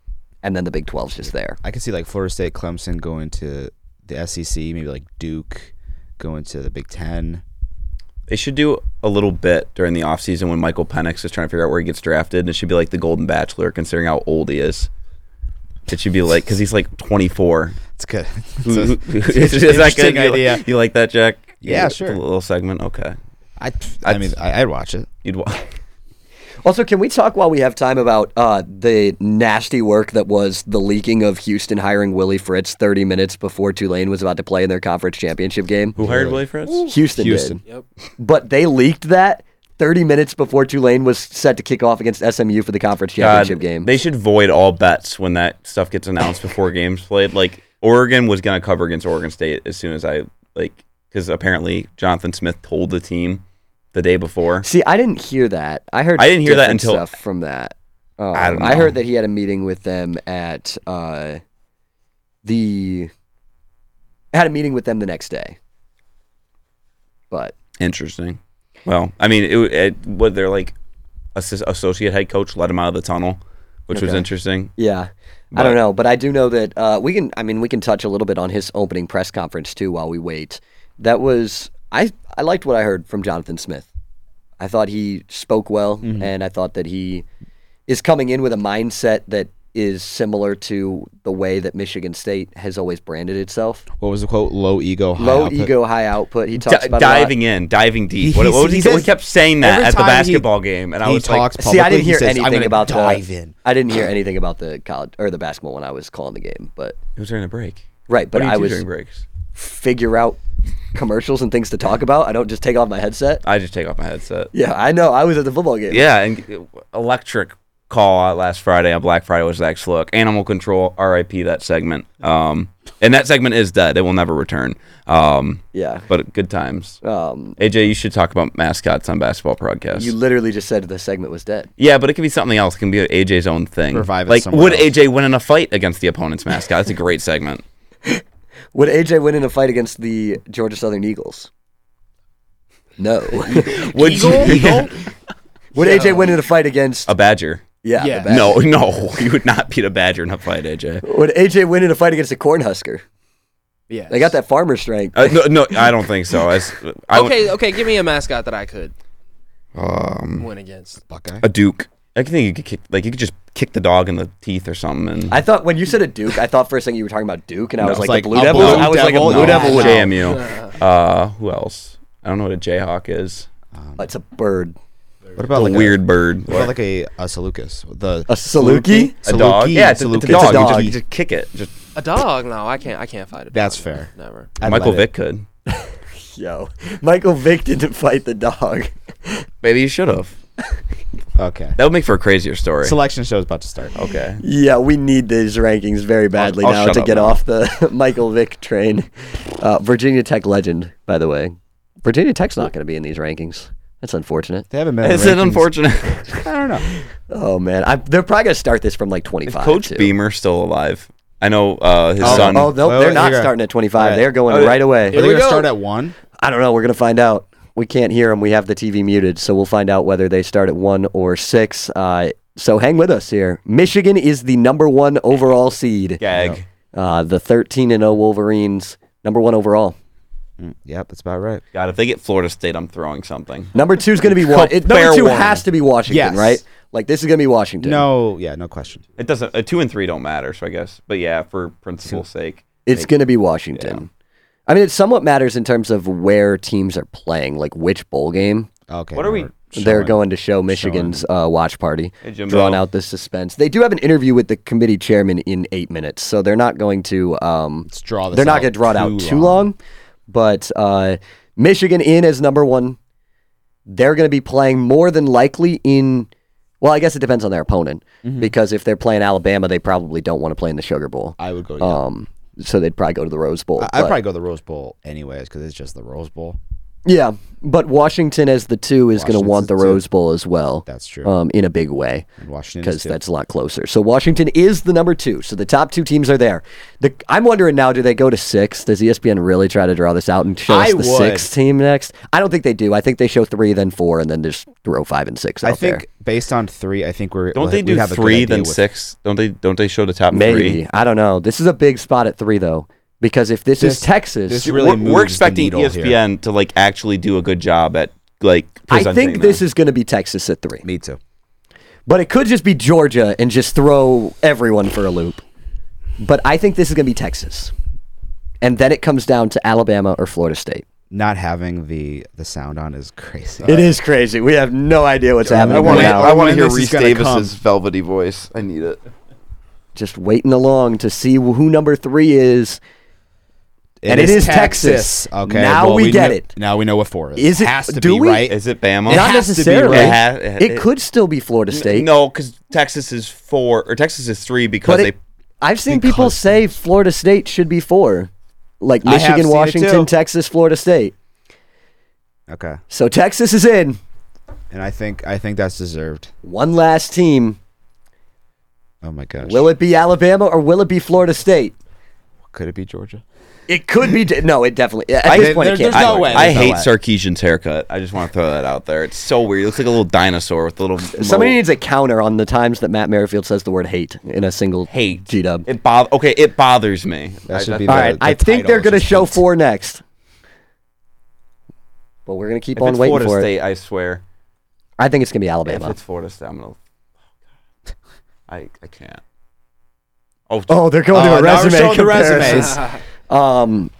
Speaker 1: and then the Big 12's just there.
Speaker 5: I can see like Florida State, Clemson going to the SEC. Maybe like Duke going to the Big Ten.
Speaker 3: They should do a little bit during the offseason when Michael Penix is trying to figure out where he gets drafted, and it should be like the Golden Bachelor, considering how old he is. It should be like because he's like 24.
Speaker 5: It's good.
Speaker 3: Who- who- who-
Speaker 5: it's an interesting
Speaker 3: You like-
Speaker 5: idea.
Speaker 3: You like that, Jack?
Speaker 5: Yeah,
Speaker 3: It's a
Speaker 5: sure.
Speaker 3: little segment. Okay.
Speaker 5: I, I mean, I, I'd watch it.
Speaker 3: You'd wa-
Speaker 1: Also, can we talk while we have time about uh, the nasty work that was the leaking of Houston hiring Willie Fritz 30 minutes before Tulane was about to play in their conference championship game?
Speaker 3: who hired Willie Fritz?
Speaker 1: Houston,
Speaker 5: Houston.
Speaker 1: did.
Speaker 2: Yep.
Speaker 1: But they leaked that 30 minutes before Tulane was set to kick off against SMU for the conference
Speaker 3: God,
Speaker 1: championship game.
Speaker 3: They should void all bets when that stuff gets announced before games played. Like Oregon was gonna cover against Oregon State as soon as I like because apparently Jonathan Smith told the team the day before.
Speaker 1: See, I didn't hear that. I heard
Speaker 3: I didn't hear that
Speaker 1: different
Speaker 3: until-
Speaker 1: stuff from that. Um,
Speaker 3: I don't
Speaker 1: heard
Speaker 3: know.
Speaker 1: that he had a meeting with them at uh, the had a meeting with them the next day. But
Speaker 3: Interesting. Well, I mean, it, it what they're like assi- associate head coach let him out of the tunnel, which was
Speaker 1: Okay.
Speaker 3: interesting.
Speaker 1: Yeah. I
Speaker 3: But-
Speaker 1: don't know, but I do know that uh, we can. I mean, we can touch a little bit on his opening press conference too while we wait. That was I. I liked what I heard from Jonathan Smith. I thought he spoke well,
Speaker 5: Mm-hmm.
Speaker 1: and I thought that he is coming in with a mindset that is similar to the way that Michigan State has always branded itself:
Speaker 5: What was the quote? Low ego, high
Speaker 1: low
Speaker 5: output.
Speaker 1: ego, high output. He talks
Speaker 3: Di-
Speaker 1: about a lot-
Speaker 3: diving in, diving deep. What,
Speaker 5: He's-
Speaker 3: what was he?
Speaker 5: he
Speaker 3: He,
Speaker 5: says-
Speaker 3: kept saying that
Speaker 5: every
Speaker 3: at the
Speaker 5: time he-
Speaker 3: basketball game, and I
Speaker 5: he
Speaker 3: was like,
Speaker 5: talks
Speaker 1: See, I didn't
Speaker 5: publicly, he
Speaker 1: hear
Speaker 5: says, "I'm
Speaker 1: anything
Speaker 5: gonna
Speaker 1: about
Speaker 5: dive
Speaker 1: the.
Speaker 5: in.
Speaker 1: I didn't hear anything about the college or the basketball when I was calling the game, but
Speaker 3: "It was during the break."
Speaker 1: right. But
Speaker 3: what do you
Speaker 1: I
Speaker 3: do
Speaker 1: was
Speaker 3: during breaks?
Speaker 1: figure out commercials and things to talk about. I don't just take off my headset.
Speaker 3: I just take off my headset.
Speaker 1: Yeah, I know. I was at the football game.
Speaker 3: Yeah, and electric call out last Friday on Black Friday was Zach's look. Animal Control, R.I.P. That segment. Um, and that segment is dead. It will never return. Um,
Speaker 1: Yeah.
Speaker 3: but good times.
Speaker 1: Um,
Speaker 3: AJ, you should talk about mascots on basketball podcast.
Speaker 1: you literally just said the segment was dead.
Speaker 3: yeah, but it could be something else. It can be AJ's own thing.
Speaker 5: Revive it
Speaker 3: like,
Speaker 5: somewhere
Speaker 3: would
Speaker 5: else.
Speaker 3: AJ win in a fight against the opponent's mascot? That's a great segment.
Speaker 1: Would AJ win in a fight against the Georgia Southern Eagles? No.
Speaker 3: Would
Speaker 2: Eagle?
Speaker 3: you?
Speaker 2: Eagle?
Speaker 1: Would AJ win in a fight against?
Speaker 3: A badger.
Speaker 1: yeah. the
Speaker 2: Yeah.
Speaker 1: Badger.
Speaker 3: No, no, you would not beat a badger in a fight, AJ.
Speaker 1: Would AJ win in a fight against a Cornhusker?
Speaker 2: Yeah.
Speaker 1: They got that farmer strength.
Speaker 3: Uh, no, no, I don't think so. As, I would-
Speaker 2: Okay, okay, give me a mascot that I could
Speaker 3: um,
Speaker 2: win against.
Speaker 5: Buckeye.
Speaker 3: a duke. I think you could kick, like you could just kick the dog in the teeth or something. And
Speaker 1: I thought when you said a Duke, I thought for a second you were talking about Duke, and I was like,
Speaker 5: like
Speaker 1: the Blue
Speaker 5: a
Speaker 1: Devils.
Speaker 5: Blue
Speaker 1: I was
Speaker 5: Devil?
Speaker 1: like, a Blue
Speaker 5: No.
Speaker 1: Devil would.
Speaker 3: JMU. Uh, who else? I don't know what a Jayhawk is.
Speaker 1: It's a bird.
Speaker 5: What about
Speaker 3: a
Speaker 5: like
Speaker 3: weird
Speaker 5: A,
Speaker 3: bird.
Speaker 5: what about like a, a Seleucus? The
Speaker 1: A Saluki?
Speaker 3: a dog?
Speaker 5: Saluki?
Speaker 3: Yeah, it's a,
Speaker 5: Seleucus.
Speaker 3: it's a dog. You just-
Speaker 1: dog.
Speaker 3: You, just, kick it. Just
Speaker 2: A dog? No, I can't. I can't fight a dog.
Speaker 5: That's fair.
Speaker 2: Never.
Speaker 5: I'd
Speaker 3: Michael
Speaker 5: let it.
Speaker 3: Vick could.
Speaker 1: Yo, Michael Vick didn't fight the dog.
Speaker 3: Maybe you should have.
Speaker 5: Okay.
Speaker 3: That would make for a crazier story.
Speaker 5: Selection show is about to start.
Speaker 3: okay.
Speaker 1: Yeah, we need these rankings very badly
Speaker 3: I'll
Speaker 1: now
Speaker 3: shut
Speaker 1: to
Speaker 3: up
Speaker 1: get
Speaker 3: now.
Speaker 1: off the Michael Vick train. Uh, Virginia Tech legend, by the way. Virginia Tech's not going to be in these rankings. That's unfortunate.
Speaker 5: They haven't been. in
Speaker 3: It's
Speaker 5: the
Speaker 3: an
Speaker 5: rankings.
Speaker 3: unfortunate.
Speaker 5: I don't know.
Speaker 1: Oh man, I, they're probably going to start this from like twenty-five.
Speaker 3: Coach
Speaker 1: too.
Speaker 3: Beamer's still alive. I know uh, his
Speaker 5: Oh,
Speaker 3: son.
Speaker 1: Oh, no,
Speaker 5: Oh,
Speaker 1: they're not
Speaker 5: here.
Speaker 1: starting at twenty-five.
Speaker 5: Alright.
Speaker 1: They're going
Speaker 3: Oh, yeah.
Speaker 1: right away.
Speaker 5: Are
Speaker 2: Here
Speaker 5: they
Speaker 2: we
Speaker 5: gonna
Speaker 2: go.
Speaker 5: start at one?
Speaker 1: I don't know. We're gonna find out. We can't hear them. We have the TV muted, so we'll find out whether they start at one or six. Uh, so hang with us here. Michigan is the number one overall seed.
Speaker 3: gag.
Speaker 1: Uh, the thirteen and zero Wolverines, number one overall.
Speaker 5: Yep, that's about right.
Speaker 3: God, if they get Florida State, I'm throwing something.
Speaker 1: Number two is gonna be
Speaker 3: Fair
Speaker 1: one. It, number two
Speaker 3: warning.
Speaker 1: has to be Washington,
Speaker 5: Yes.
Speaker 1: right? Like this is gonna be Washington.
Speaker 5: No, yeah, no question.
Speaker 3: It doesn't. Uh, two and three don't matter. So I guess. But yeah, for principle's sake.
Speaker 1: it's gonna be Washington. I mean, it somewhat matters in terms of where teams are playing, like which bowl game.
Speaker 5: Okay.
Speaker 3: What are we-
Speaker 5: we're
Speaker 1: They're
Speaker 5: showing.
Speaker 1: going to show Michigan's uh, watch party,
Speaker 3: Hey, Jimbo.
Speaker 1: drawing out the suspense. They do have an interview with the committee chairman in eight minutes, so they're not going to. Um,
Speaker 5: Let's draw this.
Speaker 1: they're not
Speaker 5: out
Speaker 1: going to draw it out
Speaker 5: too
Speaker 1: too long, but uh, Michigan in as number one. They're going to be playing more than likely in. Well, I guess it depends on their opponent
Speaker 5: Mm-hmm.
Speaker 1: because if they're playing Alabama, they probably don't want to play in the Sugar Bowl.
Speaker 5: I would go. Yeah.
Speaker 1: Um, so they'd probably go to the Rose Bowl.
Speaker 5: I- I'd
Speaker 1: but-
Speaker 5: probably go the Rose Bowl anyways because it's just the Rose Bowl.
Speaker 1: Yeah, but Washington as the two is going to want
Speaker 5: Washington's
Speaker 1: the
Speaker 5: the two.
Speaker 1: Rose Bowl as well.
Speaker 5: That's true.
Speaker 1: Um, in a big way.
Speaker 5: And Washington is
Speaker 1: because
Speaker 5: too.
Speaker 1: that's a lot closer. So Washington is the number two. So the top two teams are there. The, I'm wondering now, do they go to six? Does E ESPN really try to draw this out and show us
Speaker 5: I
Speaker 1: the
Speaker 5: would.
Speaker 1: sixth team next? I don't think they do. I think they show three, then four, and then just throw five and six
Speaker 5: I
Speaker 1: out
Speaker 5: think
Speaker 1: there.
Speaker 5: based on three, I think we're
Speaker 3: Don't
Speaker 5: we'll-
Speaker 3: they
Speaker 5: we
Speaker 3: do
Speaker 5: have a good
Speaker 3: three
Speaker 5: idea
Speaker 3: then
Speaker 5: with-
Speaker 3: six? Don't they? Don't they show the top
Speaker 1: Maybe
Speaker 3: three?
Speaker 1: I don't know. This is a big spot at three though, because if this, is
Speaker 5: This-
Speaker 1: Texas,
Speaker 5: this
Speaker 3: Dude,
Speaker 5: really
Speaker 3: we're, we're
Speaker 5: moves the
Speaker 3: expecting E
Speaker 5: needle here.
Speaker 3: ESPN to like actually do a good job at like.
Speaker 1: I
Speaker 3: Presenting
Speaker 1: think this is going to be Texas at three.
Speaker 5: Me too.
Speaker 1: But it could just be Georgia and just throw everyone for a loop. But I think this is going to be Texas. And then it comes down to Alabama or Florida State.
Speaker 5: Not having the the sound on is crazy.
Speaker 1: It is crazy. We have no idea what's happening
Speaker 6: I want
Speaker 1: right
Speaker 6: to.
Speaker 1: now.
Speaker 6: I want to
Speaker 5: When
Speaker 6: hear
Speaker 5: this is
Speaker 6: Reese
Speaker 5: gonna
Speaker 6: Davis's velvety voice. I need it.
Speaker 1: Just waiting along to see who number three is. And it is Texas.
Speaker 5: Okay.
Speaker 1: Now
Speaker 5: well,
Speaker 1: we get
Speaker 5: knew-
Speaker 1: it.
Speaker 5: Now we know what four is.
Speaker 1: Is it-
Speaker 5: has to
Speaker 1: do
Speaker 5: be
Speaker 1: we?
Speaker 5: right?
Speaker 3: Is it Bama?
Speaker 1: Not
Speaker 5: has to be
Speaker 1: necessarily.
Speaker 5: right.
Speaker 1: It,
Speaker 5: It
Speaker 3: ha- it- it-
Speaker 1: could still be Florida State.
Speaker 3: No, because Texas is four or Texas is three because
Speaker 1: but it,
Speaker 3: they.
Speaker 1: I've seen people say Florida State should be four. Like
Speaker 5: I have
Speaker 1: Michigan,
Speaker 5: seen it
Speaker 1: Washington,
Speaker 5: too.
Speaker 1: Texas, Florida State.
Speaker 5: Okay.
Speaker 1: So Texas is in.
Speaker 5: And I think I think that's deserved.
Speaker 1: One last team.
Speaker 5: Oh my gosh.
Speaker 1: Will it be Alabama or will it be Florida State?
Speaker 5: Could it be Georgia?
Speaker 1: It could be. No, it definitely. At this
Speaker 5: there-
Speaker 1: point, it
Speaker 5: there's
Speaker 1: can't.
Speaker 5: no
Speaker 1: be.
Speaker 5: way.
Speaker 3: I
Speaker 5: there's no
Speaker 3: hate
Speaker 5: way.
Speaker 3: Sarkeesian's haircut. I just want to throw that out there. It's so weird. It looks like a little dinosaur with a little.
Speaker 1: Somebody
Speaker 3: mole.
Speaker 1: needs a counter on the times that Matt Merrifield says the word hate in a single
Speaker 3: hate.
Speaker 1: G dub.
Speaker 3: It bothers. Okay, it bothers me.
Speaker 5: That should be
Speaker 1: All
Speaker 5: the-
Speaker 1: right,
Speaker 5: the
Speaker 1: I think
Speaker 5: title
Speaker 1: they're
Speaker 5: is
Speaker 1: going to
Speaker 5: just
Speaker 1: show
Speaker 5: hate.
Speaker 1: four next. But we're going to keep
Speaker 3: If
Speaker 1: on
Speaker 3: it's
Speaker 1: waiting
Speaker 3: Florida
Speaker 1: for
Speaker 3: State,
Speaker 1: it.
Speaker 3: I swear.
Speaker 1: I think it's going to be
Speaker 3: If
Speaker 1: Alabama.
Speaker 3: it's Florida State, I'm gonna. oh, I I can't. Oh,
Speaker 1: Oh, they're going to
Speaker 5: Oh,
Speaker 1: a
Speaker 5: now we're
Speaker 1: resume
Speaker 5: showing the
Speaker 1: comparisons. um,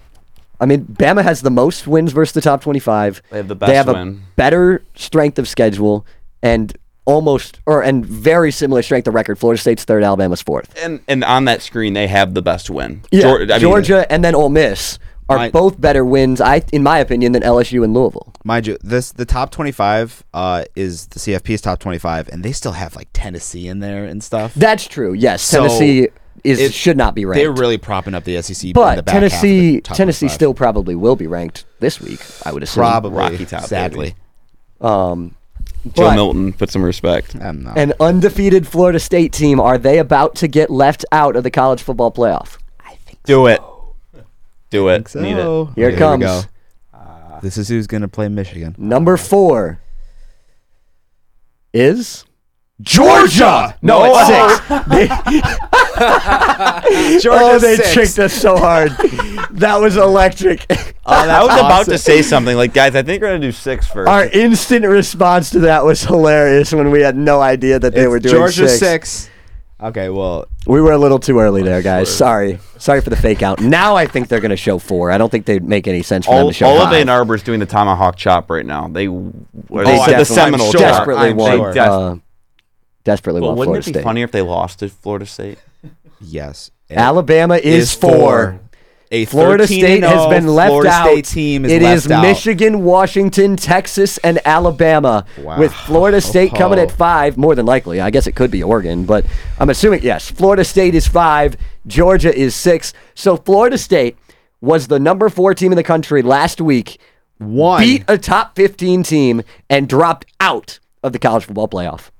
Speaker 1: I mean, Bama has the most wins versus the top 25.
Speaker 3: They have the best
Speaker 1: They have a
Speaker 3: win.
Speaker 1: better strength of schedule and almost, or and very similar strength of record. Florida State's third, Alabama's fourth.
Speaker 3: and and on that screen they have the best win.
Speaker 1: Yeah,
Speaker 3: Geor- I mean,
Speaker 1: Georgia and then Ole Miss are
Speaker 5: My-
Speaker 1: both better wins, I in my opinion, than LSU and Louisville.
Speaker 5: Mind you, this the top twenty five uh, is the CFP's top twenty five, and they still have like Tennessee in there and stuff.
Speaker 1: That's true. Yes,
Speaker 5: So,
Speaker 1: Tennessee is
Speaker 5: it-
Speaker 1: should not be ranked.
Speaker 5: They're really propping up the SEC. in the
Speaker 1: but
Speaker 5: back half of the
Speaker 1: Tennessee,
Speaker 5: top
Speaker 1: Tennessee
Speaker 5: 25.
Speaker 1: still probably will be ranked this week. I would assume.
Speaker 5: probably
Speaker 3: Rocky Top,
Speaker 5: Sadly,
Speaker 1: Um,
Speaker 3: Joe
Speaker 1: but-
Speaker 3: Milton, put some respect.
Speaker 5: I'm not.
Speaker 1: An undefeated Florida State team. Are they about to get left out of the college football playoff?
Speaker 3: Do it. Do it. Need
Speaker 5: Oh,
Speaker 3: it.
Speaker 1: Here it
Speaker 5: we
Speaker 1: comes.
Speaker 5: go. This is who's gonna play Michigan.
Speaker 1: Number four is
Speaker 5: Georgia.
Speaker 1: no, it's six. They- oh, they
Speaker 5: six.
Speaker 1: tricked us so hard. that was electric.
Speaker 3: I was about to say something like, guys, I think we're gonna do six first.
Speaker 1: Our instant response to that was hilarious when we had no idea that they were doing
Speaker 5: Georgia
Speaker 1: six.
Speaker 5: six. Okay, well,
Speaker 1: We were a little too early there, guys. Sorry, sorry for the fake out. Now I think they're going to show four. I don't think they'd make any sense for them
Speaker 3: all,
Speaker 1: to show
Speaker 3: all of
Speaker 1: five.
Speaker 3: Ann Arbor is doing the tomahawk chop right now. They, oh,
Speaker 1: They
Speaker 3: the
Speaker 1: definitely-
Speaker 3: Seminole
Speaker 5: sure.
Speaker 3: chop.
Speaker 1: desperately
Speaker 5: I'm
Speaker 1: want,
Speaker 5: sure.
Speaker 3: They def-
Speaker 1: uh, desperately
Speaker 3: well,
Speaker 1: want
Speaker 3: wouldn't
Speaker 1: Florida
Speaker 3: it be
Speaker 1: State.
Speaker 3: funnier if they lost to Florida State?
Speaker 5: yes.
Speaker 1: Alabama is, four.
Speaker 5: A
Speaker 1: Florida
Speaker 5: 13
Speaker 1: State has
Speaker 5: oh
Speaker 1: been left
Speaker 5: Florida
Speaker 1: out.
Speaker 5: State team is
Speaker 1: It
Speaker 5: left
Speaker 1: is
Speaker 5: out.
Speaker 1: Michigan, Washington, Texas, and Alabama.
Speaker 5: Wow.
Speaker 1: With Florida State coming
Speaker 5: Oh.
Speaker 1: at five, more than likely. I guess it could be Oregon, but I'm assuming yes. Florida State is five. Georgia is six. So Florida State was the number four team in the country last week.
Speaker 5: One.
Speaker 1: beat a top 15 team and dropped out of the college football playoff.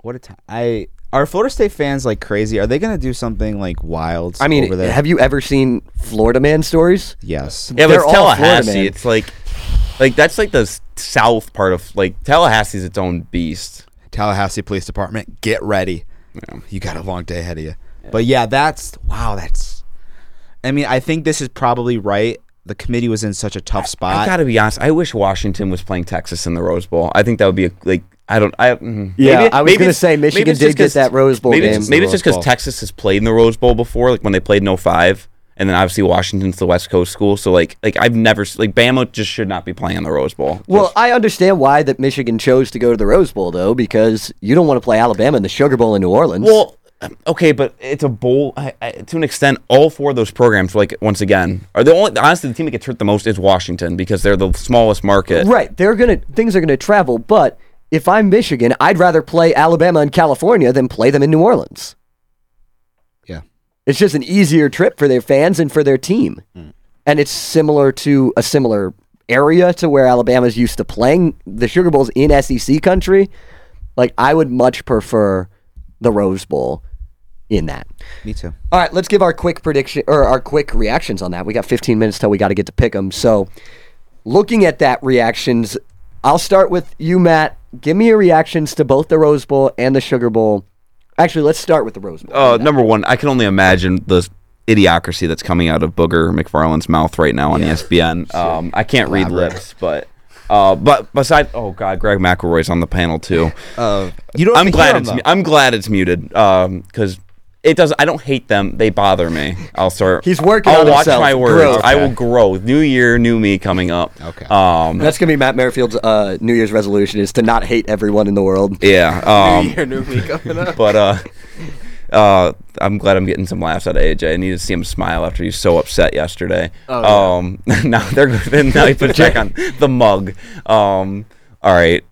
Speaker 5: What a time! I are Florida State fans like crazy? Are they going to do something like wild?
Speaker 1: I mean,
Speaker 5: over there?
Speaker 1: have you ever seen Florida man stories?
Speaker 5: yes.
Speaker 3: Yeah, but
Speaker 1: They're
Speaker 3: it's
Speaker 1: all Florida,
Speaker 3: Tallahassee.
Speaker 1: man.
Speaker 3: it's like, like that's like the s- south part of like Tallahassee's its own beast.
Speaker 5: Tallahassee Police Department, get ready. You got a long day ahead of you. But yeah, that's wow. That's. I mean, I think this is probably right. The committee was in such a tough
Speaker 3: I
Speaker 5: spot.
Speaker 3: gotta be honest. I wish Washington was playing Texas in the Rose Bowl. I think that would be a, like I don't. I mm,
Speaker 1: Yeah, I was gonna
Speaker 3: it's-
Speaker 1: say
Speaker 3: maybe
Speaker 1: Michigan
Speaker 3: it's just
Speaker 1: did get
Speaker 3: 'cause-
Speaker 1: that Rose Bowl
Speaker 3: maybe
Speaker 1: game.
Speaker 3: It's, maybe it's just
Speaker 5: Rose
Speaker 3: because
Speaker 5: Bowl.
Speaker 3: Texas has played in the Rose Bowl before, like when they played in 05. and then obviously Washington's the West Coast school. So like, like I've never s- like Bama just should not be playing in the Rose Bowl.
Speaker 1: Well, I understand why that Michigan chose to go to the Rose Bowl though, because you don't want to play Alabama in the Sugar Bowl in New Orleans.
Speaker 3: Well, okay, but it's a bowl I, I, to an extent. All four of those programs, like once again, are the only honestly the team that gets hurt the most is Washington because they're the smallest market.
Speaker 1: right, they're gonna things are gonna travel, but if I'm Michigan, I'd rather play Alabama and California than play them in New Orleans.
Speaker 5: yeah.
Speaker 1: It's just an easier trip for their fans and for their team. And it's similar to a similar area to where Alabama's used to playing the Sugar Bowls in SEC country. Like I would much prefer the Rose Bowl in that.
Speaker 5: Me too.
Speaker 1: All right, let's give our quick prediction or our quick reactions on that. We got 15 minutes till we got to get to pick 'em. So, looking at that reactions, I'll start with you, Matt. Give me your reactions to both the Rose Bowl and the Sugar Bowl. Actually, let's start with the Rose Bowl.
Speaker 3: Uh, number one, I can only imagine the idiocracy that's coming out of Booger McFarland's mouth right now on E ESPN. Um, I can't read lips, but uh, but besides, oh god, Greg McElroy's on the panel too.
Speaker 5: Uh, you don't. have
Speaker 3: I'm
Speaker 5: to
Speaker 3: glad
Speaker 5: hear 'em,
Speaker 3: it's
Speaker 5: though.
Speaker 3: mu- I'm glad it's muted because it does. I don't hate them; they bother me. I'll start.
Speaker 1: He's working
Speaker 3: I'll
Speaker 1: on
Speaker 3: watch
Speaker 1: himself.
Speaker 3: my words.
Speaker 1: Growth.
Speaker 3: I will grow. New year, new me coming up.
Speaker 5: Okay.
Speaker 3: Um.
Speaker 1: That's gonna be Matt Merrifield's uh, New Year's resolution is to not hate everyone in the world.
Speaker 3: Yeah. Um.
Speaker 2: Your new week coming up.
Speaker 3: but uh, uh, I'm glad I'm getting some laughs out of AJ. I need to see him smile after he's so upset yesterday. um, now they're then now he put a check on the mug. Um, all right,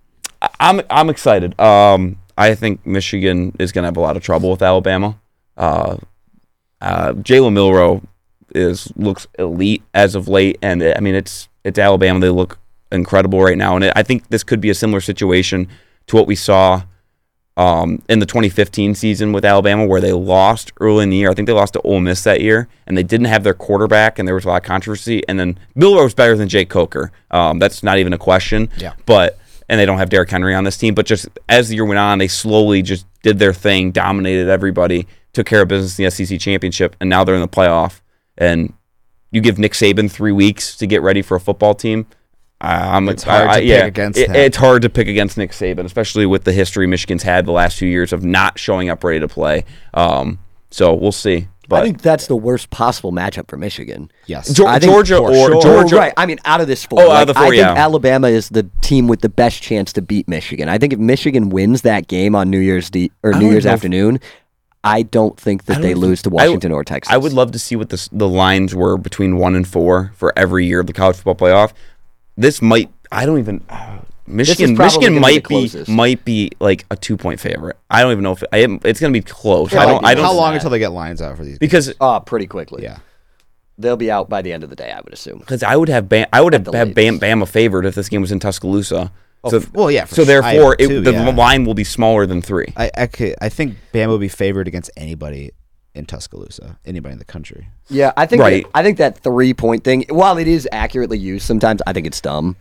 Speaker 3: I- I'm I'm excited. Um, I think Michigan is gonna have a lot of trouble with Alabama. Uh, uh, Jalen Milrow is looks elite as of late, and I mean it's it's Alabama. They look incredible right now, and it, I think this could be a similar situation to what we saw um, in the 2015 season with Alabama, where they lost early in the year. I think they lost to Ole Miss that year, and they didn't have their quarterback, and there was a lot of controversy. And then Milrow was better than Jake Coker. Um, that's not even a question.
Speaker 5: Yeah.
Speaker 3: But and they don't have Derrick Henry on this team. But just as the year went on, they slowly just did their thing, dominated everybody, took care of business in the SEC championship, and now they're in the playoff. And you give Nick Saban three weeks to get ready for a football team. I- I'm,
Speaker 5: It's hard
Speaker 3: I- I-
Speaker 5: to pick
Speaker 3: yeah,
Speaker 5: against
Speaker 3: it-
Speaker 5: that.
Speaker 3: It's hard to pick against Nick Saban, especially with the history Michigan's had the last few years of not showing up ready to play. Um, so we'll see. But
Speaker 1: I think that's the worst possible matchup for Michigan.
Speaker 5: Yes.
Speaker 3: Geor-
Speaker 1: I think
Speaker 3: Georgia
Speaker 1: for
Speaker 3: or
Speaker 1: sure.
Speaker 3: Georgia,
Speaker 1: right? I mean, out of this four,
Speaker 3: Oh, out
Speaker 1: like,
Speaker 3: of the four,
Speaker 1: I think
Speaker 3: yeah.
Speaker 1: Alabama is the team with the best chance to beat Michigan. I think if Michigan wins that game on New Year's D- or New
Speaker 5: don't
Speaker 1: Year's
Speaker 5: know if-
Speaker 1: afternoon, I don't think that
Speaker 3: I
Speaker 1: they
Speaker 3: don't
Speaker 1: lose to
Speaker 3: think- I w-
Speaker 1: Washington or Texas.
Speaker 3: I would love to see what the s- the lines were between one and four for every year of the college football playoff. This might. I don't even. Uh, Michigan.
Speaker 1: probably
Speaker 3: Michigan
Speaker 1: gonna be
Speaker 3: might
Speaker 1: the
Speaker 3: be,
Speaker 1: closest.
Speaker 3: might be like a two point favorite. I don't even know if I am, it's going to be close. I
Speaker 1: might
Speaker 3: don't.
Speaker 1: be
Speaker 3: I
Speaker 5: How
Speaker 3: don't.
Speaker 5: long until they get lines out for these?
Speaker 3: Because
Speaker 1: Ah, pretty quickly.
Speaker 5: Yeah.
Speaker 1: They'll be out by the end of the day, I would assume.
Speaker 3: because I would have Bam, I would have,
Speaker 1: the
Speaker 3: have Bam, Bama favored if this game was in Tuscaloosa. so
Speaker 5: Oh, well, yeah, for
Speaker 3: So
Speaker 5: sure. I
Speaker 3: therefore,
Speaker 5: would
Speaker 3: it,
Speaker 5: too,
Speaker 3: the
Speaker 5: yeah.
Speaker 3: line will be smaller than three.
Speaker 5: I I, could, I think Bama would be favored against anybody in Tuscaloosa, anybody in the country.
Speaker 1: Yeah, I think
Speaker 3: Right.
Speaker 1: I think that three point thing, while it is accurately used sometimes, I think it's dumb.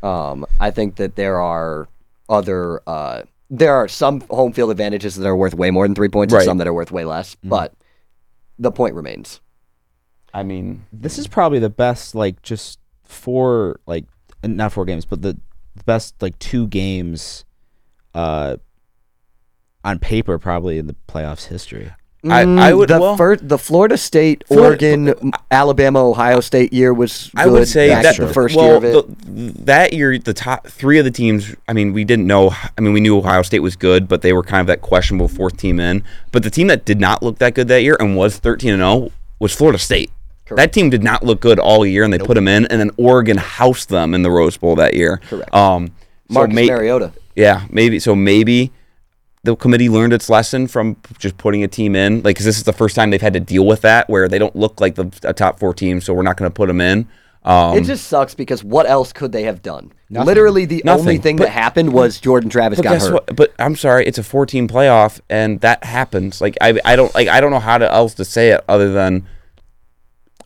Speaker 1: Um, I think that there are other uh, there are some home field advantages that are worth way more than three points,
Speaker 3: Right.
Speaker 1: and
Speaker 3: Mm-hmm.
Speaker 1: some that are worth way less. But the point remains.
Speaker 3: I mean,
Speaker 5: This is probably the best, like just four, like uh, not four games, but the, the best like two games, uh, on paper probably in the playoffs history.
Speaker 3: I- I would-
Speaker 1: Mm, the
Speaker 3: well-
Speaker 1: fir- the Florida State,
Speaker 3: Florida-
Speaker 1: Oregon, Alabama, Ohio State year was.
Speaker 3: I would
Speaker 1: good.
Speaker 3: say
Speaker 1: That's
Speaker 3: that
Speaker 1: the first
Speaker 3: well,
Speaker 1: year of it.
Speaker 3: The, that year, the top three of the teams. I mean, we didn't know. I mean, we knew Ohio State was good, but they were kind of that questionable fourth team in. But the team that did not look that good that year and was thirteen and zero was Florida State. That team did not look good all year, and they put them in. And then Oregon housed them in the Rose Bowl that year. Correct. Um, so
Speaker 1: Marcus
Speaker 3: may- Hmm.
Speaker 1: Mariota.
Speaker 3: Yeah, maybe. So maybe the committee learned its lesson from just putting a team in, like, 'cause this is the first time they've had to deal with that, where they don't look like the a top four team, so we're not going to put them in. Um,
Speaker 1: It just sucks because what else could they have done? Literally, the only
Speaker 3: Nothing.
Speaker 1: thing
Speaker 3: But-
Speaker 1: that happened was Jordan Travis
Speaker 3: but
Speaker 1: got
Speaker 3: guess
Speaker 1: hurt.
Speaker 3: what? But I'm sorry, it's a four team playoff, and that happens. Like, I, I don't like I don't know how to, else to say it other than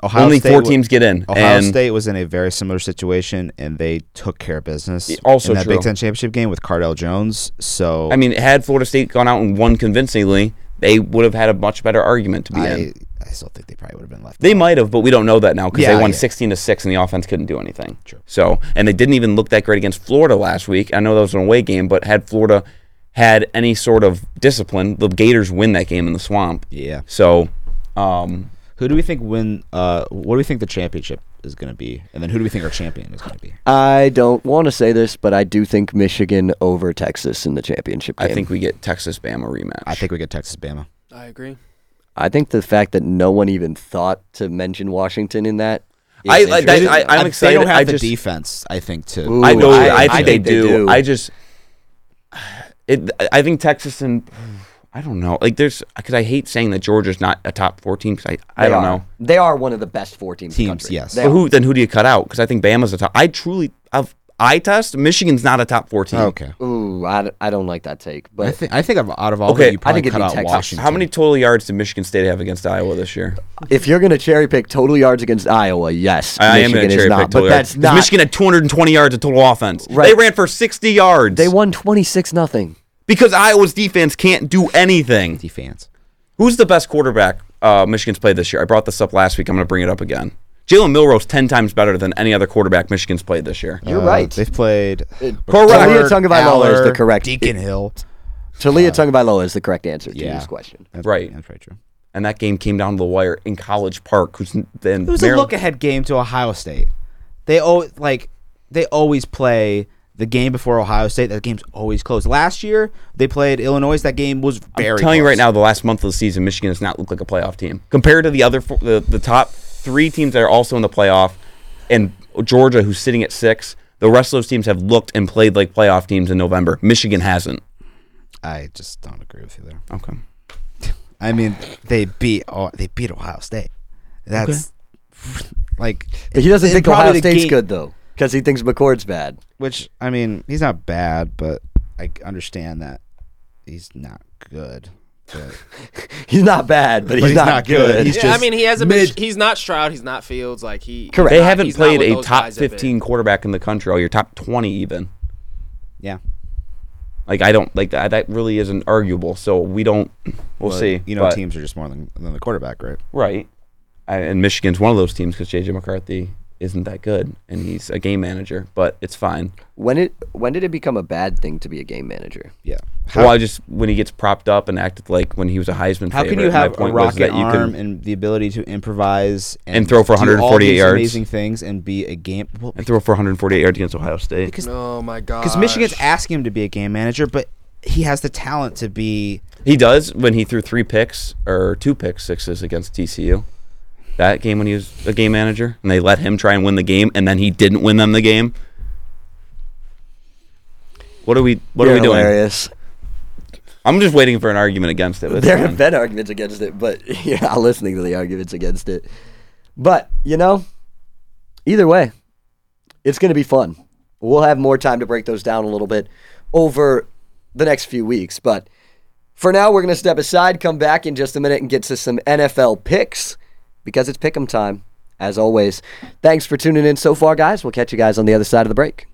Speaker 5: Ohio
Speaker 3: only
Speaker 5: State
Speaker 3: four
Speaker 5: wa-
Speaker 3: teams get in.
Speaker 5: Ohio
Speaker 3: and
Speaker 5: State was in a very similar situation, and they took care of business.
Speaker 3: also
Speaker 5: in that
Speaker 3: true.
Speaker 5: Big Ten championship game with Cardell Jones. So
Speaker 3: I mean, had Florida State gone out and won convincingly, they would have had a much better argument to be in.
Speaker 5: I, I still think they probably would have been left.
Speaker 3: They might have, but we don't know that now because
Speaker 5: Yeah,
Speaker 3: they won
Speaker 5: yeah.
Speaker 3: 16 to 6 and the offense couldn't do anything. So, and they didn't even look that great against Florida last week. I know that was an away game, but had Florida had any sort of discipline, the Gators win that game in the swamp.
Speaker 5: Yeah.
Speaker 3: So, um,
Speaker 5: Who do we think win? Uh, what do we think the championship is going to be? And then who do we think our champion is going to be?
Speaker 1: I don't want to say this, but I do think Michigan over Texas in the championship
Speaker 3: I
Speaker 1: game.
Speaker 3: think we get Texas Bama rematch.
Speaker 5: I think we get Texas Bama.
Speaker 2: I agree.
Speaker 1: I think the fact that no one even thought to mention Washington in that. is
Speaker 3: I- I-
Speaker 1: interesting.
Speaker 3: I- I- I'm
Speaker 5: They
Speaker 3: excited.
Speaker 5: don't have
Speaker 3: I
Speaker 5: the
Speaker 3: just-
Speaker 5: defense. I think to.
Speaker 1: Ooh,
Speaker 3: I know. I,
Speaker 1: I-
Speaker 3: think,
Speaker 1: I
Speaker 3: they,
Speaker 1: think they
Speaker 3: do.
Speaker 1: do.
Speaker 3: I just, it. I think Texas and I don't know. Like, there's because I hate saying that Georgia's not a top 14 because I, I
Speaker 1: They
Speaker 3: don't
Speaker 1: are.
Speaker 3: know.
Speaker 1: They are one of the best four teams. in the
Speaker 5: Teams,
Speaker 1: country.
Speaker 5: yes.
Speaker 1: They
Speaker 3: But
Speaker 1: are.
Speaker 3: who then? Who do you cut out? Because I think Bama's a top. I truly, I've eye test. Michigan's not a top fourteen.
Speaker 5: Okay.
Speaker 1: Ooh, I, d- I don't like that take,
Speaker 5: I
Speaker 1: but
Speaker 5: think I think of out of all,
Speaker 3: Okay,
Speaker 5: okay, you probably
Speaker 1: I think it'd
Speaker 5: cut
Speaker 1: be
Speaker 5: out
Speaker 1: Texas.
Speaker 5: Washington.
Speaker 3: How many total yards did Michigan State have against Iowa this year?
Speaker 1: if you're gonna cherry pick total yards against Iowa, yes,
Speaker 3: I
Speaker 1: Michigan
Speaker 3: am going to
Speaker 1: is
Speaker 3: cherry
Speaker 1: not.
Speaker 3: pick total
Speaker 1: but
Speaker 3: yards.
Speaker 1: that's
Speaker 3: 'Cause
Speaker 1: not.
Speaker 3: Michigan had 220 yards of total offense. They
Speaker 1: Right.
Speaker 3: ran for 60 yards.
Speaker 1: they won twenty six nothing.
Speaker 3: because Iowa's defense can't do anything.
Speaker 5: fans?
Speaker 3: Who's the best quarterback uh, Michigan's played this year? I brought this up last week. I'm going to bring it up again. Jalen Milroe's 10 times better than any other quarterback Michigan's played this year.
Speaker 1: You're right.
Speaker 5: Uh, They've played.
Speaker 1: Talia Tungavailoa is the
Speaker 5: Aller,
Speaker 1: correct.
Speaker 5: Deacon Hill.
Speaker 1: Talia Tungavailoa is the correct answer to
Speaker 5: Yeah.
Speaker 1: this question.
Speaker 5: That's,
Speaker 3: Right.
Speaker 5: That's right. True.
Speaker 3: And that game came down to the wire in College Park. Who's then
Speaker 5: It was a look ahead game to Ohio State. They o- like they always play the game before Ohio State. That game's always close. Last year they played Illinois. That game was very.
Speaker 3: I'm telling you
Speaker 5: close.
Speaker 3: right now, the last month of the season, Michigan does not look like a playoff team compared to the other four, the, the top three teams that are also in the playoff, and Georgia, who's sitting at six. The rest of those teams have looked and played like playoff teams in November. Michigan hasn't.
Speaker 5: I just don't agree with you there.
Speaker 3: Okay.
Speaker 5: I mean, they beat oh, they beat Ohio State. That's like
Speaker 1: He doesn't
Speaker 5: and
Speaker 1: think
Speaker 5: probably
Speaker 1: Ohio
Speaker 5: the
Speaker 1: State's
Speaker 5: game-
Speaker 1: good though, because he thinks McCord's bad.
Speaker 5: Which I mean, he's not bad, but I understand that he's not good. But
Speaker 1: He's not bad, but he's,
Speaker 5: he's
Speaker 1: not,
Speaker 5: not good.
Speaker 1: good.
Speaker 5: He's
Speaker 2: yeah, I
Speaker 5: just
Speaker 2: mean, he hasn't
Speaker 5: mid-
Speaker 2: been. He's not Stroud. He's not Fields. Like he.
Speaker 1: Correct.
Speaker 3: They
Speaker 1: Not-
Speaker 3: haven't
Speaker 2: he's not
Speaker 3: played
Speaker 2: what
Speaker 3: a
Speaker 2: those
Speaker 3: top
Speaker 2: guys have been.
Speaker 3: 15 quarterback in the country all year, top 20 even.
Speaker 5: yeah,
Speaker 3: Like, I don't, like, that, that really isn't arguable. So we don't, we'll
Speaker 5: But,
Speaker 3: see.
Speaker 5: you know,
Speaker 3: But-
Speaker 5: teams are just more than than the quarterback, right?
Speaker 3: Right. I, and Michigan's one of those teams because J.J. McCarthy isn't that good and he's a game manager, but it's fine.
Speaker 1: When it when did it become a bad thing to be a game manager?
Speaker 5: Yeah.
Speaker 3: well, I just when he gets propped up and acted like when he was a Heisman.
Speaker 5: How
Speaker 3: favorite,
Speaker 5: can you
Speaker 3: my
Speaker 5: have a
Speaker 3: point was
Speaker 5: rocket
Speaker 3: that you
Speaker 5: arm
Speaker 3: can,
Speaker 5: and the ability to improvise and,
Speaker 3: And throw for
Speaker 5: do all
Speaker 3: 148
Speaker 5: these
Speaker 3: yards.
Speaker 5: amazing things, and be a game? Well,
Speaker 3: and throw for 148 yards against Ohio State?
Speaker 5: because
Speaker 2: Oh my god.
Speaker 5: because Michigan's asking him to be a game manager, but he has the talent to be
Speaker 3: He does when he threw three picks or two pick sixes against TCU. That game when he was a game manager and they let him try and win the game and then he didn't win them the game. What are we what
Speaker 1: You're
Speaker 3: are we doing?
Speaker 1: Hilarious.
Speaker 3: I'm just waiting for an argument against it with
Speaker 1: There
Speaker 3: him.
Speaker 1: have been arguments against it, but you're not listening to the arguments against it. But, you know, either way, it's going to be fun. We'll have more time to break those down a little bit over the next few weeks. But for now, we're going to step aside, come back in just a minute, and get to some NFL picks because it's pick 'em time, as always. Thanks for tuning in so far, guys. We'll catch you guys on the other side of the break.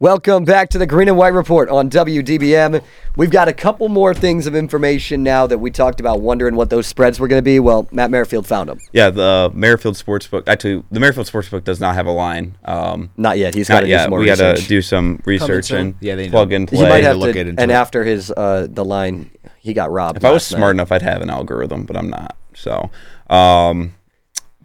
Speaker 1: Welcome back to the Green and White Report on WDBM. We've got a couple more things of information now that we talked about, wondering what those spreads were going to be. Well, Matt Merrifield found them.
Speaker 3: Yeah, the Merrifield Sportsbook actually the Merrifield Sportsbook does not have a line. Um
Speaker 1: Not yet. He's got
Speaker 3: not
Speaker 1: to do
Speaker 3: yet.
Speaker 1: some more
Speaker 3: We got
Speaker 1: research.
Speaker 3: to do some research
Speaker 2: soon.
Speaker 3: and
Speaker 5: Yeah, they
Speaker 3: plug
Speaker 5: know.
Speaker 3: and play.
Speaker 5: You
Speaker 1: he might
Speaker 5: to
Speaker 1: have to,
Speaker 5: look it into
Speaker 1: and
Speaker 5: it.
Speaker 1: after his uh, the line, he got robbed.
Speaker 3: If I was
Speaker 1: last night.
Speaker 3: smart enough, I'd have an algorithm, but I'm not. So, um,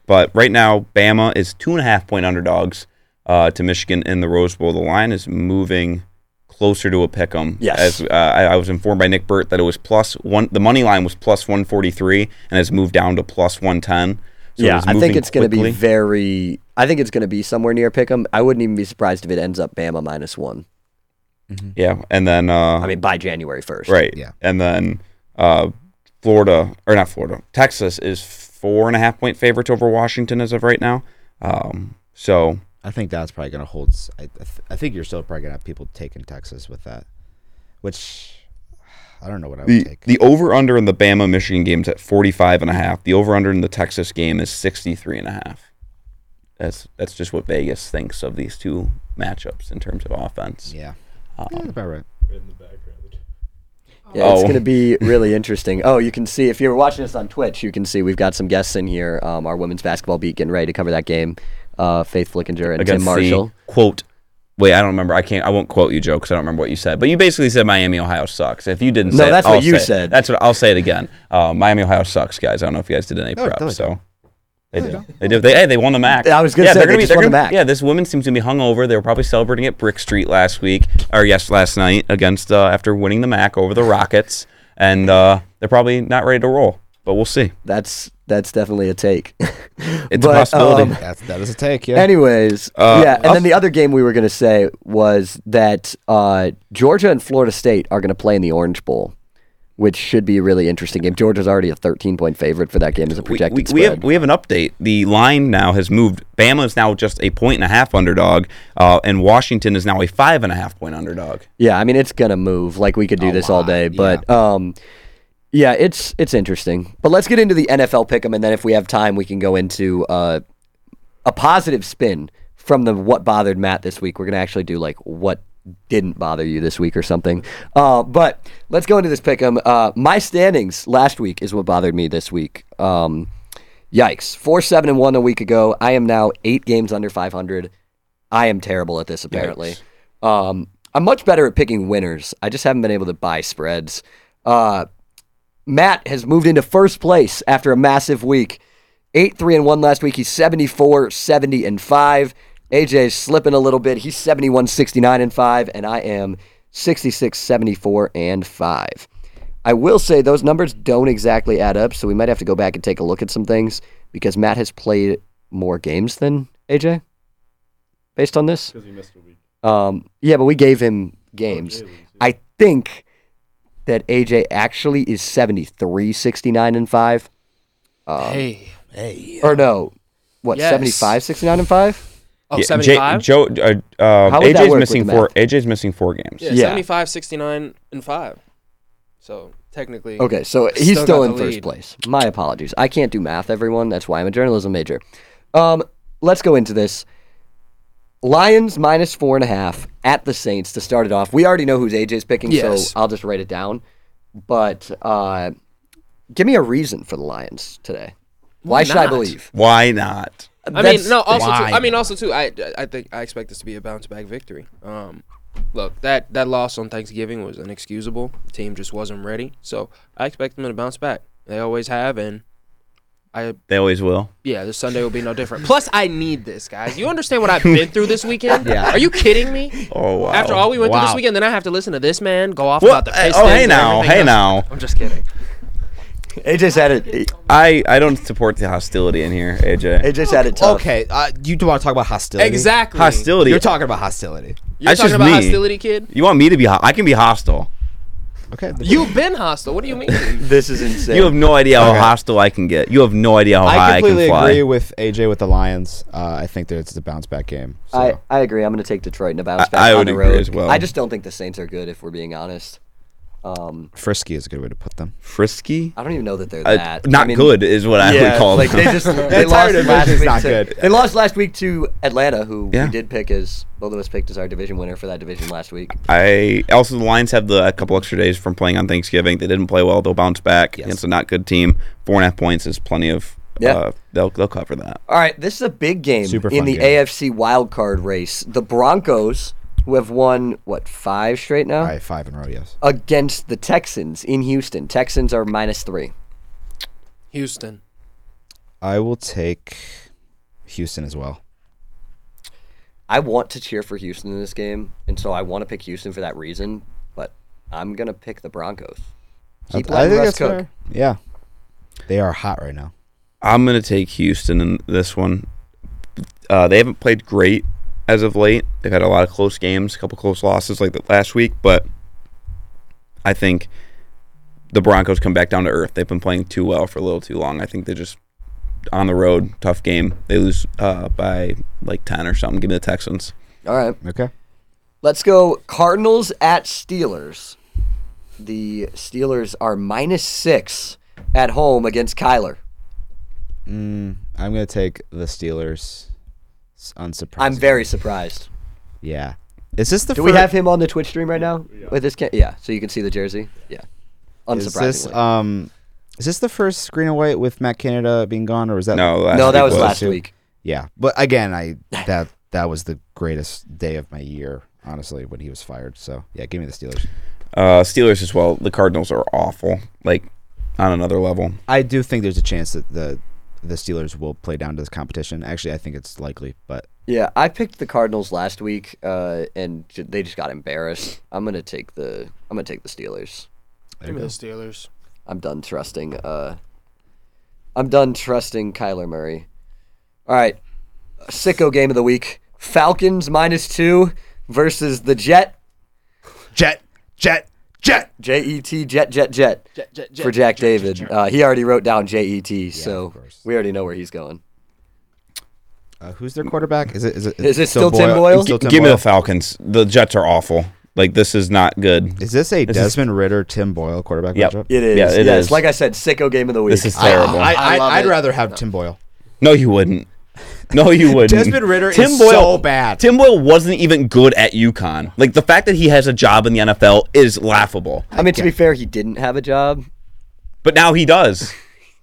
Speaker 3: but right now, Bama is two and a half point underdogs uh, to Michigan in the Rose Bowl. The line is moving closer to a pick 'em.
Speaker 1: Yes.
Speaker 3: As, uh, I, I was informed by Nick Burt that it was plus one. The money line was plus 143 and has moved down to plus 110. So it
Speaker 1: yeah,
Speaker 3: is
Speaker 1: I think
Speaker 3: moving
Speaker 1: it's going to be
Speaker 3: quickly.
Speaker 1: very. I think it's going to be somewhere near Pick'em. I wouldn't even be surprised if it ends up Bama minus one.
Speaker 3: Yeah, and then uh,
Speaker 1: I mean, by January first.
Speaker 3: right.
Speaker 5: Yeah.
Speaker 3: and then uh, Florida or not Florida, Texas is four and a half point favorites over Washington as of right now. Um, so
Speaker 5: I think that's probably going to hold. s- I, I th- I think you're still probably going to have people taking Texas with that, which I don't know what I would
Speaker 3: the,
Speaker 5: take.
Speaker 3: the over under in the Bama Michigan game is at 45 and a half. The over under in the Texas game is 63 and a half. That's that's just what Vegas thinks of these two matchups in terms of offense.
Speaker 5: yeah. yeah, that's about right.
Speaker 1: Yeah, it's
Speaker 3: Oh.
Speaker 1: going to be really interesting. Oh, you can see if you're watching us on Twitch, you can see we've got some guests in here. Um, our women's basketball beat getting ready to cover that game. Uh, Faith Flickinger and Tim
Speaker 3: Against
Speaker 1: Marshall.
Speaker 3: the quote Wait, I don't remember. I can't. I won't quote you, Joe, because I don't remember what you said. But you basically said Miami, Ohio sucks. If you didn't,
Speaker 1: No,
Speaker 3: say it,
Speaker 1: that's what
Speaker 3: I'll
Speaker 1: you
Speaker 3: say it.
Speaker 1: said.
Speaker 3: That's what I'll say it again. Uh, Miami, Ohio sucks, guys. I don't know if you guys did any prep,
Speaker 5: no, they
Speaker 3: so they do. They do. They hey, they won the MAC.
Speaker 1: I was gonna say,
Speaker 3: they're
Speaker 1: they
Speaker 3: be-
Speaker 1: just
Speaker 3: they're
Speaker 1: won the
Speaker 3: gonna-
Speaker 1: MAC.
Speaker 3: Yeah, this women's team's gonna be hungover. They were probably celebrating at Brick Street last week or yes, last night against uh, after winning the MAC over the Rockets, and uh, they're probably not ready to roll. But we'll see.
Speaker 1: That's that's definitely a take.
Speaker 3: It's
Speaker 1: But,
Speaker 3: a possibility. Uh,
Speaker 1: um,
Speaker 5: That's that is a take. Yeah.
Speaker 1: Anyways, yeah, and then the other game we were going to say was that uh, Georgia and Florida State are going to play in the Orange Bowl, which should be a really interesting game. Georgia's already a 13 point favorite for that game as a
Speaker 3: we,
Speaker 1: projected
Speaker 3: we,
Speaker 1: spread.
Speaker 3: we have we have an update. The line now has moved. Bama is now just a point and a half underdog, uh, and Washington is now a five and a half point underdog.
Speaker 1: Yeah, I mean it's gonna move. Like we could do this all day, but yeah. um yeah, it's it's interesting. But let's get into the NFL pick'em and then if we have time we can go into uh a positive spin from the what bothered Matt this week. We're gonna actually do like what didn't bother you this week or something. Uh, but let's go into this pick'em. Uh, my standings last week is what bothered me this week. Um, yikes! Four, seven, and one a week ago. I am now eight games under five hundred. I am terrible at this apparently. Um, I'm much better at picking winners. I just haven't been able to buy spreads. Uh, Matt has moved into first place after a massive week. 8 3 and 1 last week. He's 74 70 and 5. AJ's slipping a little bit. He's 71 69 and 5 and I am 66 74 and 5. I will say those numbers don't exactly add up, so we might have to go back and take a look at some things because Matt has played more games than AJ based on this. Because he missed a week. Um, yeah, but we gave him games. I think that AJ actually is 73, 69, and 5. Um,
Speaker 2: hey, hey.
Speaker 1: Or no, what,
Speaker 2: Yes.
Speaker 1: 75, 69, and 5?
Speaker 2: Oh,
Speaker 3: Yeah, J-
Speaker 2: 75?
Speaker 3: Joe, uh, um,
Speaker 1: How would that
Speaker 3: AJ's
Speaker 1: work
Speaker 3: missing
Speaker 1: with the
Speaker 3: four. AJ's missing four games.
Speaker 2: yeah,
Speaker 1: yeah.
Speaker 2: 75, 69, and 5. So, technically.
Speaker 1: Okay, so
Speaker 2: Still
Speaker 1: he's still,
Speaker 2: got
Speaker 1: in
Speaker 2: the
Speaker 1: first
Speaker 2: lead.
Speaker 1: place. My apologies. I can't do math, everyone. That's why I'm a journalism major. Um, let's go into this. Lions minus four and a half at the Saints to start it off. We already know who's AJ's picking,
Speaker 2: Yes.
Speaker 1: so I'll just write it down. But uh, give me a reason for the Lions today. Why,
Speaker 2: Why
Speaker 1: should I
Speaker 2: not?
Speaker 1: believe?
Speaker 3: Why not?
Speaker 2: I
Speaker 1: That's-
Speaker 2: mean, no. Also, too, I mean, also too. I I think I expect this to be a bounce back victory. Um, look, that that loss on Thanksgiving was inexcusable. The team just wasn't ready, so I expect them to bounce back. They always have, and I I
Speaker 3: They always will.
Speaker 2: yeah, this Sunday will be no different. Plus, I need this, guys. You understand what I've been through this weekend?
Speaker 5: Yeah.
Speaker 2: Are you kidding me?
Speaker 3: Oh wow.
Speaker 2: After all we went through this
Speaker 5: Wow.
Speaker 2: weekend, then I have to listen to this man go off
Speaker 3: Well,
Speaker 2: about the
Speaker 3: hey-
Speaker 2: Pistons.
Speaker 3: oh hey
Speaker 2: and
Speaker 3: now,
Speaker 2: everything
Speaker 3: hey
Speaker 2: else.
Speaker 3: now.
Speaker 2: I'm just kidding.
Speaker 1: AJ's had it.
Speaker 3: I I don't support the hostility in here, AJ.
Speaker 1: AJ's had it tough.
Speaker 5: Okay, uh, you do want to talk about hostility?
Speaker 2: Exactly.
Speaker 3: hostility.
Speaker 5: You're talking about hostility.
Speaker 2: You're
Speaker 3: That's
Speaker 2: talking
Speaker 3: just
Speaker 2: about
Speaker 3: me.
Speaker 2: hostility, kid.
Speaker 3: You want me to be? Ho- I can be hostile.
Speaker 5: Okay.
Speaker 2: You've been hostile. What do you mean?
Speaker 1: This is insane.
Speaker 3: You have no idea how
Speaker 5: Okay.
Speaker 3: hostile I can get. You have no idea how high I
Speaker 5: I
Speaker 3: can
Speaker 5: completely
Speaker 3: fly.
Speaker 5: agree with AJ with the Lions. Uh, I think that it's a bounce back game. So.
Speaker 1: I, I agree. I'm going to take Detroit in a bounce
Speaker 3: I-
Speaker 1: back
Speaker 3: I
Speaker 1: on
Speaker 3: would
Speaker 1: the
Speaker 3: agree
Speaker 1: road.
Speaker 3: as well.
Speaker 1: I just don't think the Saints are good. If we're being honest, um,
Speaker 5: Frisky is a good way to put them.
Speaker 3: Frisky.
Speaker 1: I don't even know that they're
Speaker 3: Uh,
Speaker 1: that.
Speaker 3: not
Speaker 1: I mean,
Speaker 3: good is what I would
Speaker 1: Yeah,
Speaker 3: call
Speaker 1: like
Speaker 3: them.
Speaker 1: they just they lost
Speaker 5: tired of
Speaker 1: last
Speaker 5: division's
Speaker 1: week.
Speaker 5: not
Speaker 1: to,
Speaker 5: good.
Speaker 1: They lost last week to Atlanta, who
Speaker 3: Yeah.
Speaker 1: we did pick as both of us picked as our division winner for that division last week.
Speaker 3: I also the Lions have the a couple extra days from playing on Thanksgiving. They didn't play well. They'll bounce back. It's a not good team. Four and a half points is plenty of.
Speaker 1: Yeah.
Speaker 3: Uh, they'll they'll cover that.
Speaker 1: All right, this is a big game
Speaker 5: Super
Speaker 1: in
Speaker 5: fun
Speaker 1: the
Speaker 5: game.
Speaker 1: AFC wild card race. The Broncos, who have won what five straight now,
Speaker 5: All right, five in a row, yes.
Speaker 1: against the Texans in Houston. Texans are minus three.
Speaker 2: Houston.
Speaker 5: I will take Houston as well.
Speaker 1: I want to cheer for Houston in this game, and so I want to pick Houston for that reason. But I'm gonna pick the Broncos. Keep letting Russ cook.
Speaker 5: fair. Yeah. They are hot right now.
Speaker 3: I'm gonna take Houston in this one. Uh, they haven't played great as of late. They've had a lot of close games, a couple close losses like the last week, but I think the Broncos come back down to earth. They've been playing too well for a little too long. I think they're just on the road, tough game. They lose uh, by like ten or something. Give me the Texans.
Speaker 1: All right,
Speaker 5: Okay.
Speaker 1: let's go. Cardinals at Steelers. The Steelers are minus six at home against Kyler.
Speaker 5: Mm, I'm going to take the Steelers. It's unsurprising.
Speaker 1: I'm very surprised.
Speaker 5: Yeah. Is this the
Speaker 1: Do
Speaker 5: first,
Speaker 1: we have him on the Twitch stream right now? With this, ca- yeah. So you can see the jersey. Yeah.
Speaker 5: is this
Speaker 1: Unsurprisingly.
Speaker 5: um is this the first green and white with Matt Canada being gone or was that
Speaker 3: No, uh, last
Speaker 1: no, that
Speaker 3: week
Speaker 1: was, last
Speaker 5: Two.
Speaker 1: week.
Speaker 5: Yeah. But again, I that that was the greatest day of my year, honestly, when he was fired. So, yeah, give me the Steelers.
Speaker 3: Uh, Steelers as well. The Cardinals are awful, like on another level.
Speaker 5: I do think there's a chance that the the Steelers will play down to this competition. Actually, I think it's likely, but
Speaker 1: Yeah, I picked the Cardinals last week, uh, and j- they just got embarrassed. I'm gonna take the I'm gonna take the Steelers.
Speaker 5: there
Speaker 2: Give
Speaker 5: you
Speaker 2: me
Speaker 5: go.
Speaker 2: the Steelers.
Speaker 1: I'm done trusting. Uh, I'm done trusting Kyler Murray. All right, sicko game of the week: Falcons minus two versus the Jet.
Speaker 5: Jet, Jet, Jet.
Speaker 1: J E T Jet Jet Jet
Speaker 2: Jet, jet,
Speaker 1: for Jack David. Uh, he already wrote down J E T, so
Speaker 5: course.
Speaker 1: we already know where he's going.
Speaker 5: Uh, who's their quarterback? Is it is it
Speaker 1: Is it still Tim Boyle?
Speaker 5: It's still Tim
Speaker 3: Give me
Speaker 5: Boyle?
Speaker 3: the Falcons. The Jets are awful. Like this is not good.
Speaker 5: Is this a Desmond Ritter, Tim Boyle quarterback
Speaker 3: Yep.
Speaker 5: matchup?
Speaker 1: It is.
Speaker 3: Yeah, it
Speaker 1: yes,
Speaker 3: is.
Speaker 1: like I said, sicko game of the week.
Speaker 3: This is terrible.
Speaker 2: I
Speaker 5: I, I,
Speaker 2: love
Speaker 5: I, would
Speaker 2: it.
Speaker 5: rather have Tim Boyle.
Speaker 3: no, you wouldn't. No, you wouldn't.
Speaker 5: Desmond Ritter is so bad.
Speaker 3: Tim Boyle wasn't even good at UConn. Like the fact that he has a job in the NFL is laughable.
Speaker 1: I mean, to be fair, he didn't have a job.
Speaker 3: But now he does.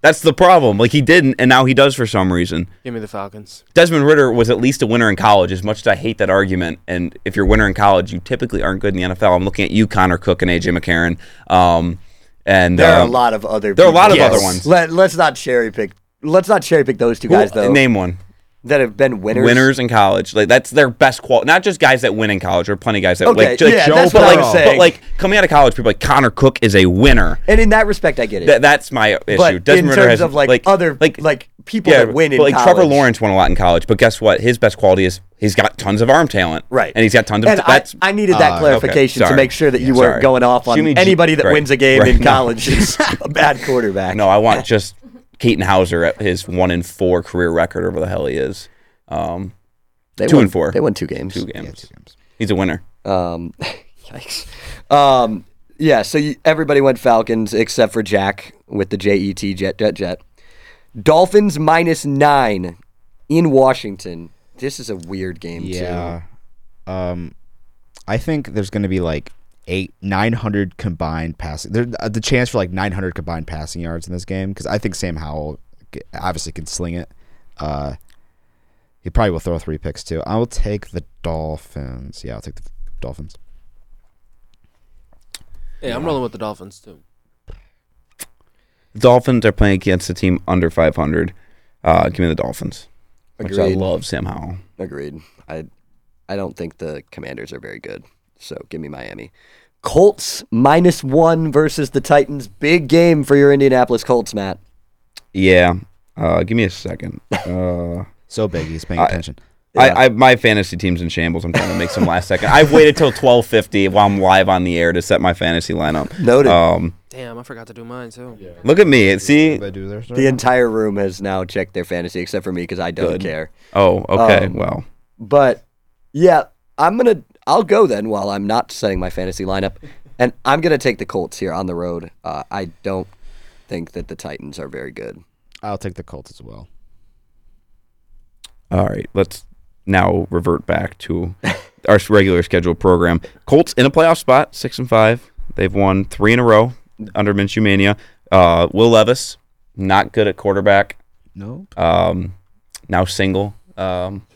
Speaker 3: That's the problem. Like he didn't, and now he does for some reason.
Speaker 2: Give me the Falcons.
Speaker 3: Desmond Ritter was at least a winner in college. As much as I hate that argument, and if you're a winner in college, you typically aren't good in the NFL. I'm looking at you, Connor Cook, and AJ McCarron. Um, and
Speaker 1: There are a
Speaker 3: um,
Speaker 1: lot of other.
Speaker 3: there are a lot
Speaker 1: people.
Speaker 3: of other ones.
Speaker 1: Let, let's not cherry pick. Let's not cherry pick those two
Speaker 3: who-
Speaker 1: guys though
Speaker 3: Name one.
Speaker 1: that have been winners.
Speaker 3: winners in college. Like that's their best qual. Not just guys that win in college. There are plenty of guys that
Speaker 1: Okay,
Speaker 3: like, j- like
Speaker 1: yeah,
Speaker 3: Joe
Speaker 1: that's
Speaker 3: but
Speaker 1: what
Speaker 3: like,
Speaker 1: I'm
Speaker 3: but
Speaker 1: saying.
Speaker 3: like coming out of college, people are like Connor Cook is a winner.
Speaker 1: And in that respect, I get it.
Speaker 3: That, that's my issue.
Speaker 1: but
Speaker 3: Desmond
Speaker 1: in
Speaker 3: Ritter
Speaker 1: terms
Speaker 3: has,
Speaker 1: of like, other like like people that win in
Speaker 3: but, like Trevor
Speaker 1: college.
Speaker 3: Lawrence won a lot in college, but guess what? His best quality is he's got tons of arm talent,
Speaker 1: right?
Speaker 3: And he's got tons of
Speaker 1: And I,
Speaker 3: that's
Speaker 1: I needed that clarification to
Speaker 3: sorry.
Speaker 1: make sure that you
Speaker 3: Yeah,
Speaker 1: weren't
Speaker 3: sorry.
Speaker 1: going off on
Speaker 3: Jimmy G-
Speaker 1: anybody that
Speaker 3: right,
Speaker 1: wins a game
Speaker 3: right,
Speaker 1: in
Speaker 3: no.
Speaker 1: college is a bad quarterback.
Speaker 3: no. I want just Keaton Hauser at his one in four career record, or whatever the hell he is. Um,
Speaker 1: they
Speaker 3: two
Speaker 1: won,
Speaker 3: and four.
Speaker 1: They won two games.
Speaker 3: two
Speaker 5: Yeah,
Speaker 3: games.
Speaker 5: two games.
Speaker 3: He's a winner.
Speaker 1: Um, yikes. Um, yeah, so you, everybody went Falcons except for Jack with the J E T Jet Jet Jet. Dolphins minus nine in Washington. This is a weird game
Speaker 5: Yeah. Um, I think there's going to be like eight, nine hundred combined passing. There, uh, the chance for like nine hundred combined passing yards in this game because I think Sam Howell g- obviously can sling it. Uh, he probably will throw three picks too. I will take the Dolphins. Yeah, I'll take the Dolphins.
Speaker 2: Yeah, I'm rolling with the Dolphins too.
Speaker 3: Dolphins are playing against a team under 500. Uh, give me the Dolphins, which I
Speaker 1: Agreed.
Speaker 3: love Sam Howell.
Speaker 1: Agreed. I I don't think the Commanders are very good. So give me Miami. Colts minus one versus the Titans. Big game for your Indianapolis Colts, Matt.
Speaker 3: Yeah. Uh, give me a second. Uh,
Speaker 5: So big, he's paying
Speaker 3: I-
Speaker 5: attention.
Speaker 3: I, I my fantasy team's in shambles. I'm trying to make some last second. I've waited till 12:50 while I'm live on the air to set my fantasy lineup.
Speaker 1: Noted.
Speaker 3: Um,
Speaker 2: Damn, I forgot to do mine too.
Speaker 3: look at me. See?
Speaker 5: I do this.
Speaker 1: the entire room has now checked their fantasy except for me because I don't
Speaker 3: Good.
Speaker 1: care.
Speaker 3: Oh, okay.
Speaker 1: Um,
Speaker 3: well,
Speaker 1: But yeah, I'm gonna I'll go then while I'm not setting my fantasy lineup, and I'm gonna take the Colts here on the road. Uh, I don't think that the Titans are very good.
Speaker 5: I'll take the Colts as well.
Speaker 3: all right. Let's now revert back to our regular schedule program. Colts in a playoff spot, six and five. They've won three in a row under Minshew mania. Uh, Will Levis, not good at quarterback.
Speaker 5: No,
Speaker 3: Um, now single. Um,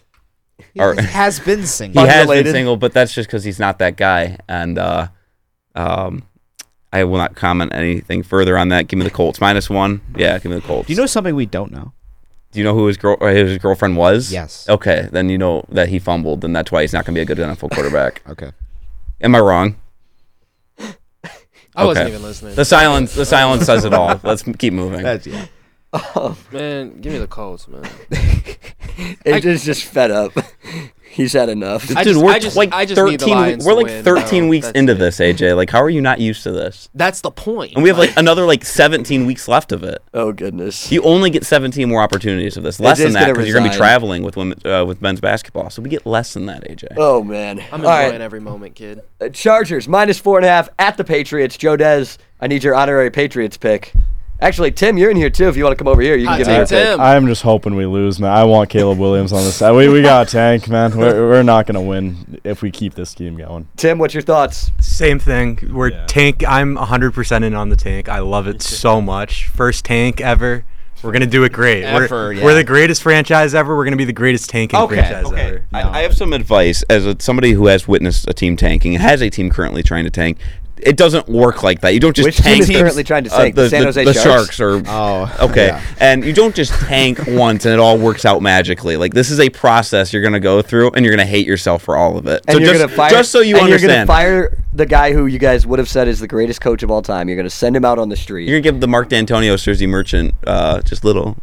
Speaker 5: he
Speaker 3: Or-
Speaker 5: has been
Speaker 3: he
Speaker 5: single.
Speaker 3: has
Speaker 1: Unrelated.
Speaker 3: been single, but that's just because he's not that guy. And uh, um, I will not comment anything further on that. Give me the Colts minus one. Yeah, give me the Colts.
Speaker 5: Do you know something we don't know?
Speaker 3: Do you know who his girl or his girlfriend was?
Speaker 5: Yes.
Speaker 3: Okay, then you know that he fumbled, and that's why he's not going to be a good NFL quarterback.
Speaker 5: Okay.
Speaker 3: Am I wrong?
Speaker 2: I wasn't
Speaker 3: Okay.
Speaker 2: even listening.
Speaker 3: The silence. The silence says it all. Let's m- keep moving.
Speaker 5: That's yeah.
Speaker 2: man, give me the Colts, man.
Speaker 1: It is just fed up. He's had enough.
Speaker 2: I
Speaker 3: Dude,
Speaker 2: just-
Speaker 3: we're
Speaker 2: I just-
Speaker 3: like
Speaker 2: I just need the
Speaker 3: 13
Speaker 2: Lions
Speaker 3: we're
Speaker 2: to
Speaker 3: like
Speaker 2: win,
Speaker 3: 13
Speaker 2: bro.
Speaker 3: weeks
Speaker 2: That's
Speaker 3: into
Speaker 2: it.
Speaker 3: this, AJ. Like how are you not used to this?
Speaker 2: That's the point.
Speaker 3: And we have like another like 17 weeks left of it.
Speaker 1: Oh goodness.
Speaker 3: You only get 17 more opportunities of this. Less
Speaker 1: is
Speaker 3: than that
Speaker 1: gonna
Speaker 3: because you're going to be
Speaker 1: resign.
Speaker 3: traveling with women uh, with men's basketball. So we get less than that, AJ.
Speaker 1: Oh man.
Speaker 2: I'm
Speaker 1: All
Speaker 2: enjoying
Speaker 1: right.
Speaker 2: every moment, kid.
Speaker 1: Uh, Chargers minus four and a half at the Patriots. Joe Dez, I need your honorary Patriots pick. Actually, Tim, you're in here too. If you want to come over here, you can
Speaker 2: Hot
Speaker 1: give me your
Speaker 2: take,
Speaker 1: pick.
Speaker 2: Tim.
Speaker 4: I'm just hoping we lose, man. I want Caleb Williams on this side. We, we got a tank, man. We're, we're not gonna win if we keep this game going.
Speaker 1: Tim, what's your thoughts?
Speaker 7: Same thing. We're
Speaker 4: Yeah.
Speaker 7: tank. I'm 100% in on the tank. I love it so much. First tank ever. We're gonna do it great.
Speaker 3: Ever,
Speaker 7: we're, we're
Speaker 3: yeah.
Speaker 7: the greatest franchise ever. We're gonna be the greatest tanking
Speaker 3: Okay,
Speaker 7: franchise
Speaker 3: okay.
Speaker 7: ever.
Speaker 5: No.
Speaker 3: I, I have some advice as a, somebody who has witnessed a team tanking and has a team currently trying to tank. It doesn't work like that. You don't just
Speaker 1: Which team
Speaker 3: tank. uh,
Speaker 1: is currently trying to tank?
Speaker 3: the,
Speaker 1: The San Jose
Speaker 3: the
Speaker 1: Sharks?
Speaker 3: Sharks are
Speaker 5: Oh,
Speaker 3: okay,
Speaker 5: yeah.
Speaker 3: and you don't just tank once and it all works out magically. Like this is a process you're going to go through, and you're going to hate yourself for all of it.
Speaker 1: And
Speaker 3: so
Speaker 1: you're
Speaker 3: just,
Speaker 1: gonna fire.
Speaker 3: just so you
Speaker 1: and
Speaker 3: understand,
Speaker 1: you're gonna fire the guy who you guys would have said is the greatest coach of all time. You're gonna send him out on the street.
Speaker 3: You're gonna give the Mark D'Antonio Cersei Merchant uh, just little,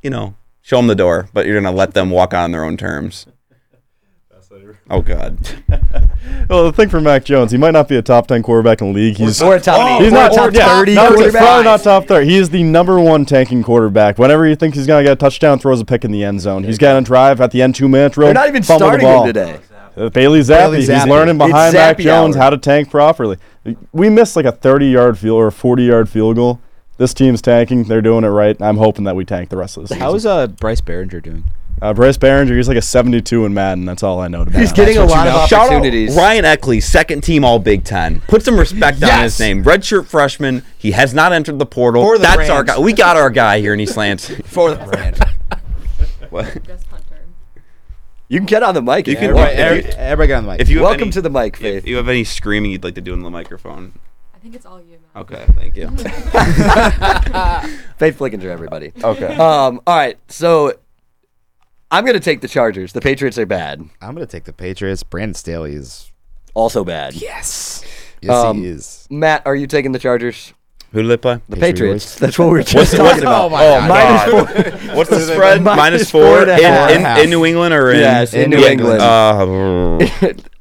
Speaker 3: you know, show them the door, but you're gonna let them walk on their own terms. Oh God!
Speaker 4: Well, the thing for Mac Jones, he might not be a top ten quarterback in the league. He's
Speaker 1: or a top,
Speaker 4: Oh, he's
Speaker 1: or
Speaker 4: not
Speaker 1: a top
Speaker 4: top yeah,
Speaker 1: 30
Speaker 4: not-
Speaker 1: quarterback.
Speaker 4: Probably not top thirty. He is the number one tanking quarterback. Whenever you think he's gonna get a touchdown, throws a pick in the end zone. He's got a drive at the end two minute drill.
Speaker 1: They're not even
Speaker 4: fumble the
Speaker 1: starting him
Speaker 4: ball.
Speaker 1: today.
Speaker 4: Uh, Bailey Zappi,
Speaker 5: Bailey
Speaker 4: he's
Speaker 5: Zappi.
Speaker 4: learning
Speaker 1: It's
Speaker 4: behind Mac
Speaker 1: Zappi
Speaker 4: Jones
Speaker 1: hour.
Speaker 4: how to tank properly. We missed like a 30 yard field or a 40 yard field goal. This team's tanking. They're doing it right. I'm hoping that we tank the rest of the season.
Speaker 5: How is uh Bryce Behringer doing?
Speaker 4: uh, Bryce Behringer, he's like a 72 in Madden. That's all I know about
Speaker 1: He's
Speaker 4: him.
Speaker 1: getting a
Speaker 5: what you
Speaker 1: lot of
Speaker 5: know.
Speaker 3: Shout out
Speaker 1: opportunities.
Speaker 3: Ryan Eckley, second team All Big Ten. Put some respect on his
Speaker 5: Yes!
Speaker 3: name. Redshirt freshman. He has not entered the portal.
Speaker 5: For the
Speaker 3: That's
Speaker 5: Rams.
Speaker 3: our guy. We got our guy here, and he slants.
Speaker 5: For the brand.
Speaker 3: What?
Speaker 8: Just Hunter.
Speaker 1: You can get on the mic.
Speaker 3: You
Speaker 1: if
Speaker 3: can-
Speaker 1: want.
Speaker 3: Right, Eric-
Speaker 5: everybody, everybody get on the mic.
Speaker 3: If you have
Speaker 1: Welcome
Speaker 3: any-
Speaker 1: to the mic,
Speaker 3: If
Speaker 1: Faith.
Speaker 3: you have any screaming you'd like to do in the microphone,
Speaker 8: I think it's all you, Matt.
Speaker 3: okay. Thank you.
Speaker 1: Faith Flickinger, everybody.
Speaker 6: Okay.
Speaker 1: Um. All right. So I'm gonna take the Chargers. The Patriots are bad.
Speaker 5: I'm gonna take the Patriots. Brandon Staley is
Speaker 1: Also bad.
Speaker 5: yes, yes
Speaker 1: Um,
Speaker 5: he is.
Speaker 1: Matt, are you taking the Chargers?
Speaker 3: Who did they play? Oh,
Speaker 1: The
Speaker 5: Patriots.
Speaker 1: Patriots. That's what we were just talking about.
Speaker 5: Oh my God.
Speaker 3: What's the spread?
Speaker 1: Minus
Speaker 3: Minus
Speaker 1: four
Speaker 3: four
Speaker 1: and a
Speaker 3: in,
Speaker 1: half.
Speaker 3: in, in New England or in
Speaker 1: Yes, in New
Speaker 3: Yeah,
Speaker 1: England.
Speaker 3: Uh,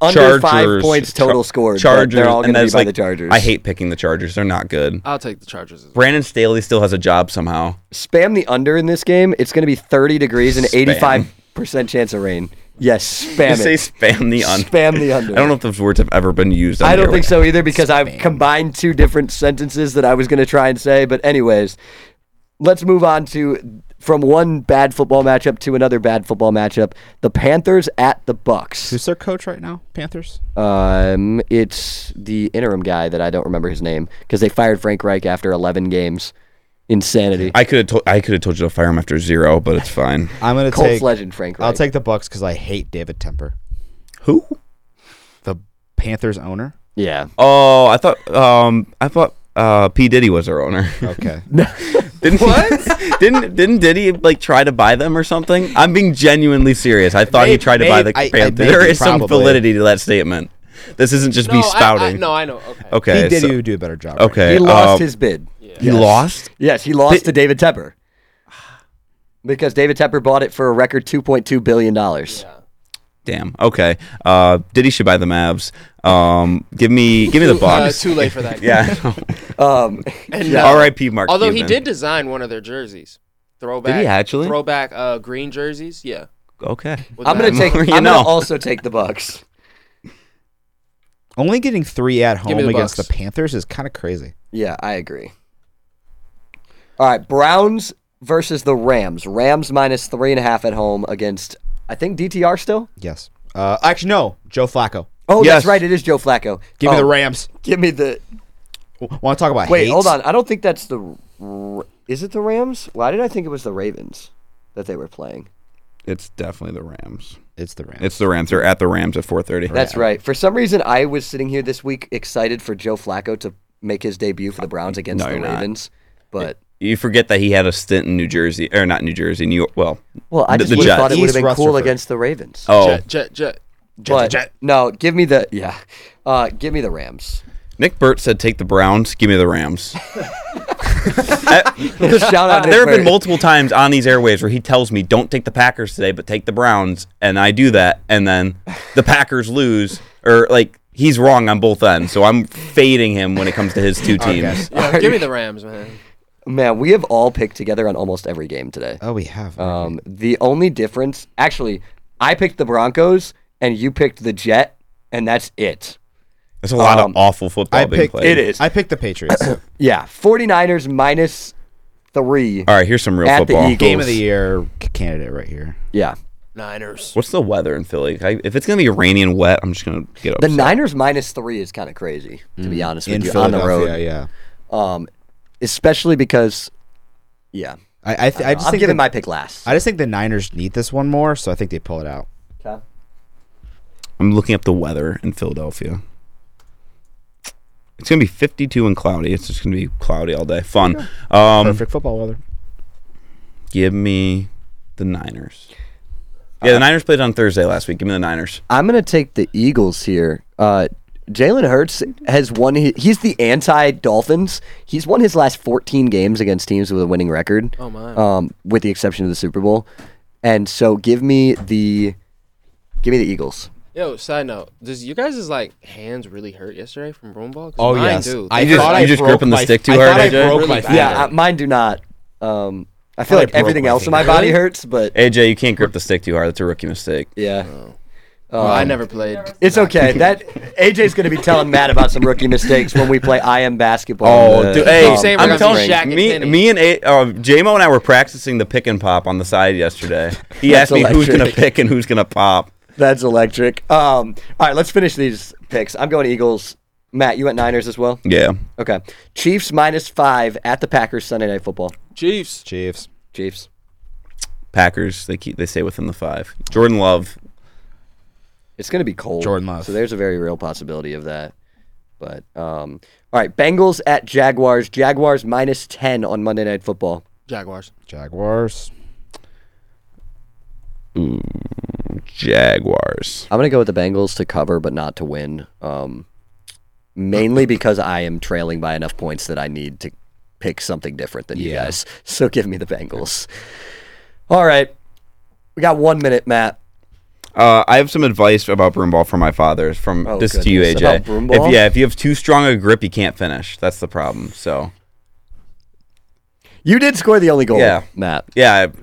Speaker 1: Under five
Speaker 3: Chargers,
Speaker 1: points total
Speaker 3: Char-
Speaker 1: scored. but
Speaker 3: Chargers,
Speaker 1: They're all going
Speaker 3: and
Speaker 1: to be
Speaker 3: that's
Speaker 1: by
Speaker 3: like,
Speaker 1: the Chargers.
Speaker 3: I hate picking the Chargers. They're not good.
Speaker 2: I'll take the Chargers. As well.
Speaker 3: Brandon Staley still has a job somehow.
Speaker 1: spam the under in this game. It's going to be 30 degrees and
Speaker 3: Spam.
Speaker 1: 85 percent chance of rain. Yes,
Speaker 3: You
Speaker 1: spam
Speaker 3: say
Speaker 1: it.
Speaker 3: spam the under.
Speaker 1: Spam the under.
Speaker 3: I don't know if those words have ever been used. on
Speaker 1: I don't
Speaker 3: here.
Speaker 1: think so either because I've combined two different sentences that I was going to try and say. But anyways, let's move on to from one bad football matchup to another bad football matchup. The Panthers at the Bucks.
Speaker 5: Who's their coach right now? Panthers.
Speaker 1: Um, it's the interim guy that I don't remember his name because they fired Frank Reich after 11 games. Insanity.
Speaker 3: I could have told I could have told you to fire him after zero, but it's fine.
Speaker 5: I'm gonna
Speaker 1: Colts
Speaker 5: take.
Speaker 1: legend Frank Reich.
Speaker 5: I'll take the Bucks because I hate David Temper,
Speaker 3: Who?
Speaker 5: the Panthers owner.
Speaker 1: yeah.
Speaker 3: Oh, I thought um I thought uh, P Diddy was their owner.
Speaker 5: Okay.
Speaker 3: didn't what? didn't didn't Diddy like try to buy them or something? I'm being genuinely serious. I thought he
Speaker 5: Maybe-
Speaker 3: tried to buy the
Speaker 5: maybe- I- I-
Speaker 3: Panthers.
Speaker 5: maybe,
Speaker 3: there is some
Speaker 5: probably.
Speaker 3: validity to that statement. This isn't just
Speaker 2: No,
Speaker 3: me
Speaker 2: I- I-
Speaker 3: spouting.
Speaker 2: no, I know. Okay.
Speaker 3: Okay.
Speaker 5: he did
Speaker 3: so-
Speaker 5: you do a better job. right?
Speaker 3: okay.
Speaker 1: He lost
Speaker 5: um,
Speaker 3: uh,
Speaker 1: his bid.
Speaker 3: He lost.
Speaker 1: Yes, he lost to David Tepper because David Tepper bought it for a record two point two billion dollars.
Speaker 3: Damn. Okay. Uh, Diddy should buy the Mavs. Um, give me give me the
Speaker 2: Too- uh,
Speaker 3: Bucks.
Speaker 2: too late for that. uh,
Speaker 3: yeah.
Speaker 1: Um,
Speaker 2: No.
Speaker 3: R.I.P. Mark.
Speaker 2: Although he
Speaker 3: Cuban.
Speaker 2: did design one of their jerseys, throwback.
Speaker 3: actually?
Speaker 2: Throwback uh, green jerseys. Yeah.
Speaker 3: Okay.
Speaker 2: With
Speaker 1: I'm gonna
Speaker 2: that-
Speaker 1: take.
Speaker 3: You
Speaker 1: I'm gonna
Speaker 3: know.
Speaker 1: also take the Bucks.
Speaker 5: Only getting three at
Speaker 2: me
Speaker 5: home
Speaker 2: the
Speaker 5: against
Speaker 2: Bucks.
Speaker 5: the Panthers is kind of crazy.
Speaker 1: Yeah, I agree. All right, Browns versus the Rams. Rams minus three and a half at home against I think DTR still.
Speaker 5: Yes. Uh, actually, no. Joe Flacco.
Speaker 1: Oh,
Speaker 3: Yes.
Speaker 1: that's right. It is Joe Flacco.
Speaker 5: Give me
Speaker 1: Oh,
Speaker 5: the Rams.
Speaker 1: Give me the.
Speaker 5: Want to talk about?
Speaker 1: Wait,
Speaker 5: hate?
Speaker 1: hold on. I don't think that's the. R- Is it the Rams? Why did I think it was the Ravens that they were playing?
Speaker 3: It's definitely the Rams.
Speaker 5: It's the Rams.
Speaker 3: It's the Rams. They're at the Rams at 4:30.
Speaker 1: That's right. For some reason, I was sitting here this week excited for Joe Flacco to make his debut for the Browns against
Speaker 3: No,
Speaker 1: the
Speaker 3: you're not.
Speaker 1: Ravens. But
Speaker 3: You forget that he had a stint in New Jersey, or not New Jersey, New York. Well,
Speaker 1: well, I
Speaker 3: The-
Speaker 1: just
Speaker 3: the
Speaker 1: would've
Speaker 3: Jets.
Speaker 1: thought it would have
Speaker 5: East
Speaker 1: been cool
Speaker 5: Rutherford.
Speaker 1: against the Ravens.
Speaker 3: oh,
Speaker 2: Jet, jet, jet.
Speaker 1: but no, give me the yeah, uh, give me the Rams.
Speaker 3: Nick Burt said, "Take the Browns, give me the Rams." uh,
Speaker 1: Shout out. Nick
Speaker 3: there have been
Speaker 1: Byrd.
Speaker 3: multiple times on these airwaves where he tells me, "Don't take the Packers today, but take the Browns," and I do that, and then the Packers lose, or like he's wrong on both ends. So I'm fading him when it comes to his two teams.
Speaker 2: Yeah, give me the Rams, man.
Speaker 1: Man, we have all picked together on almost every game today.
Speaker 5: Oh, we have.
Speaker 3: Uh,
Speaker 1: Um, the only difference, actually, I picked the Broncos and you picked the Jet, and that's it.
Speaker 3: There's a lot
Speaker 1: Um,
Speaker 3: of awful football
Speaker 5: I
Speaker 3: being
Speaker 5: picked.
Speaker 3: played.
Speaker 5: I picked the Patriots.
Speaker 1: Yeah, 49ers minus three.
Speaker 3: All right, here's some real
Speaker 1: At the
Speaker 3: football.
Speaker 1: Eagles.
Speaker 5: Game of the year c- candidate right here.
Speaker 1: Yeah.
Speaker 2: Niners.
Speaker 3: What's the weather in Philly? I, if it's gonna be rainy and wet, I'm just gonna get up.
Speaker 1: The Niners minus three is kind of crazy, to be honest with
Speaker 5: In
Speaker 1: you, on the road.
Speaker 5: Philadelphia, yeah.
Speaker 1: Um, especially because, yeah.
Speaker 5: I, I, th- I just
Speaker 1: Uh, I'm
Speaker 5: think
Speaker 1: giving
Speaker 5: the,
Speaker 1: my pick last.
Speaker 5: I just think the Niners need this one more, so I think they pull it out.
Speaker 1: Okay.
Speaker 3: I'm looking up the weather in Philadelphia. It's gonna be 52 and cloudy. It's just gonna be cloudy all day. Fun. Um,
Speaker 5: Perfect football weather.
Speaker 3: Give me the Niners. Yeah, the Niners played on Thursday last week. Give me the Niners.
Speaker 1: I'm going to take the Eagles here. Uh, Jalen Hurts has won. His, he's the anti Dolphins. He's won his last 14 games against teams with a winning record. Oh
Speaker 2: my.
Speaker 1: Um, with the exception of the Super Bowl, and so give me the, give me the Eagles.
Speaker 2: Yo, side note, does you guys is like hands really hurt yesterday from broom ball? 'Cause
Speaker 5: Oh,
Speaker 2: mine
Speaker 5: yes.
Speaker 2: do.
Speaker 5: I
Speaker 3: You just-
Speaker 5: thought I
Speaker 3: you just
Speaker 5: broke
Speaker 3: gripping the
Speaker 5: my-
Speaker 3: stick too
Speaker 5: I
Speaker 3: hard,
Speaker 5: thought I
Speaker 3: AJ?
Speaker 5: broke
Speaker 2: Really
Speaker 5: my
Speaker 2: bad.
Speaker 5: finger.
Speaker 1: Yeah, uh, mine do not. Um, I feel
Speaker 5: I
Speaker 1: like
Speaker 5: broke
Speaker 1: everything
Speaker 5: my
Speaker 1: else in my
Speaker 5: finger.
Speaker 1: body hurts, but
Speaker 3: AJ, you can't grip the stick too hard. That's a rookie mistake.
Speaker 1: yeah, Um,
Speaker 2: Well,
Speaker 3: um,
Speaker 2: I never played.
Speaker 1: it's okay. That AJ's gonna be telling Matt about some rookie mistakes when we play I am basketball. in
Speaker 3: Oh,
Speaker 1: the,
Speaker 3: dude, hey,
Speaker 1: um,
Speaker 2: saying we're
Speaker 3: I'm
Speaker 2: gonna
Speaker 3: telling
Speaker 2: be Shaq and
Speaker 3: you, me,
Speaker 2: Penny.
Speaker 3: me and A, uh, JMO and I were practicing the pick and pop on the side yesterday. He
Speaker 1: That's
Speaker 3: asked me who's
Speaker 1: electric.
Speaker 3: gonna pick and who's gonna pop.
Speaker 1: That's electric. Um, all right, let's finish these picks. I'm going Eagles. Matt, you went Niners as well.
Speaker 3: Yeah,
Speaker 1: Okay, Chiefs minus five at the Packers Sunday Night Football.
Speaker 2: Chiefs.
Speaker 5: Chiefs.
Speaker 1: Chiefs.
Speaker 3: Packers. They keep they stay within the five. Jordan Love.
Speaker 1: It's going to be cold.
Speaker 5: Jordan Love.
Speaker 1: So there's a very real possibility of that. But um, all right, Bengals at Jaguars. Jaguars minus ten on Monday Night Football.
Speaker 2: Jaguars.
Speaker 5: Jaguars.
Speaker 3: Jaguars.
Speaker 1: I'm going to go with the Bengals to cover, but not to win. Um, mainly because I am trailing by enough points that I need to pick something different than you
Speaker 5: Yeah.
Speaker 1: guys. So give me the Bengals. All right, we got one minute, Matt.
Speaker 3: Uh, I have some advice about broomball from my father. From
Speaker 1: Oh,
Speaker 3: this to you,
Speaker 1: goodness.
Speaker 3: AJ.
Speaker 1: About broom ball?
Speaker 3: If, yeah, if you have too strong a grip, you can't finish. That's the problem. So
Speaker 1: You did score the only goal,
Speaker 3: Yeah.
Speaker 1: Matt.
Speaker 3: yeah, it,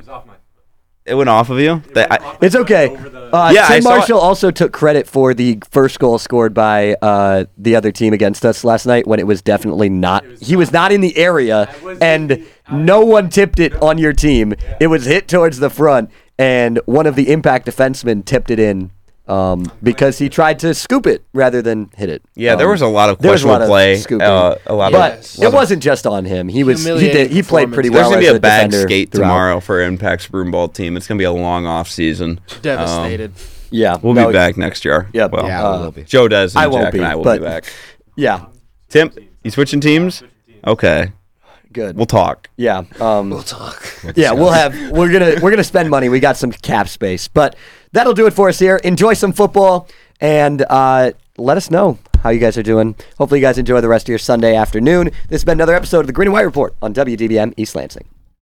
Speaker 3: it went off of you. That- I-
Speaker 1: It's okay. Uh,
Speaker 3: Yeah, I
Speaker 1: Tim
Speaker 3: saw it.
Speaker 1: Marshall also took credit for the first goal scored by uh, the other team against us last night when it was definitely not. he was not in the area, and no one tipped it on your team. It was hit towards the front, and one of the impact defensemen tipped it in um, because he tried to scoop it rather than hit it.
Speaker 3: yeah, there
Speaker 1: Um,
Speaker 3: was a lot of
Speaker 1: there was a
Speaker 3: questionable
Speaker 1: lot of
Speaker 3: play.
Speaker 1: scooping.
Speaker 3: Uh, a lot
Speaker 1: but
Speaker 3: of.
Speaker 2: Yes.
Speaker 1: it wasn't just on him. He was he did
Speaker 2: Humiliating
Speaker 1: he played pretty
Speaker 2: performance.
Speaker 1: well.
Speaker 3: There's gonna be
Speaker 1: as
Speaker 3: a bad
Speaker 1: defender
Speaker 3: skate
Speaker 1: throughout.
Speaker 3: tomorrow for Impact's broomball team. It's gonna be a long off season. Um,
Speaker 2: Devastated.
Speaker 1: Yeah,
Speaker 3: We'll
Speaker 1: no,
Speaker 3: be back next year.
Speaker 1: Yeah,
Speaker 3: Well,
Speaker 5: Yeah,
Speaker 1: Uh,
Speaker 5: it will be.
Speaker 3: Joe does. And
Speaker 1: I won't
Speaker 3: Jack
Speaker 1: be,
Speaker 3: and I will
Speaker 1: but-
Speaker 3: be back.
Speaker 1: Yeah,
Speaker 3: Tim, you switching teams? Okay,
Speaker 1: Good.
Speaker 3: we'll talk.
Speaker 1: yeah. Um,
Speaker 2: We'll talk.
Speaker 1: yeah, we'll have we're gonna we're gonna spend money. We got some cap space, but that'll do it for us here. Enjoy some football and uh, let us know how you guys are doing. Hopefully, you guys enjoy the rest of your Sunday afternoon. This has been another episode of the Green and White Report on WDBM East Lansing.